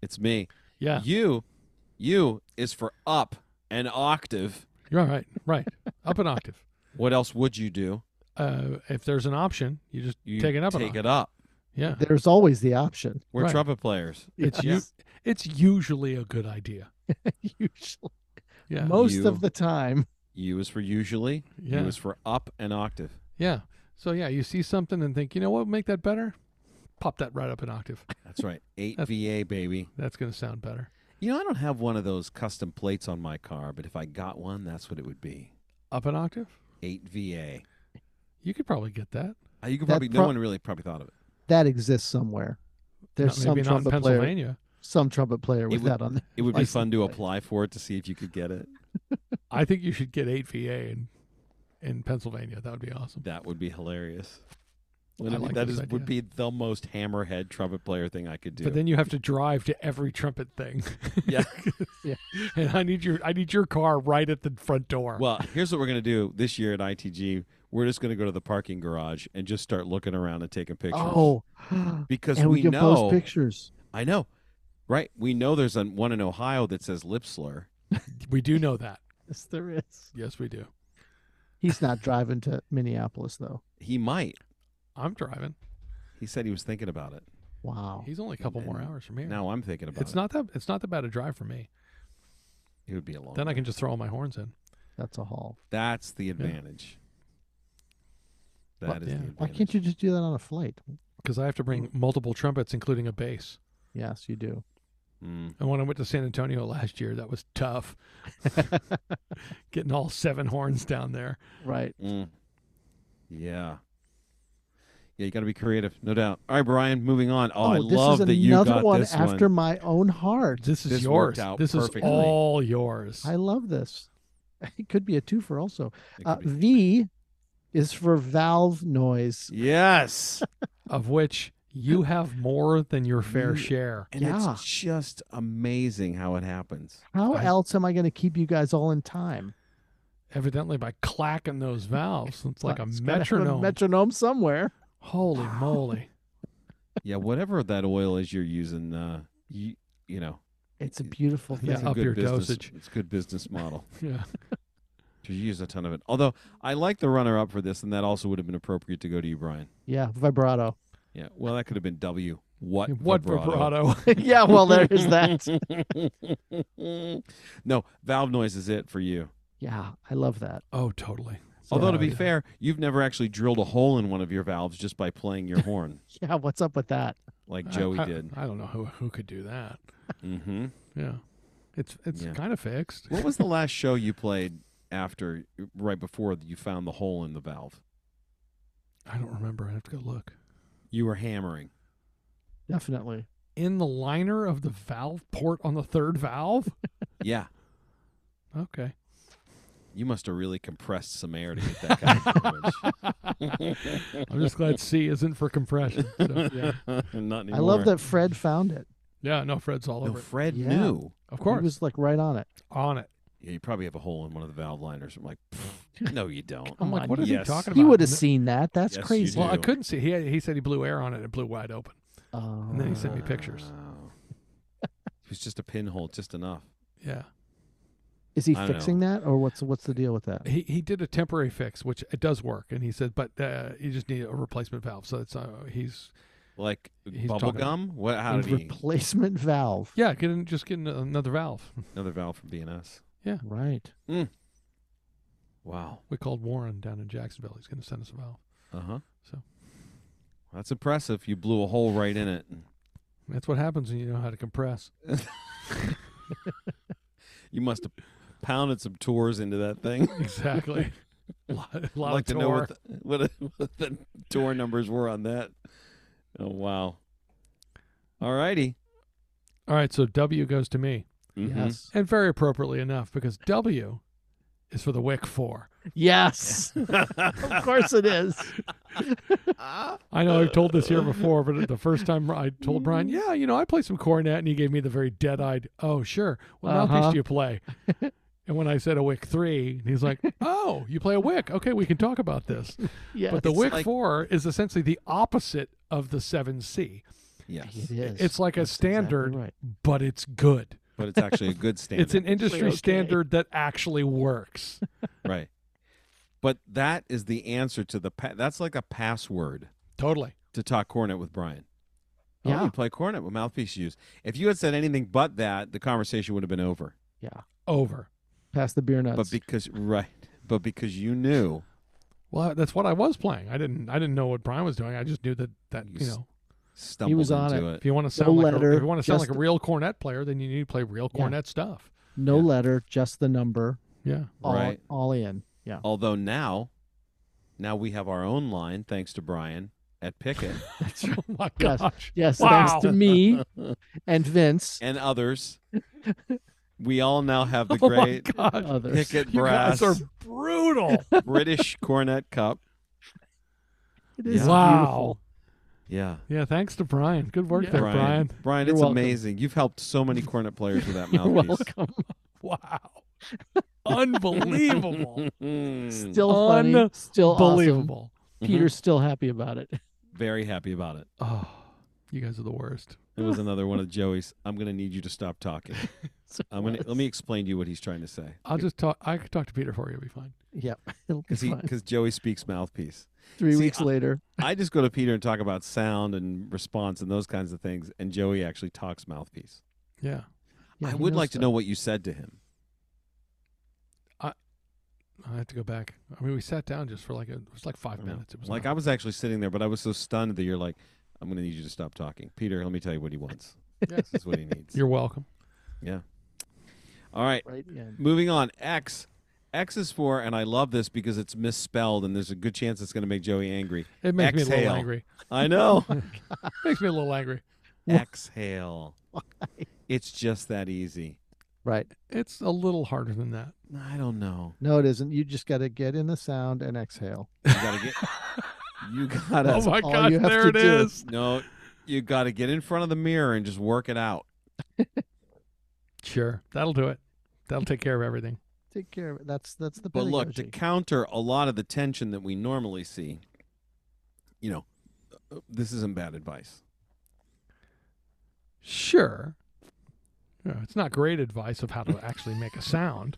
[SPEAKER 1] It's me.
[SPEAKER 3] Yeah.
[SPEAKER 1] You, you is for up an octave.
[SPEAKER 3] You're all right. Right. Up an octave.
[SPEAKER 1] What else would you do?
[SPEAKER 3] Uh, if there's an option, you just
[SPEAKER 1] You
[SPEAKER 3] take it up. an
[SPEAKER 1] Take
[SPEAKER 3] octave.
[SPEAKER 1] it up.
[SPEAKER 3] Yeah.
[SPEAKER 2] There's always the option.
[SPEAKER 1] We're
[SPEAKER 3] Right.
[SPEAKER 1] trumpet players.
[SPEAKER 3] It's
[SPEAKER 2] Yes.
[SPEAKER 3] u- it's usually a good idea.
[SPEAKER 2] usually
[SPEAKER 3] Yeah.
[SPEAKER 2] most
[SPEAKER 1] You-
[SPEAKER 2] of the time.
[SPEAKER 1] U is for usually.
[SPEAKER 3] Yeah.
[SPEAKER 1] U is for up an octave.
[SPEAKER 3] yeah. So yeah, you see something and think, you know what, would make that better? Pop that right up an octave.
[SPEAKER 1] That's right. Eight
[SPEAKER 3] That's-
[SPEAKER 1] VA baby.
[SPEAKER 3] That's gonna sound better.
[SPEAKER 1] You know, I don't have one of those custom plates on my car, but if I got one, that's what it would be.
[SPEAKER 3] Up an octave?
[SPEAKER 1] Eight VA.
[SPEAKER 3] You could probably get that.
[SPEAKER 1] Uh, You could
[SPEAKER 2] That
[SPEAKER 1] probably no
[SPEAKER 2] pro-
[SPEAKER 1] one really probably thought of it.
[SPEAKER 2] That exists somewhere. There's
[SPEAKER 3] Not-
[SPEAKER 2] some
[SPEAKER 3] maybe not in
[SPEAKER 2] trumpet player,
[SPEAKER 3] Pennsylvania.
[SPEAKER 2] some trumpet player with
[SPEAKER 1] would-
[SPEAKER 2] that on there.
[SPEAKER 1] It would be
[SPEAKER 2] License
[SPEAKER 1] fun to
[SPEAKER 2] plate.
[SPEAKER 1] apply for it to see if you could get it.
[SPEAKER 3] I think you should get eight VA in in Pennsylvania. That would be awesome.
[SPEAKER 1] That would be hilarious. Would
[SPEAKER 3] I
[SPEAKER 1] it be-
[SPEAKER 3] like
[SPEAKER 1] that
[SPEAKER 3] this
[SPEAKER 1] is would be
[SPEAKER 3] idea.
[SPEAKER 1] the most hammerhead trumpet player thing I could do.
[SPEAKER 3] But then you have to drive to every trumpet thing.
[SPEAKER 1] Yeah.
[SPEAKER 2] Yeah.
[SPEAKER 3] And I need your I need your car right at the front door.
[SPEAKER 1] well, here's what we're gonna do this year at ITG. We're just gonna go to the parking garage and just start looking around and taking pictures.
[SPEAKER 2] Oh,
[SPEAKER 1] because
[SPEAKER 2] and we,
[SPEAKER 1] we
[SPEAKER 2] can
[SPEAKER 1] know
[SPEAKER 2] post pictures.
[SPEAKER 1] I know. Right. We know there's an, one in Ohio that says lip slur.
[SPEAKER 3] we do know that.
[SPEAKER 2] Yes, there is.
[SPEAKER 3] Yes, we do.
[SPEAKER 2] He's not driving to Minneapolis though.
[SPEAKER 1] He might.
[SPEAKER 3] I'm driving.
[SPEAKER 1] He said he was thinking about it.
[SPEAKER 2] Wow.
[SPEAKER 3] He's only a couple more hours from here.
[SPEAKER 1] Oh, Now I'm thinking about Oh,
[SPEAKER 3] it's
[SPEAKER 1] it.
[SPEAKER 3] not that it's not that bad a drive for me.
[SPEAKER 1] It would be a long.
[SPEAKER 3] Then I
[SPEAKER 1] drive.
[SPEAKER 3] can just throw all my horns in.
[SPEAKER 2] That's a haul.
[SPEAKER 1] That's the advantage.
[SPEAKER 3] Well,
[SPEAKER 1] That is
[SPEAKER 3] yeah.
[SPEAKER 1] the
[SPEAKER 2] Why
[SPEAKER 1] advantage.
[SPEAKER 2] can't you just do that on a flight?
[SPEAKER 3] Because I have to bring multiple trumpets, including a bass.
[SPEAKER 2] Yes, you do.
[SPEAKER 1] Mm.
[SPEAKER 3] And when I went to San Antonio last year, that was tough. Getting all seven horns down there.
[SPEAKER 2] Right.
[SPEAKER 1] Mm. Yeah. Yeah, you got to be creative, no doubt. All right, Brian, moving on. Oh, I
[SPEAKER 2] this
[SPEAKER 1] love
[SPEAKER 2] is
[SPEAKER 1] that you
[SPEAKER 2] another
[SPEAKER 1] got
[SPEAKER 2] one
[SPEAKER 1] this
[SPEAKER 2] after
[SPEAKER 1] one.
[SPEAKER 2] my own heart.
[SPEAKER 3] This is
[SPEAKER 1] This worked
[SPEAKER 3] yours.
[SPEAKER 1] out
[SPEAKER 3] This
[SPEAKER 1] perfectly.
[SPEAKER 3] is all yours.
[SPEAKER 2] I love this. It could be a twofer also.
[SPEAKER 1] It could
[SPEAKER 2] Uh,
[SPEAKER 1] be-
[SPEAKER 2] v is for valve noise.
[SPEAKER 1] yes.
[SPEAKER 3] of which you have more than your fair
[SPEAKER 1] You-
[SPEAKER 3] share.
[SPEAKER 1] And
[SPEAKER 2] Yeah.
[SPEAKER 1] it's just amazing how it happens.
[SPEAKER 2] How
[SPEAKER 3] I-
[SPEAKER 2] else am I going to keep you guys all in time?
[SPEAKER 3] Evidently, by clacking those valves, it's like a
[SPEAKER 2] Uh, It's gotta have
[SPEAKER 3] metronome.
[SPEAKER 2] metronome somewhere.
[SPEAKER 3] Holy moly!
[SPEAKER 1] Yeah, whatever that oil is you're using, uh, you, you know,
[SPEAKER 2] It's a beautiful thing.
[SPEAKER 3] Yeah,
[SPEAKER 1] it's a
[SPEAKER 3] up
[SPEAKER 1] good
[SPEAKER 3] your
[SPEAKER 1] business,
[SPEAKER 3] dosage.
[SPEAKER 1] It's a good business model.
[SPEAKER 3] Yeah,
[SPEAKER 1] to use a ton of it. Although I like the runner up for this, and that also would have been appropriate to go to you, Brian.
[SPEAKER 2] yeah, vibrato.
[SPEAKER 1] Yeah. Well, that could have been W. What?
[SPEAKER 3] what vibrato?
[SPEAKER 2] yeah, well, there is that.
[SPEAKER 1] that. no, valve noise is it for you.
[SPEAKER 2] Yeah, I love that.
[SPEAKER 3] oh, totally.
[SPEAKER 1] Although to
[SPEAKER 3] Yeah,
[SPEAKER 1] be
[SPEAKER 3] yeah.
[SPEAKER 1] fair, you've never actually drilled a hole in one of your valves just by playing your horn,
[SPEAKER 2] Yeah, what's up with that?
[SPEAKER 1] like
[SPEAKER 3] I-
[SPEAKER 1] Joey
[SPEAKER 3] I,
[SPEAKER 1] did.
[SPEAKER 3] I don't know who who could do that.
[SPEAKER 1] Mm-hmm.
[SPEAKER 3] Yeah, it's it's
[SPEAKER 1] Yeah.
[SPEAKER 3] kind of fixed.
[SPEAKER 1] What was the last show you played after, right before you found the hole in the valve?
[SPEAKER 3] I don't remember. I have to go look.
[SPEAKER 1] You were hammering.
[SPEAKER 2] Definitely.
[SPEAKER 3] In the liner of the valve port on the third valve.
[SPEAKER 1] Yeah.
[SPEAKER 3] Okay.
[SPEAKER 1] You must have really compressed some air to get that kind of coverage.
[SPEAKER 3] I'm just glad C isn't for compression. So, yeah.
[SPEAKER 1] Not anymore.
[SPEAKER 2] I love that Fred found it.
[SPEAKER 3] yeah, no, Fred's all
[SPEAKER 1] No,
[SPEAKER 3] over. it.
[SPEAKER 1] Fred
[SPEAKER 2] Yeah.
[SPEAKER 1] knew.
[SPEAKER 3] Of
[SPEAKER 2] He
[SPEAKER 3] course,
[SPEAKER 2] was like right on it.
[SPEAKER 3] on it.
[SPEAKER 1] Yeah, you probably have a hole in one of the valve liners. I'm like, "Pfft, no, you don't.
[SPEAKER 2] Come
[SPEAKER 3] I'm
[SPEAKER 2] on,
[SPEAKER 3] like, what are
[SPEAKER 1] yes.
[SPEAKER 3] they talking about?
[SPEAKER 2] He would have
[SPEAKER 3] And
[SPEAKER 2] seen that. That's
[SPEAKER 1] Yes, you
[SPEAKER 3] th-
[SPEAKER 2] crazy.
[SPEAKER 1] did.
[SPEAKER 3] Well, I
[SPEAKER 1] too.
[SPEAKER 3] couldn't see. He he said he blew air on it and it blew wide open.
[SPEAKER 2] Oh.
[SPEAKER 3] And then he sent me pictures.
[SPEAKER 1] Wow. It was just a pinhole, just enough.
[SPEAKER 3] Yeah.
[SPEAKER 2] Is he
[SPEAKER 1] I don't
[SPEAKER 2] fixing that, or what's what's the deal with that?
[SPEAKER 3] He he did a temporary fix, which it does work. And he said, but uh, you just need a replacement valve. So it's uh, he's
[SPEAKER 1] Like
[SPEAKER 3] He's
[SPEAKER 1] bubble
[SPEAKER 3] talking-
[SPEAKER 1] gum? What? How
[SPEAKER 2] A
[SPEAKER 1] did he?
[SPEAKER 2] replacement valve.
[SPEAKER 3] yeah, getting just getting another valve.
[SPEAKER 1] Another valve from BNS.
[SPEAKER 2] Right.
[SPEAKER 1] Wow.
[SPEAKER 3] We called Warren down in Jacksonville. He's going to send us a valve.
[SPEAKER 1] Uh huh.
[SPEAKER 3] So.
[SPEAKER 1] that's impressive. You blew a hole right in it.
[SPEAKER 3] That's what happens when you know how to compress.
[SPEAKER 1] You must have pounded some tours into that thing.
[SPEAKER 3] Exactly. a lot, a lot
[SPEAKER 1] I'd like
[SPEAKER 3] of
[SPEAKER 1] to know
[SPEAKER 3] torque.
[SPEAKER 1] what the, what, what the tour numbers were on that. Oh wow. All righty.
[SPEAKER 3] All right, so W goes to me,
[SPEAKER 1] Mhm.
[SPEAKER 2] Yes.
[SPEAKER 3] and very appropriately enough, because W is for the Wick Four.
[SPEAKER 2] Yes.
[SPEAKER 1] Mm-hmm.
[SPEAKER 2] of course it is.
[SPEAKER 3] I know I've told this here before, but the first time I told Brian, yeah, you know, I play some cornet, and he gave me the very dead eyed, oh, sure. What
[SPEAKER 2] Uh-huh.
[SPEAKER 3] mouthpiece do you play? And when I said a Wick three, he's like, "Oh, you play a Wick? Okay, we can talk about this."
[SPEAKER 2] Yeah,
[SPEAKER 3] But the
[SPEAKER 1] It's
[SPEAKER 3] Wick
[SPEAKER 1] like-
[SPEAKER 3] four is essentially the opposite of the Seven C.
[SPEAKER 1] Yes.
[SPEAKER 3] It's like a
[SPEAKER 2] That's exactly
[SPEAKER 3] standard,
[SPEAKER 2] right.
[SPEAKER 3] but it's good.
[SPEAKER 1] But it's actually a good standard.
[SPEAKER 3] It's an industry
[SPEAKER 2] okay.
[SPEAKER 3] standard that actually works.
[SPEAKER 1] right. But that is the answer to the pa- that's like a password
[SPEAKER 3] totally.
[SPEAKER 1] to talk cornet with Brian. Oh,
[SPEAKER 2] Yeah.
[SPEAKER 1] you play cornet with mouthpiece use. If you had said anything but that, the conversation would have been over.
[SPEAKER 3] Over.
[SPEAKER 2] Pass the beer nuts.
[SPEAKER 1] But because right, but because you knew
[SPEAKER 3] Well, that's what I was playing. I didn't. I didn't know what Brian was doing. I just knew that that
[SPEAKER 1] You
[SPEAKER 3] you,
[SPEAKER 1] s- uh,
[SPEAKER 3] know,
[SPEAKER 1] stumbled
[SPEAKER 2] was on
[SPEAKER 1] into
[SPEAKER 3] if you want to sound like
[SPEAKER 2] letter,
[SPEAKER 3] a, if you want to sound
[SPEAKER 2] just
[SPEAKER 3] like a real cornet player, then you need to play real
[SPEAKER 2] Yeah.
[SPEAKER 3] cornet stuff.
[SPEAKER 2] no
[SPEAKER 1] yeah.
[SPEAKER 2] letter, just the number.
[SPEAKER 3] Yeah.
[SPEAKER 2] All,
[SPEAKER 1] Right.
[SPEAKER 2] all in. Yeah.
[SPEAKER 1] Although now, now we have our own line thanks to Brian at Pickett
[SPEAKER 2] That's right.
[SPEAKER 3] Oh my
[SPEAKER 2] Yes.
[SPEAKER 3] gosh.
[SPEAKER 2] Yes,
[SPEAKER 3] Wow.
[SPEAKER 2] thanks to me and Vince.
[SPEAKER 1] and others. We all now have the
[SPEAKER 3] oh
[SPEAKER 1] great
[SPEAKER 3] my gosh.
[SPEAKER 2] Others.
[SPEAKER 1] Pickett
[SPEAKER 3] You guys
[SPEAKER 1] Brass
[SPEAKER 3] are brutal.
[SPEAKER 1] British Cornet Cup.
[SPEAKER 2] It
[SPEAKER 1] is
[SPEAKER 3] Wow.
[SPEAKER 1] Yeah.
[SPEAKER 3] Yeah. Thanks to Brian. Good work
[SPEAKER 2] Yeah.
[SPEAKER 3] there,
[SPEAKER 1] Brian,
[SPEAKER 3] Brian.
[SPEAKER 1] Brian,
[SPEAKER 2] You're
[SPEAKER 1] it's
[SPEAKER 2] welcome.
[SPEAKER 1] amazing. You've helped so many cornet players with that
[SPEAKER 2] You're
[SPEAKER 1] mouthpiece.
[SPEAKER 2] welcome.
[SPEAKER 3] Wow. Unbelievable.
[SPEAKER 1] Still
[SPEAKER 2] Still funny. Still awesome.
[SPEAKER 3] Unbelievable.
[SPEAKER 1] Mm-hmm.
[SPEAKER 2] Peter's still happy about it.
[SPEAKER 1] very happy about it.
[SPEAKER 3] Oh, you guys are the worst.
[SPEAKER 1] It was another one of Joey's. I'm going to need you to stop talking.
[SPEAKER 2] So
[SPEAKER 1] I'm going to let me explain to you what he's trying to say
[SPEAKER 3] I'll just talk. I could talk to Peter for you. It'll be fine.
[SPEAKER 2] Yep. It'll be
[SPEAKER 1] because he
[SPEAKER 2] fine.
[SPEAKER 1] because Joey speaks mouthpiece.
[SPEAKER 2] Three
[SPEAKER 1] see,
[SPEAKER 2] weeks
[SPEAKER 1] I-
[SPEAKER 2] later.
[SPEAKER 1] I just go to Peter and talk about sound and response and those kinds of things, and Joey actually talks mouthpiece.
[SPEAKER 3] Yeah.
[SPEAKER 2] Yeah,
[SPEAKER 1] I
[SPEAKER 2] he
[SPEAKER 1] would
[SPEAKER 2] knows
[SPEAKER 1] like to
[SPEAKER 2] stuff.
[SPEAKER 1] know what you said to him.
[SPEAKER 3] I have to go back. I mean, we sat down just for like a, it was like five minutes. It was
[SPEAKER 1] like I was actually sitting there, but I was so stunned that you're like, "I'm going to need you to stop talking, Peter. Let me tell you what he wants.
[SPEAKER 3] Yes.
[SPEAKER 1] This is what he needs."
[SPEAKER 3] You're welcome.
[SPEAKER 1] All right.
[SPEAKER 2] Right. Yeah.
[SPEAKER 1] Moving on, X. X is for, and I love this because it's misspelled, and there's a good chance it's going to make Joey angry.
[SPEAKER 3] It makes me a
[SPEAKER 1] Exhale.
[SPEAKER 3] little angry.
[SPEAKER 1] I know.
[SPEAKER 3] Makes me a little angry.
[SPEAKER 1] Exhale. It's just that easy.
[SPEAKER 2] Right.
[SPEAKER 3] It's a little harder than that.
[SPEAKER 1] I don't know.
[SPEAKER 2] No, it isn't. You just got to get in the sound and exhale.
[SPEAKER 1] You gotta get. you gotta.
[SPEAKER 3] oh my
[SPEAKER 2] all
[SPEAKER 3] gosh,
[SPEAKER 2] you have
[SPEAKER 3] there
[SPEAKER 2] to
[SPEAKER 3] it
[SPEAKER 2] do.
[SPEAKER 3] is.
[SPEAKER 1] No, you gotta get in front of the mirror and just work it out.
[SPEAKER 3] Sure, that'll do it. That'll take care of everything.
[SPEAKER 2] Take care of it. That's that's the
[SPEAKER 1] But look, to
[SPEAKER 2] pedagogy.
[SPEAKER 1] counter a lot of the tension that we normally see, you know, uh, this isn't bad advice.
[SPEAKER 3] Sure. Yeah, it's not great advice of how to actually make a sound.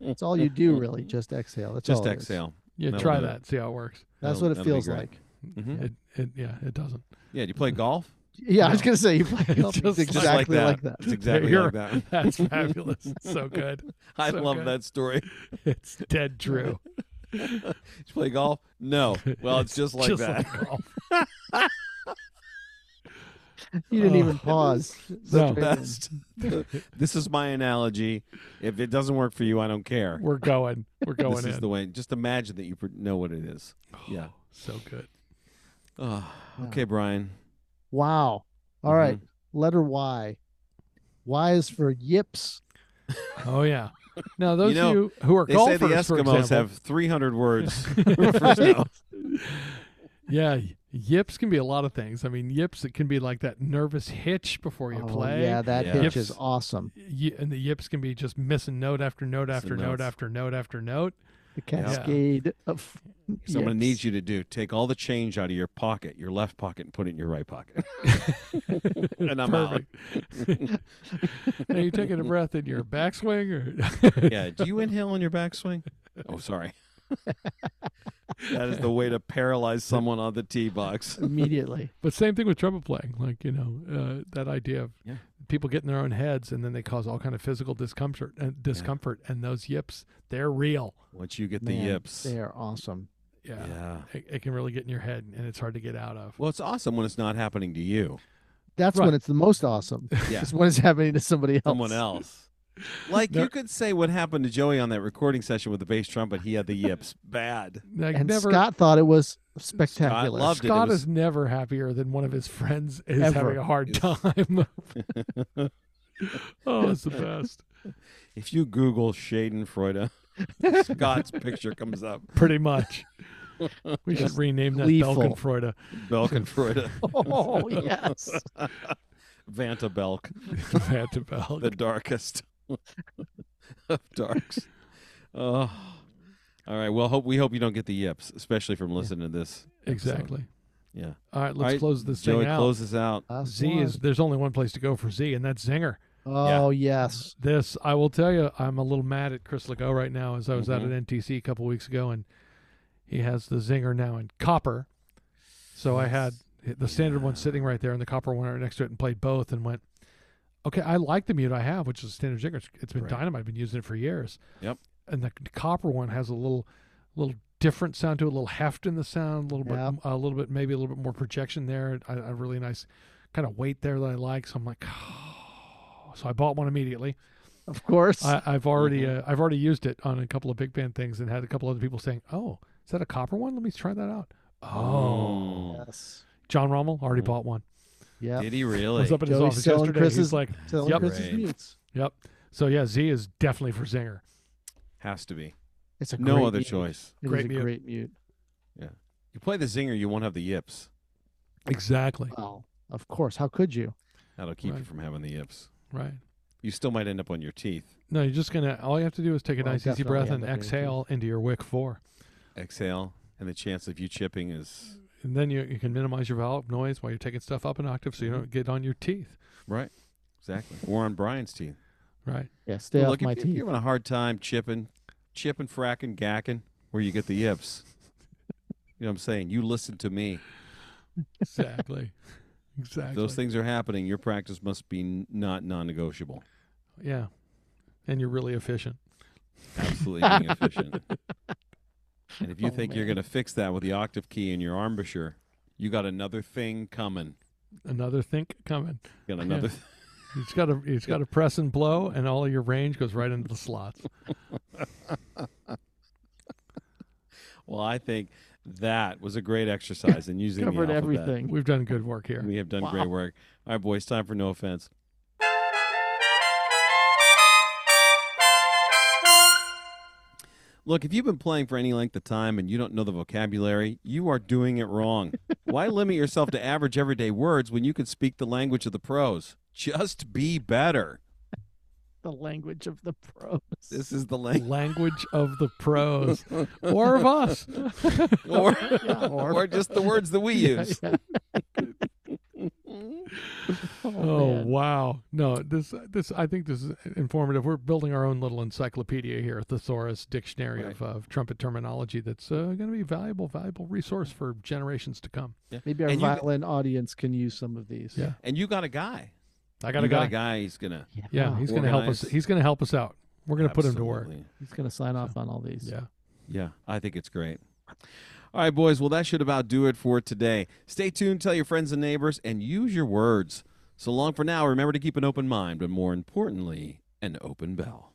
[SPEAKER 2] That's all you do really. Just exhale. That's
[SPEAKER 1] Just
[SPEAKER 2] all it is.
[SPEAKER 1] exhale.
[SPEAKER 3] Yeah,
[SPEAKER 1] That'll
[SPEAKER 3] try
[SPEAKER 1] do it.
[SPEAKER 3] that. See how it works.
[SPEAKER 2] That's
[SPEAKER 1] That'll-
[SPEAKER 2] what it
[SPEAKER 1] that'll be
[SPEAKER 2] feels
[SPEAKER 1] great.
[SPEAKER 2] like.
[SPEAKER 1] Mhm.
[SPEAKER 3] It, it, yeah, it doesn't.
[SPEAKER 1] Yeah, do you play golf?
[SPEAKER 2] Yeah, I was
[SPEAKER 3] No.
[SPEAKER 2] gonna say you play
[SPEAKER 3] It's
[SPEAKER 2] golf. It's
[SPEAKER 3] just like
[SPEAKER 2] exactly
[SPEAKER 1] that.
[SPEAKER 2] like that.
[SPEAKER 1] It's exactly
[SPEAKER 3] You're-
[SPEAKER 1] like that.
[SPEAKER 3] That's fabulous. It's so good.
[SPEAKER 1] I
[SPEAKER 3] so
[SPEAKER 1] love
[SPEAKER 3] good.
[SPEAKER 1] that story.
[SPEAKER 3] It's dead true.
[SPEAKER 1] Did you play golf? No. Well, it's just like that.
[SPEAKER 3] golf.
[SPEAKER 2] You didn't
[SPEAKER 3] Oh.
[SPEAKER 2] even pause.
[SPEAKER 3] No.
[SPEAKER 2] Straight in.
[SPEAKER 1] That's- this is my analogy. If it doesn't work for you, I don't care.
[SPEAKER 3] We're going. We're going
[SPEAKER 1] this
[SPEAKER 3] in.
[SPEAKER 1] is the way. Just imagine that you pr- know what it is. Yeah.
[SPEAKER 3] So good.
[SPEAKER 1] Oh,
[SPEAKER 2] Yeah.
[SPEAKER 1] okay, Brian.
[SPEAKER 2] Wow. All
[SPEAKER 1] Mhm.
[SPEAKER 2] right. Letter Y. Y is for yips.
[SPEAKER 3] Oh yeah. Now those
[SPEAKER 1] You know,
[SPEAKER 3] of you who are
[SPEAKER 1] They say
[SPEAKER 3] golfers,
[SPEAKER 1] the
[SPEAKER 3] for
[SPEAKER 1] Eskimos
[SPEAKER 3] example,
[SPEAKER 1] have 300 words.
[SPEAKER 2] Right?
[SPEAKER 1] now.
[SPEAKER 3] yeah, yips can be a lot of things. I mean, yips it can be like that nervous hitch before you
[SPEAKER 2] Oh,
[SPEAKER 3] play.
[SPEAKER 2] Yeah, that
[SPEAKER 1] Yeah.
[SPEAKER 2] hitch
[SPEAKER 3] Yips.
[SPEAKER 2] is awesome.
[SPEAKER 3] Y- and the yips can be just missing note after note
[SPEAKER 1] Missing
[SPEAKER 3] after note
[SPEAKER 1] notes.
[SPEAKER 3] after note after note.
[SPEAKER 2] The
[SPEAKER 1] Yeah.
[SPEAKER 2] cascade of
[SPEAKER 1] So I'm going
[SPEAKER 2] yips.
[SPEAKER 1] to need you to do take all the change out of your pocket, your left pocket, and put it in your right pocket. and I'm out.
[SPEAKER 3] Perfect. now you taking a breath in your backswing, or
[SPEAKER 1] Yeah. Do you inhale on your backswing? Oh, sorry. that is the way to paralyze someone on the tee box.
[SPEAKER 2] immediately.
[SPEAKER 3] but same thing with trumpet playing. Like you know uh, that idea of
[SPEAKER 1] Yeah.
[SPEAKER 3] people get in their own heads, and then they cause all kind of physical discomfort and discomfort. And those yips, they're real.
[SPEAKER 1] Once you get
[SPEAKER 2] Man,
[SPEAKER 1] the yips.
[SPEAKER 2] They are awesome.
[SPEAKER 3] yeah,
[SPEAKER 1] yeah.
[SPEAKER 3] It, it can really get in your head and it's hard to get out of
[SPEAKER 1] Well, it's awesome when it's not happening to you.
[SPEAKER 2] That's
[SPEAKER 3] Right.
[SPEAKER 2] when it's the most awesome.
[SPEAKER 1] Yeah.
[SPEAKER 2] It's when it's happening to somebody else.
[SPEAKER 1] Someone else. Like
[SPEAKER 3] No.
[SPEAKER 1] you could say what happened to Joey on that recording session with the bass trumpet. He had the yips bad.
[SPEAKER 3] like
[SPEAKER 2] And
[SPEAKER 3] never
[SPEAKER 2] Scott thought it was spectacular.
[SPEAKER 1] loved it. It
[SPEAKER 3] Scott
[SPEAKER 1] was-
[SPEAKER 3] is never happier than one of his friends is
[SPEAKER 2] Ever.
[SPEAKER 3] having a hard time oh it's the best
[SPEAKER 1] If you Google Schadenfreude, Scott's picture comes up.
[SPEAKER 3] pretty much we should rename that
[SPEAKER 2] gleeful.
[SPEAKER 3] Belkenfreude.
[SPEAKER 1] Belkenfreude,
[SPEAKER 2] oh yes.
[SPEAKER 1] Vanta Belk,
[SPEAKER 3] Vantabelk.
[SPEAKER 1] the darkest. of darks. Oh. All right. Well, hope we hope you don't get the yips, especially from listening to this. episode.
[SPEAKER 3] Exactly.
[SPEAKER 1] Yeah.
[SPEAKER 3] All right,
[SPEAKER 1] All
[SPEAKER 3] let's
[SPEAKER 1] right,
[SPEAKER 3] close this
[SPEAKER 1] Joey,
[SPEAKER 3] thing out.
[SPEAKER 1] close this out.
[SPEAKER 2] Last
[SPEAKER 3] Z
[SPEAKER 2] one.
[SPEAKER 3] is there's only one place to go for Z, and that's Zinger.
[SPEAKER 2] Oh yes.
[SPEAKER 3] This I will tell you, I'm a little mad at Chris Legault right now, as I was
[SPEAKER 1] Mhm.
[SPEAKER 3] out at NTC a couple weeks ago, and he has the Zinger now in copper. So I had the standard one sitting right there, and the copper one right next to it, and played both, and went, okay, I like the mute I have, which is standard Zinger. It's, it's been
[SPEAKER 1] Right.
[SPEAKER 3] dynamite. I've been using it for years.
[SPEAKER 1] Yep.
[SPEAKER 3] And the copper one has a little, little different sound to it, a little heft in the sound, a little
[SPEAKER 2] Yep.
[SPEAKER 3] bit, a little bit, maybe a little bit more projection there. A, a really nice kind of weight there that I like. So I'm like, so I bought one immediately.
[SPEAKER 2] Of course.
[SPEAKER 3] I, I've already
[SPEAKER 1] Mm-hmm.
[SPEAKER 3] uh, I've already used it on a couple of big band things and had a couple other people saying, "Oh, is that a copper one? Let me try that out." Oh,
[SPEAKER 2] yes.
[SPEAKER 3] John Rommel already bought one.
[SPEAKER 2] Yeah.
[SPEAKER 1] Mm. Did he Mm. really?
[SPEAKER 3] I was up at his
[SPEAKER 2] Joey's
[SPEAKER 3] office
[SPEAKER 2] selling
[SPEAKER 3] yesterday.
[SPEAKER 2] Chris's-
[SPEAKER 3] He's like,
[SPEAKER 2] Telling
[SPEAKER 3] Yep.
[SPEAKER 2] Chris's
[SPEAKER 1] Right.
[SPEAKER 2] mutes.
[SPEAKER 3] "Yep." So yeah, Z is definitely for Zinger.
[SPEAKER 1] Has to be.
[SPEAKER 2] It's a
[SPEAKER 1] No
[SPEAKER 2] great
[SPEAKER 1] other
[SPEAKER 2] mute.
[SPEAKER 1] choice.
[SPEAKER 2] It is
[SPEAKER 3] Great
[SPEAKER 2] a
[SPEAKER 3] mute.
[SPEAKER 2] great mute.
[SPEAKER 1] You play the zinger, you won't have the yips.
[SPEAKER 3] Exactly.
[SPEAKER 2] Well, of course. How could you?
[SPEAKER 1] That'll keep you
[SPEAKER 3] Right.
[SPEAKER 1] from having the yips.
[SPEAKER 3] Right.
[SPEAKER 1] You still might end up on your teeth.
[SPEAKER 3] No, you're just gonna. All you have to do is take a
[SPEAKER 2] Well,
[SPEAKER 3] nice easy
[SPEAKER 2] definitely
[SPEAKER 3] breath
[SPEAKER 2] end
[SPEAKER 3] and
[SPEAKER 2] up in your teeth.
[SPEAKER 3] exhale into your wick four,
[SPEAKER 1] Exhale, and the chance of you chipping is
[SPEAKER 3] and then you, you can minimize your valve noise while you're taking stuff up an octave,
[SPEAKER 1] Mm-hmm.
[SPEAKER 3] so you don't get on your teeth.
[SPEAKER 1] right. Exactly. Or on Brian's teeth.
[SPEAKER 3] Right.
[SPEAKER 2] Yeah. Stay
[SPEAKER 1] Well,
[SPEAKER 2] off
[SPEAKER 1] look,
[SPEAKER 2] my
[SPEAKER 1] if, you- if
[SPEAKER 2] teeth.
[SPEAKER 1] you're having a hard time chipping, chipping, fracking, gacking, where you get the yips. you know what I'm saying? You listen to me.
[SPEAKER 3] Exactly. exactly.
[SPEAKER 1] Those things are happening. Your practice must be n- not non-negotiable.
[SPEAKER 3] Yeah. And you're really efficient.
[SPEAKER 1] Absolutely being efficient. And if you
[SPEAKER 2] Oh,
[SPEAKER 1] think you're
[SPEAKER 2] man.
[SPEAKER 1] going to fix that with the octave key in your embouchure, you got another thing coming.
[SPEAKER 3] Another think coming.
[SPEAKER 1] You got another.
[SPEAKER 3] You just gotta you just gotta press and blow and all your range goes right into the slots.
[SPEAKER 1] Well, I think that was a great exercise in using
[SPEAKER 2] Covered
[SPEAKER 1] the alphabet.
[SPEAKER 2] everything.
[SPEAKER 3] We've done good work here.
[SPEAKER 1] We have done great work. All right, boys, time for no offense. Look, if you've been playing for any length of time and you don't know the vocabulary, you are doing it wrong. Why limit yourself to average everyday words when you can speak the language of the pros? Just be better.
[SPEAKER 2] The language of the pros.
[SPEAKER 1] This is the language.
[SPEAKER 3] Language of the pros or of us.
[SPEAKER 1] Or,
[SPEAKER 2] Yeah,
[SPEAKER 1] or,
[SPEAKER 2] or-
[SPEAKER 1] just the words that we
[SPEAKER 2] Yeah,
[SPEAKER 1] use.
[SPEAKER 2] yeah.
[SPEAKER 3] Oh
[SPEAKER 2] man.
[SPEAKER 3] wow. No, this this I think this is informative. We're building our own little encyclopedia here, thesaurus dictionary of, of trumpet terminology that's uh, going to be valuable valuable resource for generations to come.
[SPEAKER 2] Maybe our
[SPEAKER 1] And you-
[SPEAKER 2] violin audience can use some of these.
[SPEAKER 3] Yeah.
[SPEAKER 1] And you got a guy.
[SPEAKER 3] I got
[SPEAKER 1] you
[SPEAKER 3] a guy.
[SPEAKER 1] got a guy who's going to.
[SPEAKER 3] Yeah, he's going to help us
[SPEAKER 1] Organize.
[SPEAKER 3] he's going to help us out. We're going to put him to work.
[SPEAKER 2] He's going to sign off on all these.
[SPEAKER 3] Yeah.
[SPEAKER 1] Yeah, I think it's great. All right, boys. Well, that should about do it for today. Stay tuned, tell your friends and neighbors, and use your words. So long for now. Remember to keep an open mind, but more importantly, an open bell.